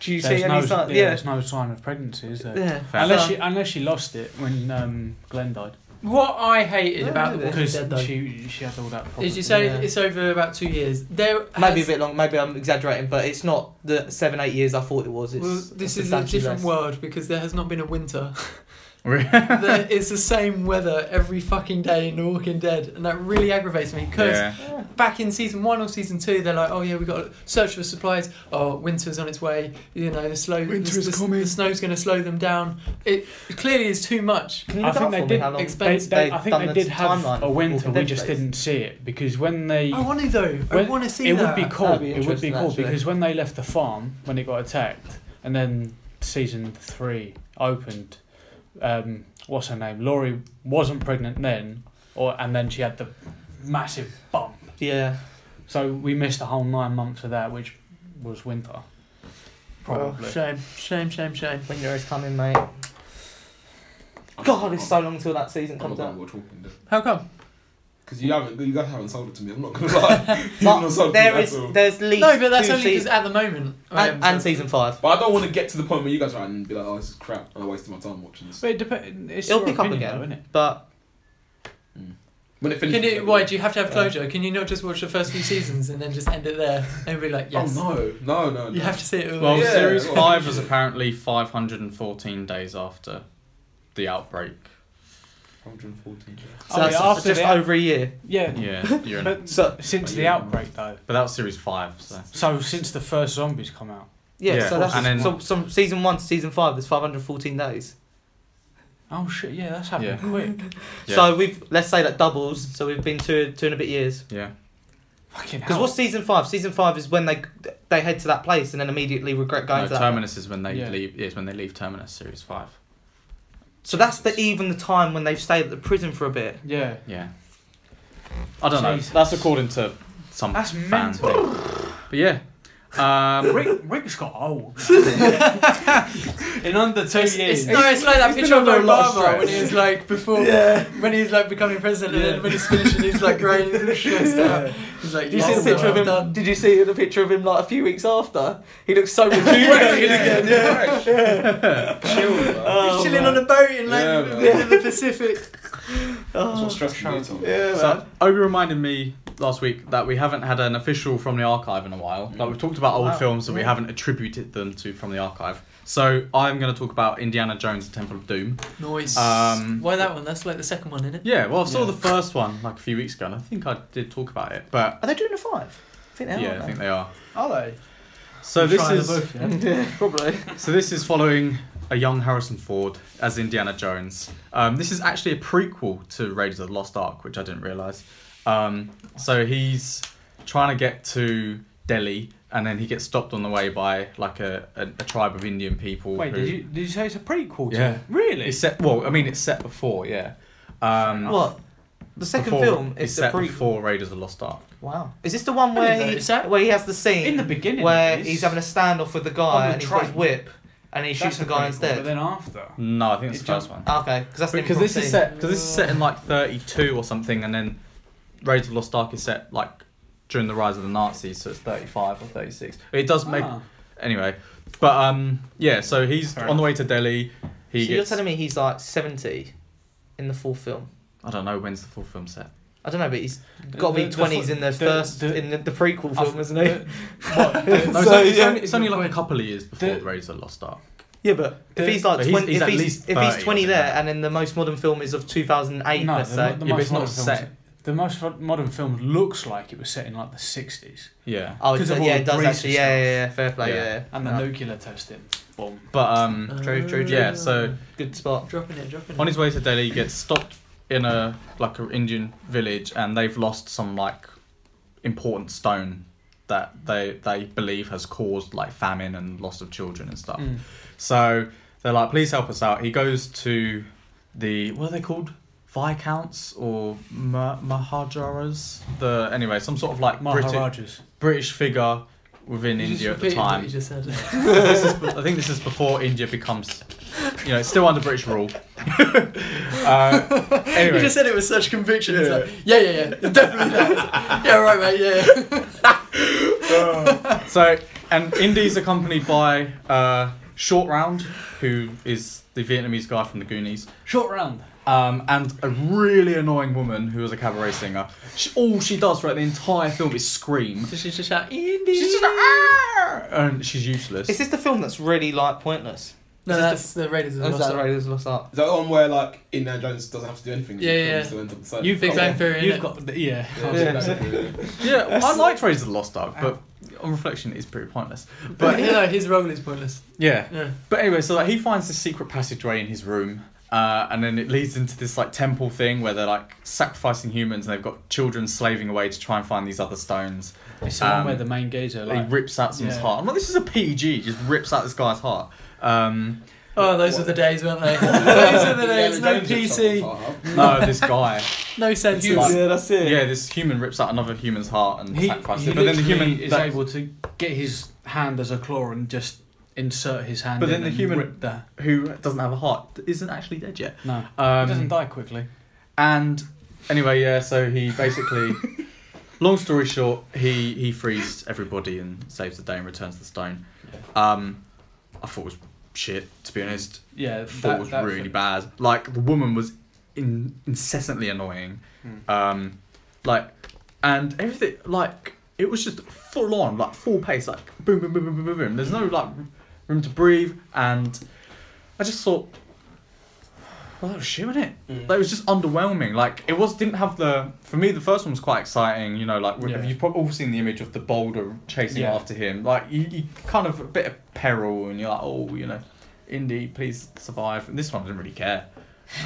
Do you
There's
see
no,
any sign?
yeah,
Yeah.
There's no sign of pregnancy, is there?
Yeah.
Unless
So-
she unless she lost it when um, Glenn died
What I hated
Yeah,
about the Walking
because
Dead though
she she had all that. Problem.
is you say
Yeah.
it's over about two years. There
Maybe a
has-
bit long. Maybe I'm exaggerating, but it's not the seven eight years I thought it was. It's
well, this is a
substantially
different
less.
world because there has not been a winter that it's the same weather every fucking day in The Walking Dead, and that really aggravates me because
yeah.
back in season one or season two, they're like, oh yeah, we got to search for supplies. Oh, winter's on its way. You know, the slow,
Winter
the,
is
the-
coming.
the snow's going to slow them down. It clearly is too much.
Can you
I
look
think
up
they
for me
did
how long
They,
expense-
they,
they've
I think
done
they
the
did have
timeline
a
of
winter.
Walking
We
Dead
just
days?
didn't see it because when they
I want to though. I
Well,
want to see
it would
that.
be cool.
be
it would be
interesting,
cool
actually.
because when they left the farm, when it got attacked, and then season three opened, um, what's her name? Laurie wasn't pregnant then, or and then she had the massive bump.
Yeah.
So we missed a whole nine months of that, which was winter. Probably.
Oh, shame, shame, shame, shame.
Winter is coming, mate. God, it's so long till that season
I'm not
comes
gonna
out.
watch Walking Dead
How come?
because you haven't, you guys haven't sold it to me. I'm not gonna lie. You've not sold it
But
to
there
me
is,
at all.
there's at least
No, but that's
two
only because
seasons
at the moment. I
and,
haven't
and
said-
season five.
But I don't want to get to the point where you guys are and be like, "Oh, this is crap," and I wasted my time watching this.
But it depends. It's
It'll
your
pick up
opinion
again.
though, isn't
But
When it
Can
finishes,
you, why do you have to have closure? Can you not just watch the first few seasons and then just end it there and be like, yes,
Oh no, no, no.
you
no.
have to see it all?
Well,
Yeah.
series
well-
five was apparently 514 days after the outbreak.
114.
so
Oh,
that's
yeah, after
just
the-
over a year.
it? Yeah.
Yeah, you're in- but
But
So
since
Are
the
you-
outbreak though,
that was series five. So
so since the first zombies come out.
yeah,
Yeah.
so that's
And then-
so, so season one to season five. There's 514 days.
Oh shit! Yeah, that's happening
Yeah.
quick.
yeah,
So we've let's say that doubles. So we've been two two and a bit years.
yeah,
Fucking
Because
hell.
what's season five? Season five is when they they head to that place and then immediately regret going
no,
to that.
Terminus is when they
Yeah.
leave. Is when they leave Terminus series five.
So that's the even the time when they've stayed at the prison for a bit.
Yeah.
Yeah, I don't know.
Jesus.
That's according to some
That's
fan
mental.
thing. But yeah, um,
Rick, Rick's got old. In under two
It's,
years.
it's, no, it's like that
He's
picture of
been under a lot of
Obama when he
stress.
was like before, when he was like becoming president, and
Yeah.
then when he's finishing, he's like growing his stressed out.
Yeah.
He's like, oh,
Did you see the picture of him?
Done.
Did you see the picture of him like a few weeks after? He looks so rejuvenated again.
yeah. Chill, man.
Oh,
he's chilling
man.
on a boat in like
Yeah,
the
man.
middle of the Pacific.
That's
Oh.
what stress can do to me.
Yeah, man.
So Obi reminded me last week that we haven't had an official from the archive in a while. Like we've talked about old
Wow.
films that we
Yeah.
haven't attributed them to from the archive. So I'm going to talk about Indiana Jones: Temple of Doom.
Noise.
Um,
Why that one? That's like the second one, isn't it?
Yeah, well I saw
Yeah.
the first one like a few weeks ago, and I think I did talk about it. But
Are they doing a five? I think they are.
yeah, I
aren't
think they are.
Are they?
So this
Shia
is
LaBeouf, yeah?
they? Yeah, probably.
so this is following a young Harrison Ford as Indiana Jones. Um, this is actually a prequel to Raiders of the Lost Ark, which I didn't realize. Um, so he's trying to get to Delhi, and then he gets stopped on the way by like a, a, a tribe of Indian people.
Wait,
who-
did you did you say it's a prequel? To
Yeah.
it? Really?
It's set. Well, I mean, it's set before, yeah. Um,
What? The second
before-
film
it's
is the
set
pre.
before Raiders of the Lost Ark.
Wow. Is this the one
I didn't
where he,
notice that.
where he has the scene
in the beginning.
where
it is.
he's having a standoff with the
On
guy
the
and he's got his
train.
whip and he
That's
shoots the
a
guy
prequel, But
instead?
then after.
No, I think it's
It
the first one.
Okay, because that's the
Because this is
improv
set. Because this is set in like thirty-two or something, and then Raiders of the Lost Ark is set like during the rise of the Nazis, so it's thirty-five or thirty-six. It does make
Ah.
anyway, but um, yeah. So he's
Fair
on the way to Delhi. He
scene. So you're
gets.
telling me he's like 70 in the fourth film?
I don't know when's the full film set.
I don't know, but he's got to
The-
be
the-
twenties in the,
the-
first
the-
in the, the prequel
I-
film, isn't he?
the- what, the-
No, it's,
So,
only, it's
yeah.
only- it's only like a couple of years before
The-
Raiders of the Lost Ark.
yeah, but if
the-
he's like
But he's-
twenty,
he's
if,
at
he's,
least
if
30
he's
or
twenty
something.
there, and then the most modern film is of two thousand eight,
no,
let's
the,
say.
the
Yeah, but
most
it's not
modern film-
set.
The most fo- modern film looks like it was set in like the sixties
Yeah,
oh, it,
because of all
yeah,
the
it does
grease
actually.
and
Yeah,
stuff.
yeah, yeah, fair play.
Yeah.
Yeah, yeah.
and the
No,
nuclear testing bomb.
but um,
True, true, true.
yeah. So
good spot.
dropping it, dropping it.
on his way to Delhi, he gets stopped in a like an Indian village, and they've lost some like important stone that they they believe has caused like famine and loss of children and stuff.
Mm.
So they're like, please help us out. He goes to the what are they called? Viscounts or ma- Mahajaras? The anyway, some sort of like British
Maharajas.
British figure within India at the time.
You just said.
this is, I think this is before India becomes, you know, it's still under British rule. uh,
You
anyway,
just said it with such conviction. Yeah,
Yeah.
like, yeah, yeah, yeah. it's Definitely that. yeah, right, mate. Yeah.
so and Indy's accompanied by uh, Short Round, who is the Vietnamese guy from the Goonies.
Short round.
um, and a really annoying woman who was a cabaret singer. She, all she does throughout the entire film is scream.
So she's just shout,
She's just
Indy.
like, "Ah!" and she's useless.
Is this the film that's really like pointless? No,
Is
that's
this the, the Raiders of the
that's
Lost
that
Ark.
Raiders Lost Ark.
Is that the one where like Indiana Jones doesn't have to do anything?
Yeah, yeah.
Just end up inside?
You've
Big
got-
Bang Theory.
Oh, You've
innit?
got the, yeah.
Yeah,
Yeah.
exactly.
Yeah, I liked Raiders of the Lost Ark, but on reflection, it's pretty pointless.
But
But
you know, his role is pointless.
yeah,
Yeah.
But anyway, so like he finds this secret passageway in his room, uh, and then it leads into this like temple thing where they're like sacrificing humans, and they've got children slaving away to try and find these other stones.
It's the one
Um,
where the main gays are like.
he rips out someone's
yeah.
heart. I'm like, this is a PG. Just rips out this guy's heart. Um,
Oh, those were the days, weren't they? those were the days.
Indiana
No
Jones rips off his
PC,
heart up.
no, this guy.
no sensors.
Like-
yeah, that's it.
Yeah, this human riman rips out another human's heart and
he,
sacrifices
he
it. But then the
literally
human
is
that-
able to get his hand as a claw and just insert his hand.
But
in
then the
and
human-
rip the,
who doesn't have a heart isn't actually dead yet.
no,
Um,
he doesn't die quickly.
And anyway, yeah, so he basically long story short, he he frees everybody and saves the day and returns the stone. Um I thought it was shit, to be honest.
Yeah,
I thought it was really bad. Like the woman was in, incessantly annoying.
Mm.
Um like and everything like it was just full on, like full pace, like boom boom boom boom boom boom. boom. There's no like room to breathe and I just thought well that was shit, wasn't it? Like, it was just underwhelming. Like it was didn't have the for me the first one was quite exciting. You know, like
Yeah.
you've probably all seen the image of the boulder chasing
Yeah.
after him. Like you, you kind of a bit of peril, and you're like, oh, you know, Indy, please survive. And this one I didn't really care.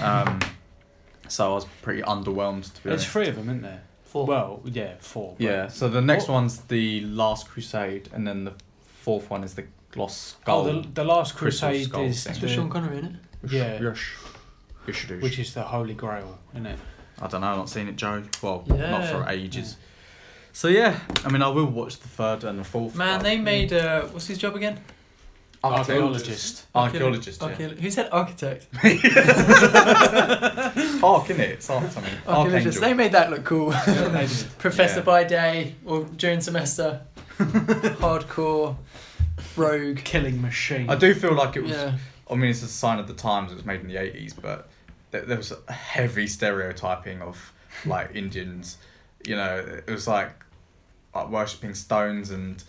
Um, so I was pretty underwhelmed to be
There's
honest.
three of them, isn't there?
Four.
Well, yeah, four. but-
yeah. So the next
What-
one's the Last Crusade, and then the fourth one is the Lost Skull.
Oh, the, the Last
Crystal
Crusade
skull
is
thing.
It's with Sean
the,
Connery, isn't
yeah.
Yush. Yush, yush.
which is the Holy Grail, isn't it?
I don't know. I've not seen it, Joe. Well, not
Yeah.
for ages. So yeah, I mean, I will watch the third and the fourth.
it? Man,
one.
they made uh, what's his job again?
Archaeologist.
archaeologist. Yeah.
Archaeologist. Who said architect?
Arc, innit? It's arc something.
Archaeologist. They
Archangel.
made that look cool. Professor
Yeah.
by day or during semester. Hardcore rogue.
Killing machine.
I do feel like it was.
Yeah.
I mean, it's a sign of the times. It was made in the eighties, but there, there was a heavy stereotyping of like Indians. You know, it was like, like worshipping stones, and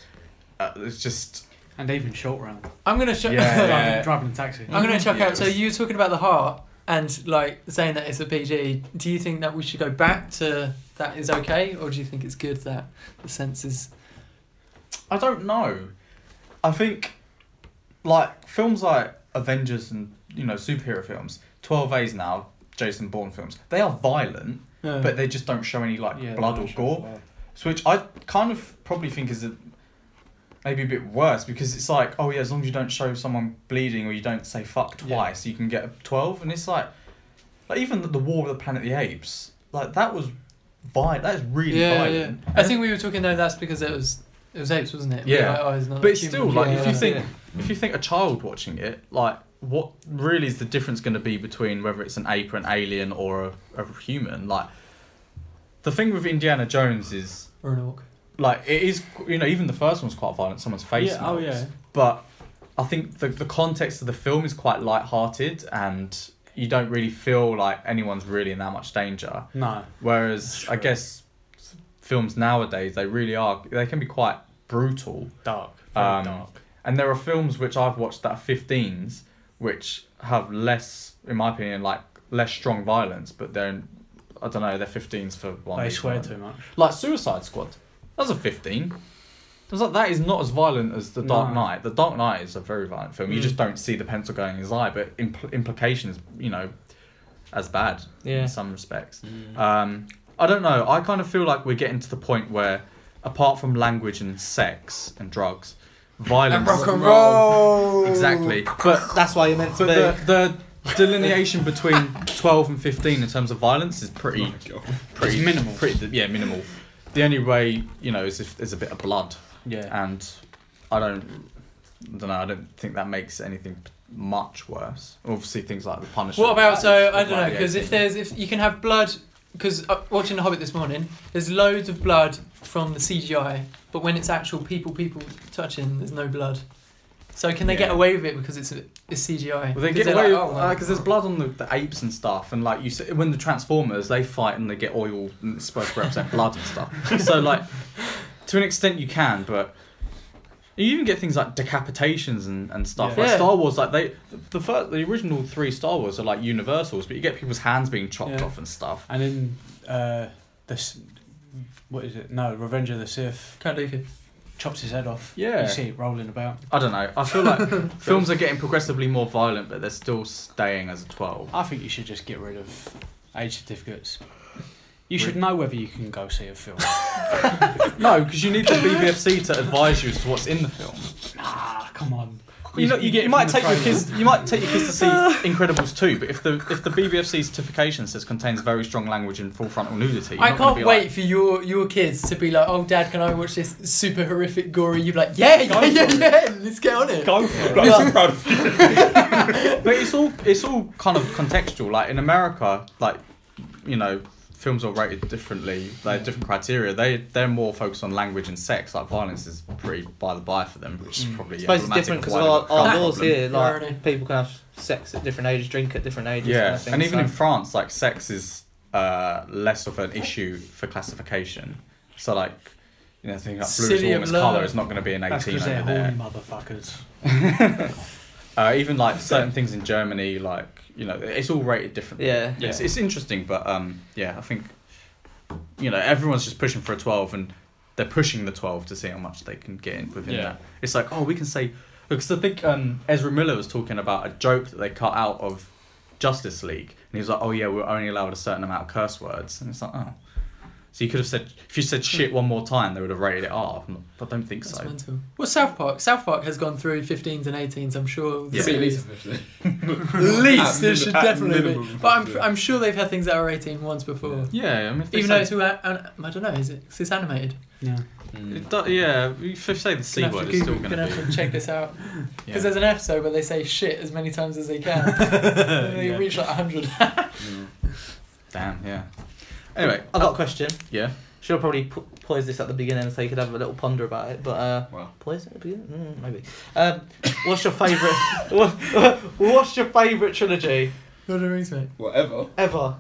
uh, it's just
And even short round.
I'm gonna show.
Yeah.
Driving, driving a taxi.
I'm gonna check
Yeah.
out. So you were talking about the heart and like saying that it's a PG. Do you think that we should go back to that is okay, or do you think it's good that the senses?
I don't know. I think like films like Avengers and you know superhero films, Twelve A's now, Jason Bourne films, they are violent,
Uh,
but they just don't show any like
Yeah,
blood or
sure.
gore. So which I kind of probably think is a, maybe a bit worse because it's like, oh yeah, as long as you don't show someone bleeding or you don't say fuck
Yeah.
twice, you can get a 12. And it's like, like even the War of the Planet of the Apes, like that was violent. That is really
yeah, yeah.
violent.
I think we were talking though. That's because it was it was apes, wasn't it? We were
Yeah.
like, oh, it's not
But it's
human.
still like
Yeah,
if
yeah.
you think if you think a child watching it, like what really is the difference going to be between whether it's an ape or an alien or a, a human? Like the thing with Indiana Jones is
or an orc.
like it is you know even the first one's quite violent. Someone's face.
Yeah, oh,
melts.
yeah.
But I think the the context of the film is quite light-hearted and you don't really feel like anyone's really in that much danger.
No.
Whereas I
Sure.
guess films nowadays they really are they can be quite brutal.
Dark. Very
Um,
dark.
And there are films which I've watched that are 15s, which have less, in my opinion, like less strong violence, but they're, I don't know, they're 15s for one.
They
reason or
swear
another.
too much.
Like Suicide Squad. That's a 15. I was like, that is not as violent as The Dark
No.
Knight. The Dark Knight is a very violent film. You
Mm.
just don't see the pencil going in his eye, but impl- implication is, you know, as bad
Yeah.
in some respects.
Mm.
Um, I don't know. I kind of feel like we're getting to the point where, apart from language and sex and drugs, violence
And rock and
roll.
exactly. But
That's why you're meant to
but
be.
the, the delineation between twelve and fifteen in terms of violence is
Oh my
pretty
God.
pretty
It's minimal.
Pretty yeah, minimal. The only way you know is if there's a bit of blood,
Yeah.
and I don't I don't know. I don't think that makes anything much worse. Obviously, things like the punishment.
What about so? I
like
don't know
the
because if
18.
there's if you can have blood because uh, watching The Hobbit this morning, there's loads of blood from the CGI, but when it's actual people people touching, there's no blood. So can they get
Yeah.
away with it because it's it's CGI?
Well, they
Because
get away
they're like,
because
"Oh, well."
there's blood on the, the apes and stuff, and like you see, when the Transformers they fight and they get oil and it's supposed to represent blood and stuff. So like, to an extent you can, but You even get things like decapitations and, and stuff.
Yeah.
Like
Yeah.
Star Wars, like they the first the original three Star Wars are like universals, but you get people's hands being chopped
Yeah.
off and stuff.
And in uh, this, what is it? No, Revenge of the Sith
Count Dooku.
chops his head off.
Yeah.
you see it rolling about.
I don't know. I feel like films are getting progressively more violent, but they're still staying as a twelve.
I think you should just get rid of age certificates. You should know whether you can go see a film.
No, because you need the BBFC to advise you as to what's in the film.
nah, come on.
You know, you, you
it
might
from
take
the
your
trailer.
kids. You might take your kids to see Incredibles 2, but if the if the BBFC certification says contains very strong language and full frontal nudity, you're
I
not gonna
can't
be
wait
Like,
for your, your kids to be like, oh, dad, can I watch this super horrific, gory? You'd be like, yeah, yeah, yeah, yeah, let's get on it.
Go for it. I'm so proud of you.
but it's all it's all kind of contextual. Like in America, like you know, films are rated differently. They have different criteria. They they're more focused on language and sex. Like violence is pretty by the by for them, which is probably
I suppose it's different because our, our laws here, like
Already.
people can have sex at different ages, drink at different ages.
Yeah,
kind of thing,
and even
so-
in France, like sex is uh, less of an issue for classification. So like, you know, thinking like blue is
City of
almost
love.
colour is not going to be an
That's
eighteen
because
over there.
they're horny motherfuckers.
Uh, even like certain things in Germany, like you know, it's all rated differently.
Yeah.
It's,
Yeah.
it's interesting, but um, yeah, I think you know everyone's just pushing for a twelve, and they're pushing the twelve to see how much they can get in within
Yeah.
that. It's like oh, we can say because I think um, Ezra Miller was talking about a joke that they cut out of Justice League, and he was like, oh yeah, we're only allowed a certain amount of curse words, and it's like oh. So you could have said if you said shit one more time, they would have rated it R. I'm not- I don't think
That's
so.
mental. Well, South Park. South Park has gone through 15s and 18s. I'm sure.
Yeah.
At least,
At least
At
it should
minim- at
definitely be.
minimum.
But I'm, I'm sure they've had things that are 18 once before.
Yeah, I mean, if they
Even
say-
though it's all, an, an- I don't know, is it? 'cause it's animated.
Yeah.
Hmm.
It do- yeah, if you say the C
Gonna have
word,
to
it's still
Google-
going
gonna
to
have to check this out.
be.
Because there's an episode where they say shit as many times as they can. and they
Yeah.
reach like 100.
Damn, yeah. Anyway, uh,
I've got a question.
yeah.
Should have probably po- poised this at the beginning so you could have a little ponder about it, but uh,
Wow.
poise it at the beginning? Mm, maybe. Um, what's your favourite? what- what's your favourite trilogy
Lord of the Rings, mate.
Whatever.
ever?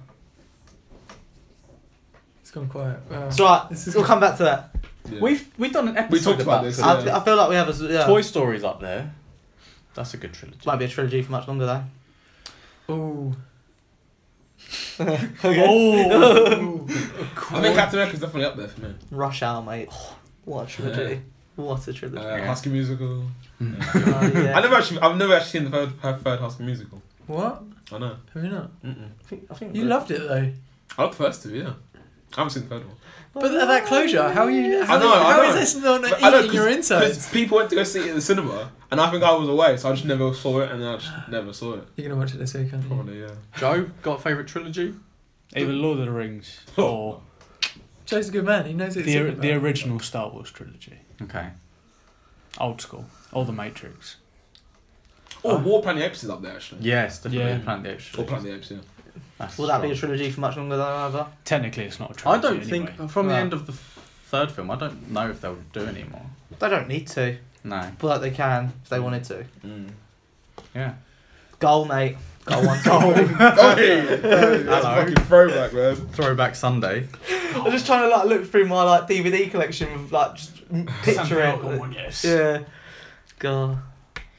It's gone quiet. Wow.
It's right.
This is-
uh, We'll come back to that.
Yeah.
We've we've done an episode
We talked about this,
I,
Yeah.
I feel like we have a s- yeah.
Toy Story's up there. That's a good trilogy.
Might be a trilogy for much longer though.
Ooh.
Oh,
I think Captain America's definitely up there for me.
Rush Hour, mate. Oh, What a trilogy! What a
Uh,
trilogy!
High Musical.
Oh, yeah.
I never actually, I've never actually seen the third, her third High School Musical.
What?
I know.
Have you not?
Mm-mm.
I think, I think
You loved it though.
I like the first two, yeah. I haven't seen the third one.
But at that closure, how are you? How,
I know, I
how
know.
is this not
But I know,
eating your
'cause-
insides?
Because people went to go see it in the cinema, and I think I was away, so I just never saw it, and I just never saw it.
You're gonna watch it this weekend.
Probably, yeah.
Joe got a favorite trilogy?
Either Lord of the Rings or
Joe's a good man. He knows what he's
the
talking
the
about.
original Star Wars trilogy,
Okay.
old school, or the Matrix.
Oh, War Planet Apes is up there, actually.
Yes, definitely.
Yeah.
Planet of the
Or
Apes.
Planet Apes, yeah.
That's
Will that be a
strong.
trilogy for much longer though? Ever?
Technically, it's not a
I
trilogy.
don't
anyway.
think from the
Wow.
end of the f- third film. I don't know if they'll do anymore.
They don't need to,
No.
but they can if they wanted to.
Mm.
Yeah.
Goal, mate. Goal one. Goal.
hey, Oh, that's
Hello.
a fucking throwback, man.
Throwback Sunday.
I'm just trying to like look through my like DVD collection of like just m- picture
Sam Elton
it.
one, yes.
Yeah. God.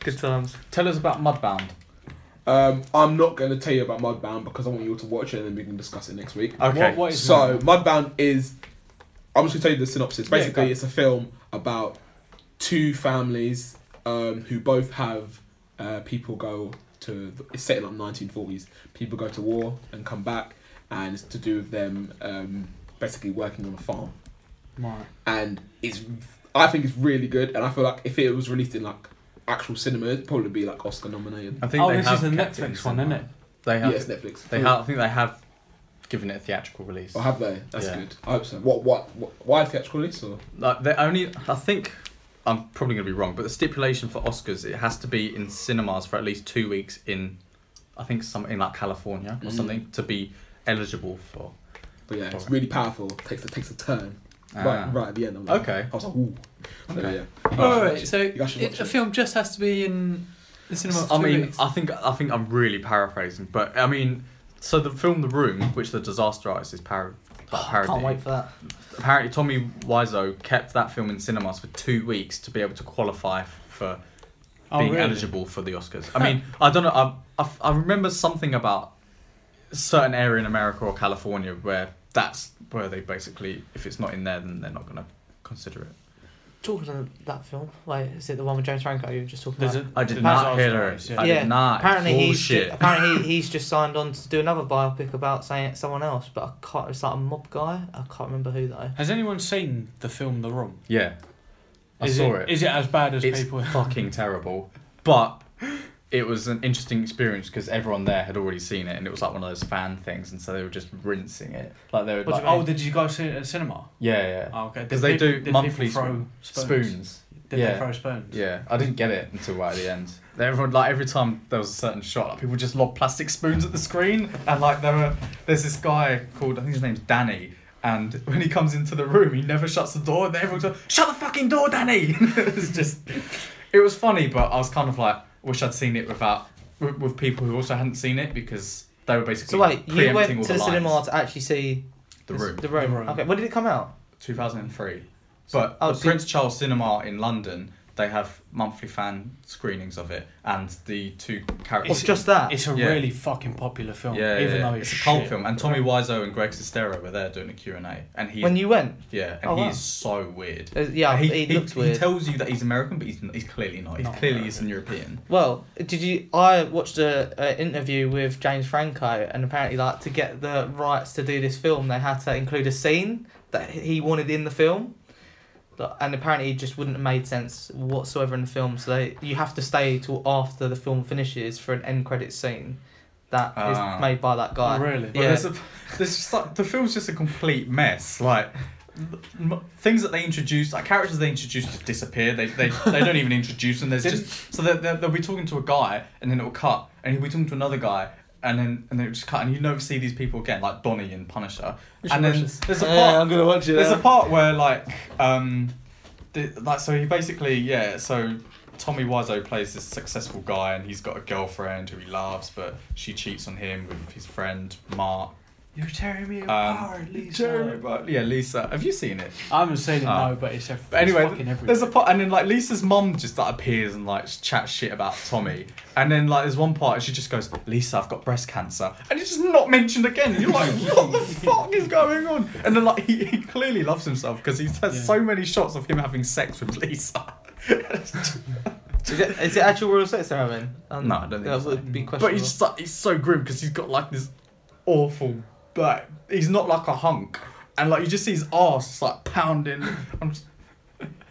Good times.
Tell us about Mudbound.
Um, I'm not going to tell you about Mudbound because I want you all to watch it and then we can discuss it next week.
Okay.
What, what is
So, Mudbound is. I'm just going to tell you the synopsis.
Yeah,
Basically,
go.
it's a film about two families um, who both have uh, people go to. It's set in like 1940s. People go to war and come back, and it's to do with them um, basically working on a farm
that? Right.
and it's I think it's really good, and I feel like if it was released in like actual cinema, it'd probably be like Oscar nominated.
I think
Oh,
they
this
have
is the
kept in
Netflix one, isn't
cinema.
it?
They
Yeah,
have.
it's Netflix.
They have, I think they have given it a theatrical release.
Or have they? That's
Yeah.
good. I hope so. What? What? what why theatrical release? Or
Like they only, I think I'm probably going to be wrong, but the stipulation for Oscars it has to be in cinemas for at least two weeks in, I think some in like California or
Mhm.
something to be eligible for.
but yeah, it's really powerful. Takes it takes a turn
Ah.
right right at the end. I'm like,
Okay.
I was like, ooh. So,
Okay.
yeah.
Oh, right, so
You guys should
it,
watch
a
it.
film just has to be in the cinema. For
I
two
mean,
weeks.
I think I think I'm really paraphrasing, but I mean, so the film The Room, which the disaster artist is par-
But I
Parody.
can't wait for that.
Apparently, Tommy Wiseau kept that film in cinemas for two weeks to be able to qualify for
Oh,
being
really?
eligible for the Oscars. I mean, I don't know. I, I, I remember something about a certain area in America or California where that's where they basically, if it's not in there, then they're not going to consider it.
Talking of that film, wait, is it the one with James Franco you were just talking
There's
about?
a-
I did
there's
not
also
hear
those,
it.
yeah.
I
Yeah,
did not.
apparently he's
Bullshit.
apparently he, he's just signed on to do another biopic about saying someone else, but I can't. It's like a mob guy. I can't remember who though.
Has anyone seen the film The Room?
Yeah. I
is
saw it.
Is it as bad as
It's
people?
fucking terrible. But it was an interesting experience because everyone there had already seen it and it was like one of those fan things and so they were just rinsing it. Like they were
What
like,
do you mean?
Oh, did you guys see it at cinema?
yeah, yeah.
Oh, okay. Did
'Cause they
peop-
do
did people
monthly
throw
Spoons.
Did
Yeah.
they throw spoons?
Yeah, I didn't get it until right at the end. Everyone like every time there was a certain shot, like, people just lobbed plastic spoons at the screen, and like there were there's this guy called I think his name's Danny, and when he comes into the room, he never shuts the door, and everyone's like, "Shut the fucking door, Danny!" it was just, it was funny, but I was kind of like, wish I'd seen it without with, with people who also hadn't seen it because they were basically
So wait, you
preempting
went
all
to
the,
the
lines.
cinema to actually see
the
this-
room,
The room.
The Room.
Okay, when did it come out?
two thousand and three. But
Oh,
the
so-
Prince Charles Cinema in London, they have monthly fan screenings of it, and the two characters.
It's just that.
It's a
Yeah.
really fucking popular film.
yeah,
even
yeah,
though
yeah.
it's,
it's a cult
shit.
film, and Tommy Wiseau and Greg Sestero were there doing a Q and A, and he
when you went?
yeah, and
Oh,
he
wow.
is so weird.
Uh, yeah, he, looks weird.
He tells you that he's American, but he's he's clearly not. He
Not
clearly is an European.
Well, did you? I watched a, a interview with James Franco, and apparently, like to get the rights to do this film, they had to include a scene that he wanted in the film, But- and apparently, it just wouldn't have made sense whatsoever in the film. So they, you have to stay till after the film finishes for an end credit scene that is
Ah.
made by that guy.
Oh, really?
Yeah.
Well, there's a, there's just like, the film's just a complete mess. Like m- things that they introduce, like characters they introduce just disappear. They they, they don't even introduce them. There's just so they'll, they'll, they'll be talking to a guy and then it'll cut, and he'll be talking to another guy. And then and then it'll just cut, and you never see these people again, like Donnie and Punisher.
We should
And then
watch this.
there's a part,
Yeah, I'm gonna watch it.
there's a
now.
part where like um, the, like so he basically yeah so Tommy Wiseau plays this successful guy and he's got a girlfriend who he loves, but she cheats on him with his friend Mark.
You're tearing
Um,
me
apart,
Lisa.
Jeremy Butler. Yeah, Lisa. Have you seen it?
I haven't seen it,
Ah.
no, but it's, a,
But anyway,
it's fucking everywhere.
there's a part, and then like Lisa's mum just like appears and like chats shit about Tommy, and then like there's one part and she just goes, "Lisa, I've got breast cancer," and it's just not mentioned again. And you're like, "What the fuck is going on?" And then like he, he clearly loves himself because he has
Yeah.
so many shots of him having sex with Lisa.
Is it, is it actual real sex they're having? Um,
No, I don't think
that
so.
would be questionable.
but he's just, like, he's so grim because he's got like this awful like he's not like a hunk, and like you just see his ass just, like pounding. I'm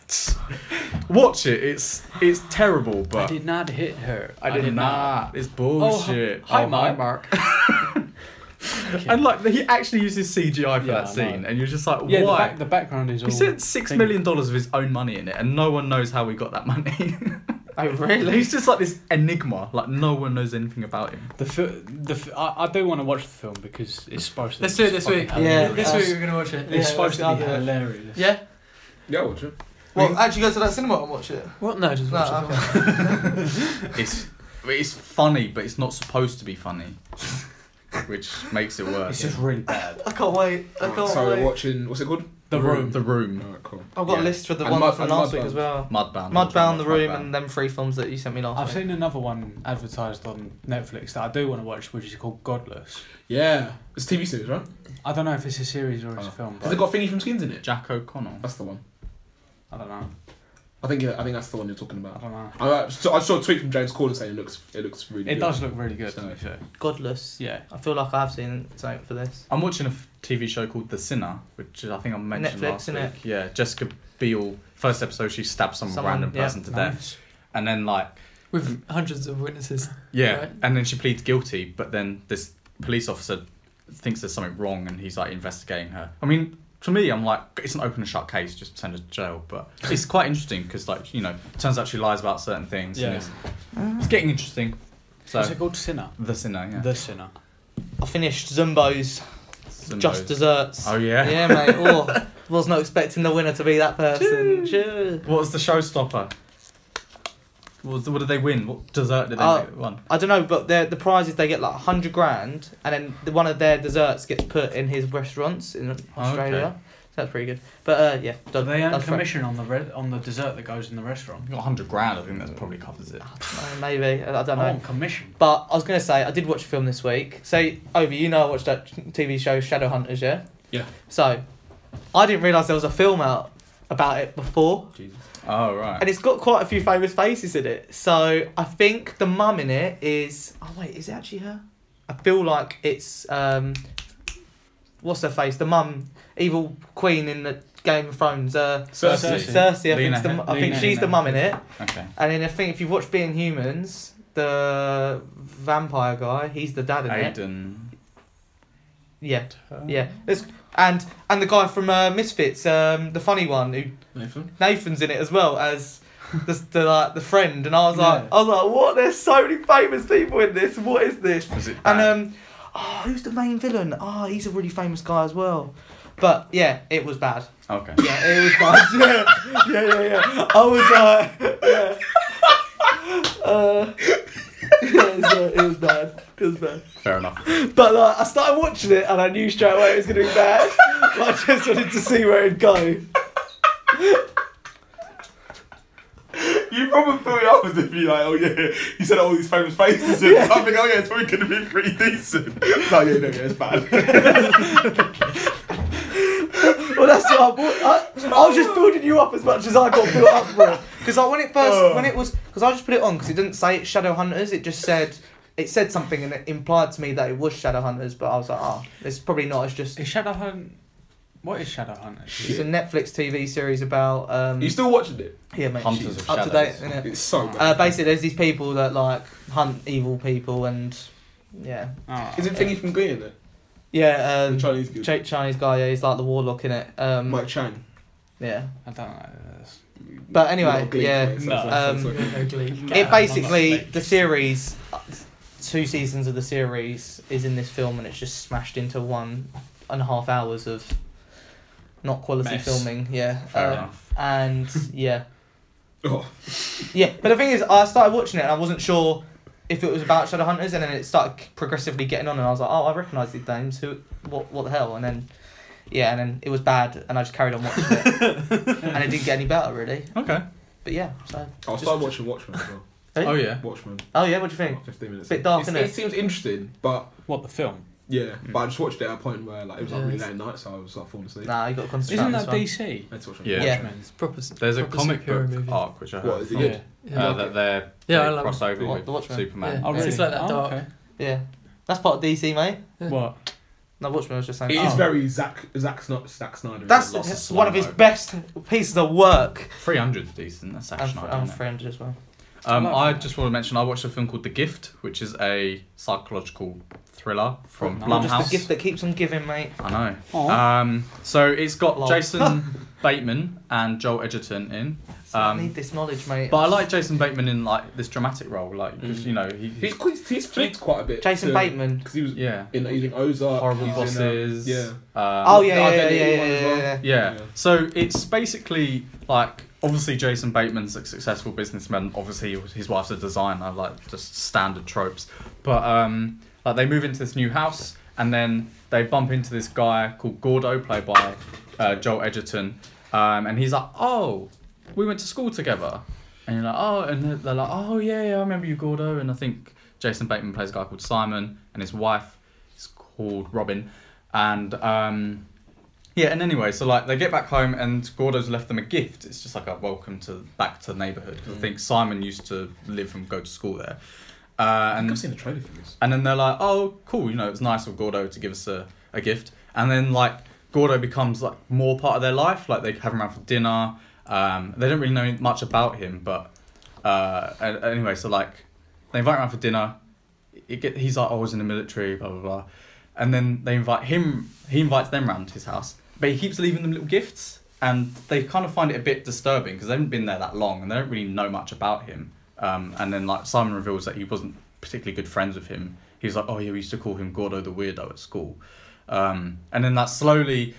just... Watch it. It's it's terrible, but
I did not hit her.
I did, not. Oh, It's bullshit.
hi,
Oh,
Mark.
And like he actually uses CGI for
Yeah,
that
I
scene,
know.
and you're just like,
Yeah, the,
why?
back, the background is all.
he said six
thing.
million dollars of his own money in it, and no one knows how he got that money.
Oh really?
He's just like this enigma. Like no one knows anything about him.
The fi- the fi- I, I do want to watch the film because it's supposed to.
Let's do it
it's
this
fucking
week.
Yeah.
hilarious.
This week we're gonna watch it.
It's
Yeah,
supposed to
let's
be
do it.
hilarious.
Yeah.
Yeah, I'll watch it.
Well, actually, go to that cinema and watch it.
What? No, just
No,
watch it.
I'm-
It's it's funny, but it's not supposed to be funny, which makes it worse.
It's just really bad.
I can't wait. I
Alright,
can't
so
wait.
we're watching. What's it called?
The room.
The room.
Alright, cool.
I've got
Yeah.
a list for the
And
ones
Mud-
from
and
last
Mudbound.
week as well.
Mudbound.
Mudbound, The
Mudbound.
Room, and them three films that you sent me last
I've
week.
seen another one advertised on Netflix that I do want to watch, which is called Godless.
Yeah, it's a TV series, right?
I don't know if it's a series or it's
Oh.
a film.
Has
But
it got Finny from Skins in it?
Jack O'Connell.
That's the one.
I don't know.
I think. I think that's the one you're talking
I
about.
don't know.
I, I saw I saw a tweet from James Corden saying it looks. It looks really.
It
good.
does look really good. To
So-
be fair.
Godless.
Yeah.
I feel like I've seen something for this.
I'm watching a f- TV show called The Sinner, which I think I mentioned
Netflix,
last week.
innit?
Yeah, Jessica Biel. First episode, she stabs some
Someone,
random
yeah,
person to death,
Nice.
and then like
With hundreds of witnesses.
yeah,
Right.
and then she pleads guilty, but then this police officer thinks there's something wrong, and he's like investigating her. I mean, to me, I'm like it's an open and shut case, just send her to jail. But it's quite interesting because like you know, turns out she lies about certain things.
Yeah.
and it's, it's getting interesting. So
Is it called Sinner?
The Sinner, yeah.
The Sinner.
I finished Zumbo's
Simbo.
Just Desserts.
Oh yeah.
Yeah, mate. Oh, was not expecting the winner to be that person. Cheers.
What was the showstopper? What what did they win? What dessert did they
Uh,
win?
I don't know, but the the prizes they get like hundred grand, and then the, one of their desserts gets put in his restaurants in Australia.
okay.
So that's pretty good. But uh, yeah,
Do
don't-
they earn
that's right.
commission on the re- on the dessert that goes in the restaurant?
Got 100 grand, I think that probably covers it.
Uh, maybe I I
I
don't know.
want commission.
But I was gonna say I did watch a film this week. So Obi, you know I watched that TV show Shadowhunters, yeah.
Yeah.
So I didn't realize there was a film out about it before,
Jesus.
Oh, right.
and it's got quite a few famous faces in it. So I think the mum in it is. Oh wait, is it actually her? I feel like it's um. What's her face? The mum, evil queen in the Game of Thrones. Uh,
Cersei.
Cersei. I think,
Lena
it's the, mu- I think
Lena
she's the
Headey.
mum in it.
Okay.
And then I think if you've watched Being Humans, the vampire guy, he's the dad in it.
Aiden.
Yeah, yeah. There's- and and the guy from uh, Misfits, um, the funny one, who
Nathan?
Nathan's in it as well as the the, like, the friend. And I was like,
Yeah.
I was like, what? There's so many famous people in this. What is this?
Was it
And
bad?
um, oh, who's the main villain? Oh, he's a really famous guy as well. But yeah, it was bad.
um,
okay.
Yeah, it was bad. Yeah, yeah, yeah. yeah. I was like, yeah. Uh, yeah, it was, uh, it was bad. It was bad.
Fair enough.
But like, I started watching it and I knew straight away it was gonna be bad. But I just wanted to see where it'd go.
You probably threw it up as if you like, oh yeah, you said all these famous faces and something, oh yeah, it's probably gonna be pretty decent. no, yeah, no, yeah, it's bad.
Well, that's what I, bought. I, I was just building you up as much as I got built up for. Because like when it first,
Oh.
when it was, because I just put it on because it didn't say it's Shadowhunters. It just said. It said something and it implied to me that it was Shadowhunters, but I was like, oh, it's probably not. It's just
Is Shadowhunt? What is Shadowhunt?
It's a Netflix TV series about um,
you still watching it?
yeah, mate,
Hunters
she's
of
up to date.
Shadows.
Innit?
It's so bad.
Uh, basically, there's these people that like hunt evil people and yeah,
Oh.
Is it Thingy from Glee in there?
yeah.
The
Um,
Chinese dude.
Ch- Chinese guy, yeah, he's like the warlock in it. Um,
Mike Chang.
yeah,
I don't know this.
but anyway,
Not Glee,
yeah.
mate, so-
No.
so- so-
Um,
so-
Yeah, no glee.
It basically
Like-
the series, uh, two seasons of the series is in this film, and it's just smashed into one and a half hours of not quality
Mess.
filming. Yeah,
Fair
Uh,
enough.
and yeah.
Oh,
Yeah, but the thing is, I started watching it and I wasn't sure if it was about Shadowhunters, and then it started c- progressively getting on, and I was like, oh, I recognise these names. Who? What? What the hell? And then, yeah, and then it was bad, and I just carried on watching it, and it didn't get any better really.
Okay.
But yeah, so
I'll start watching Watchmen as well.
Hey.
Oh, yeah.
Watchmen.
oh yeah, what do you think?
About 15 minutes.
Bit
in.
dark,
It's-
innit?
It seems interesting, but
What the film?
yeah, but I just watched it at a point where like it was like
Yeah,
really late
it's-
at night, so I was like falling asleep.
Nah, you got to concentrate.
Isn't
on
that
this one.
DC?
I had to watch it.
Yeah.
Yeah.
Watchmen. Oh,
proper,
There's a
proper
comic
superhero
book
movie.
arc which I heard
What, is it
from,
good?
Yeah,
uh,
like
that
it.
they're
Yeah, I
they
like
cross over
What,
with
The Watchmen?
Superman.
Yeah.
Oh, really?
It's like that
Oh,
dark.
okay.
Yeah, that's part of DC, mate.
Yeah.
What?
No, Watchmen was just saying.
It is
Oh.
very Zack Zack Snyder. Zack Snyder.
That's
Lots of
the- one of his
slow-mo.
best pieces of work.
300's decent. That's
And,
actually
and friend as well.
Um,
I like
I
that.
just want to mention I watched a film called The Gift, which is a psychological thriller from
Just
Oh,
the
Blumhouse.
gift that keeps on giving, mate.
I know.
Oh.
Um, so it's got
Lol.
Jason Bateman and Joel Edgerton in.
So I
Um,
need this knowledge, mate.
But I like Jason Bateman in like this dramatic role, like 'cause,
Mm.
you know he,
He's
he's
quite- he's flipped quite a bit.
Jason Bateman.
because he was
yeah
in he's in Ozark.
horrible
he's in, uh,
bosses.
yeah.
Oh
Um,
yeah, yeah, yeah,
Identity
yeah,
one as
yeah,
well.
yeah,
yeah.
Yeah.
So it's basically like obviously Jason Bateman's a successful businessman. Obviously his wife's a designer, like just standard tropes. But um, like they move into this new house and then they bump into this guy called Gordo, played by uh, Joel Edgerton, um, and he's like, "Oh, we went to school together." And you're like, "Oh," and they're, they're like, "Oh yeah, yeah, I remember you, Gordo." And I think Jason Bateman plays a guy called Simon, and his wife is called Robin, and um, yeah, and anyway, so like they get back home and Gordo's left them a gift. It's just like a welcome to back to the neighborhood. 'Cause I think Simon used to live and go to school there. Uh,
I
and
think I've seen the trailer for this.
and then they're like, oh, cool, you know, it's nice of Gordo to give us a, a gift. And then, like, Gordo becomes, like, more part of their life. Like, they have him around for dinner. Um, they don't really know much about him, but uh, a- anyway, so, like, they invite him around for dinner. It get, he's like, oh, I was in the military, blah, blah, blah. And then they invite him, he invites them round to his house. But he keeps leaving them little gifts. And they kind of find it a bit disturbing because they haven't been there that long and they don't really know much about him. Um, and then, like, Simon reveals that he wasn't particularly good friends with him. He was like, oh yeah, we used to call him Gordo the weirdo at school. Um, and then that slowly,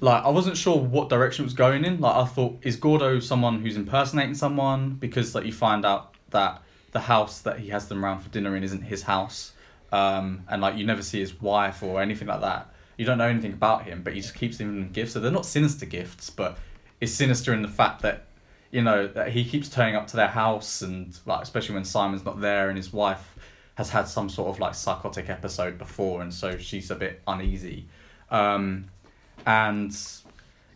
like, I wasn't sure what direction it was going in. Like, I thought, is Gordo someone who's impersonating someone? Because like you find out that the house that he has them round for dinner in isn't his house, um, and like you never see his wife or anything like that. You don't know anything about him, but he just keeps giving them gifts. So they're not sinister gifts, but it's sinister in the fact that you know that he keeps turning up to their house, and like especially when Simon's not there and his wife has had some sort of like psychotic episode before, and so she's a bit uneasy. Um, and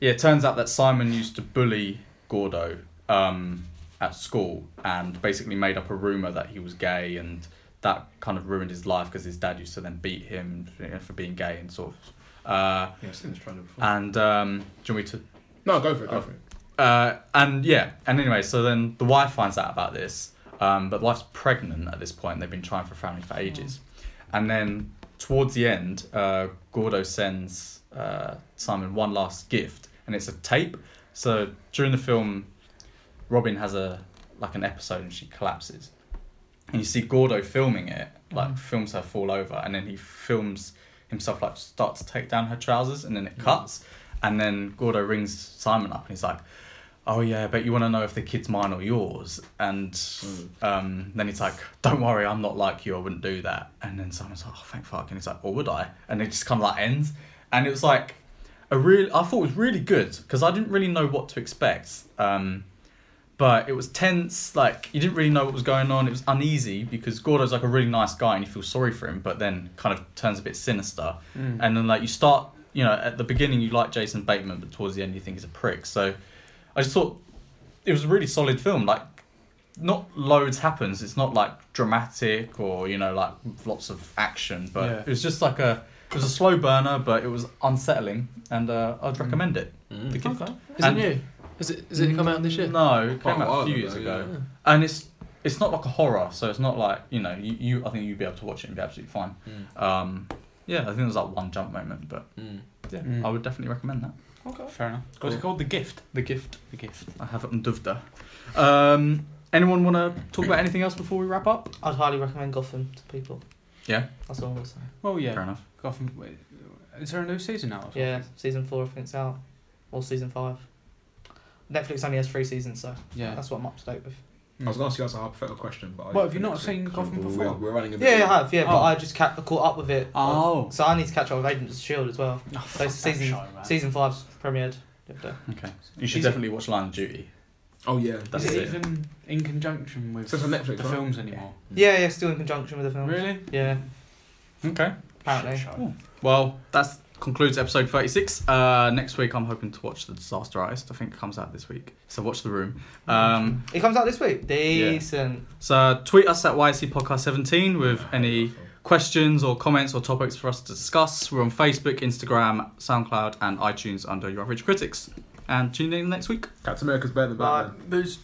yeah, it turns out that Simon used to bully Gordo um, at school and basically made up a rumor that he was gay, and that kind of ruined his life because his dad used to then beat him you know, for being gay and sort of. Uh,
Yeah, I've seen this trailer before.
and um, do you want me to
no, go for it. Go
Oh.
for it.
uh, and yeah, and anyway, so then the wife finds out about this, um, but the wife's pregnant at this point. They've been trying for family for ages, and then towards the end, uh, Gordo sends uh, Simon one last gift, and it's a tape. So during the film, Robin has a like an episode, and she collapses, and you see Gordo filming it, like films her fall over, and then he films himself like start to take down her trousers, and then it cuts, and then Gordo rings Simon up, and he's like. Oh yeah, but you want to know if the kid's mine or yours, and um, then he's like, "Don't worry, I'm not like you. I wouldn't do that." And then Simon's like, "Oh, thank fuck," and he's like, "Or would I?" And it just kind of like ends, and it was like a real. I thought it was really good because I didn't really know what to expect, um, but it was tense. Like you didn't really know what was going on. It was uneasy because Gordo's like a really nice guy, and you feel sorry for him, but then kind of turns a bit sinister,
Mm.
and then like you start, you know, at the beginning you like Jason Bateman, but towards the end you think he's a prick. So. I just thought it was a really solid film. Like, not loads happens. It's not like dramatic or you know like lots of action, but
Yeah.
it was just like a it was a slow burner, but it was unsettling, and uh, I'd recommend it. The
Mm.
Gift.
Is
And-
it new? Is it, Mm. is it come out this year? Oh,
No, it
Quite
came
a
out
while
a few
ago,
years
yeah.
ago, and it's it's not like a horror, so it's not like you know you, you I think you'd be able to watch it and be absolutely fine.
Mm.
Um, yeah, I think there was like one jump moment, but yeah,
Mm.
I would definitely recommend that.
Fair enough. What's it called? The gift.
The gift.
The gift.
I have it on Duvda. Um, anyone want to talk about anything else before we wrap up?
I'd highly recommend Gotham to people.
Yeah.
That's all I would say.
Well,
Fair
yeah.
enough.
Gotham. wait, Is there a new season now? or something?
Yeah, season four, I think it's out. Or season five. Netflix only has three seasons, so
Yeah.
that's what I'm up to date with.
I was going to ask you guys a hypothetical question, but I
Well, have you
think
not
it's-
seen Gotham
we're-
before?
We're running a bit.
Yeah, yeah, I have, yeah,
Oh.
but I just ca- caught up with it.
Oh.
So I need to catch up with Agents of S.H.I.E.L.D. as well.
Oh,
So it's season, season five's premiered the
Hmm.
other day.
Okay. You should
Is it-
definitely watch Line of Duty.
Oh yeah,
That's
Is it,
it.
even in conjunction with
So it's on Netflix,
the
right?
films anymore?
Yeah, yeah, still in conjunction with the film.
Really?
Yeah,
Okay.
apparently.
Shit show.
Well, that concludes episode 36. Uh, next week, I'm hoping to watch The Disaster Artist. I think it comes out this week. So watch The Room. Um,
It comes out this week. Decent.
so tweet us at YC Podcast 17 with any questions or comments or topics for us to discuss. We're on Facebook, Instagram, SoundCloud, and iTunes under Your Average Critics. And tune in next week.
Captain America's better than
Bye.
Batman.
Booze.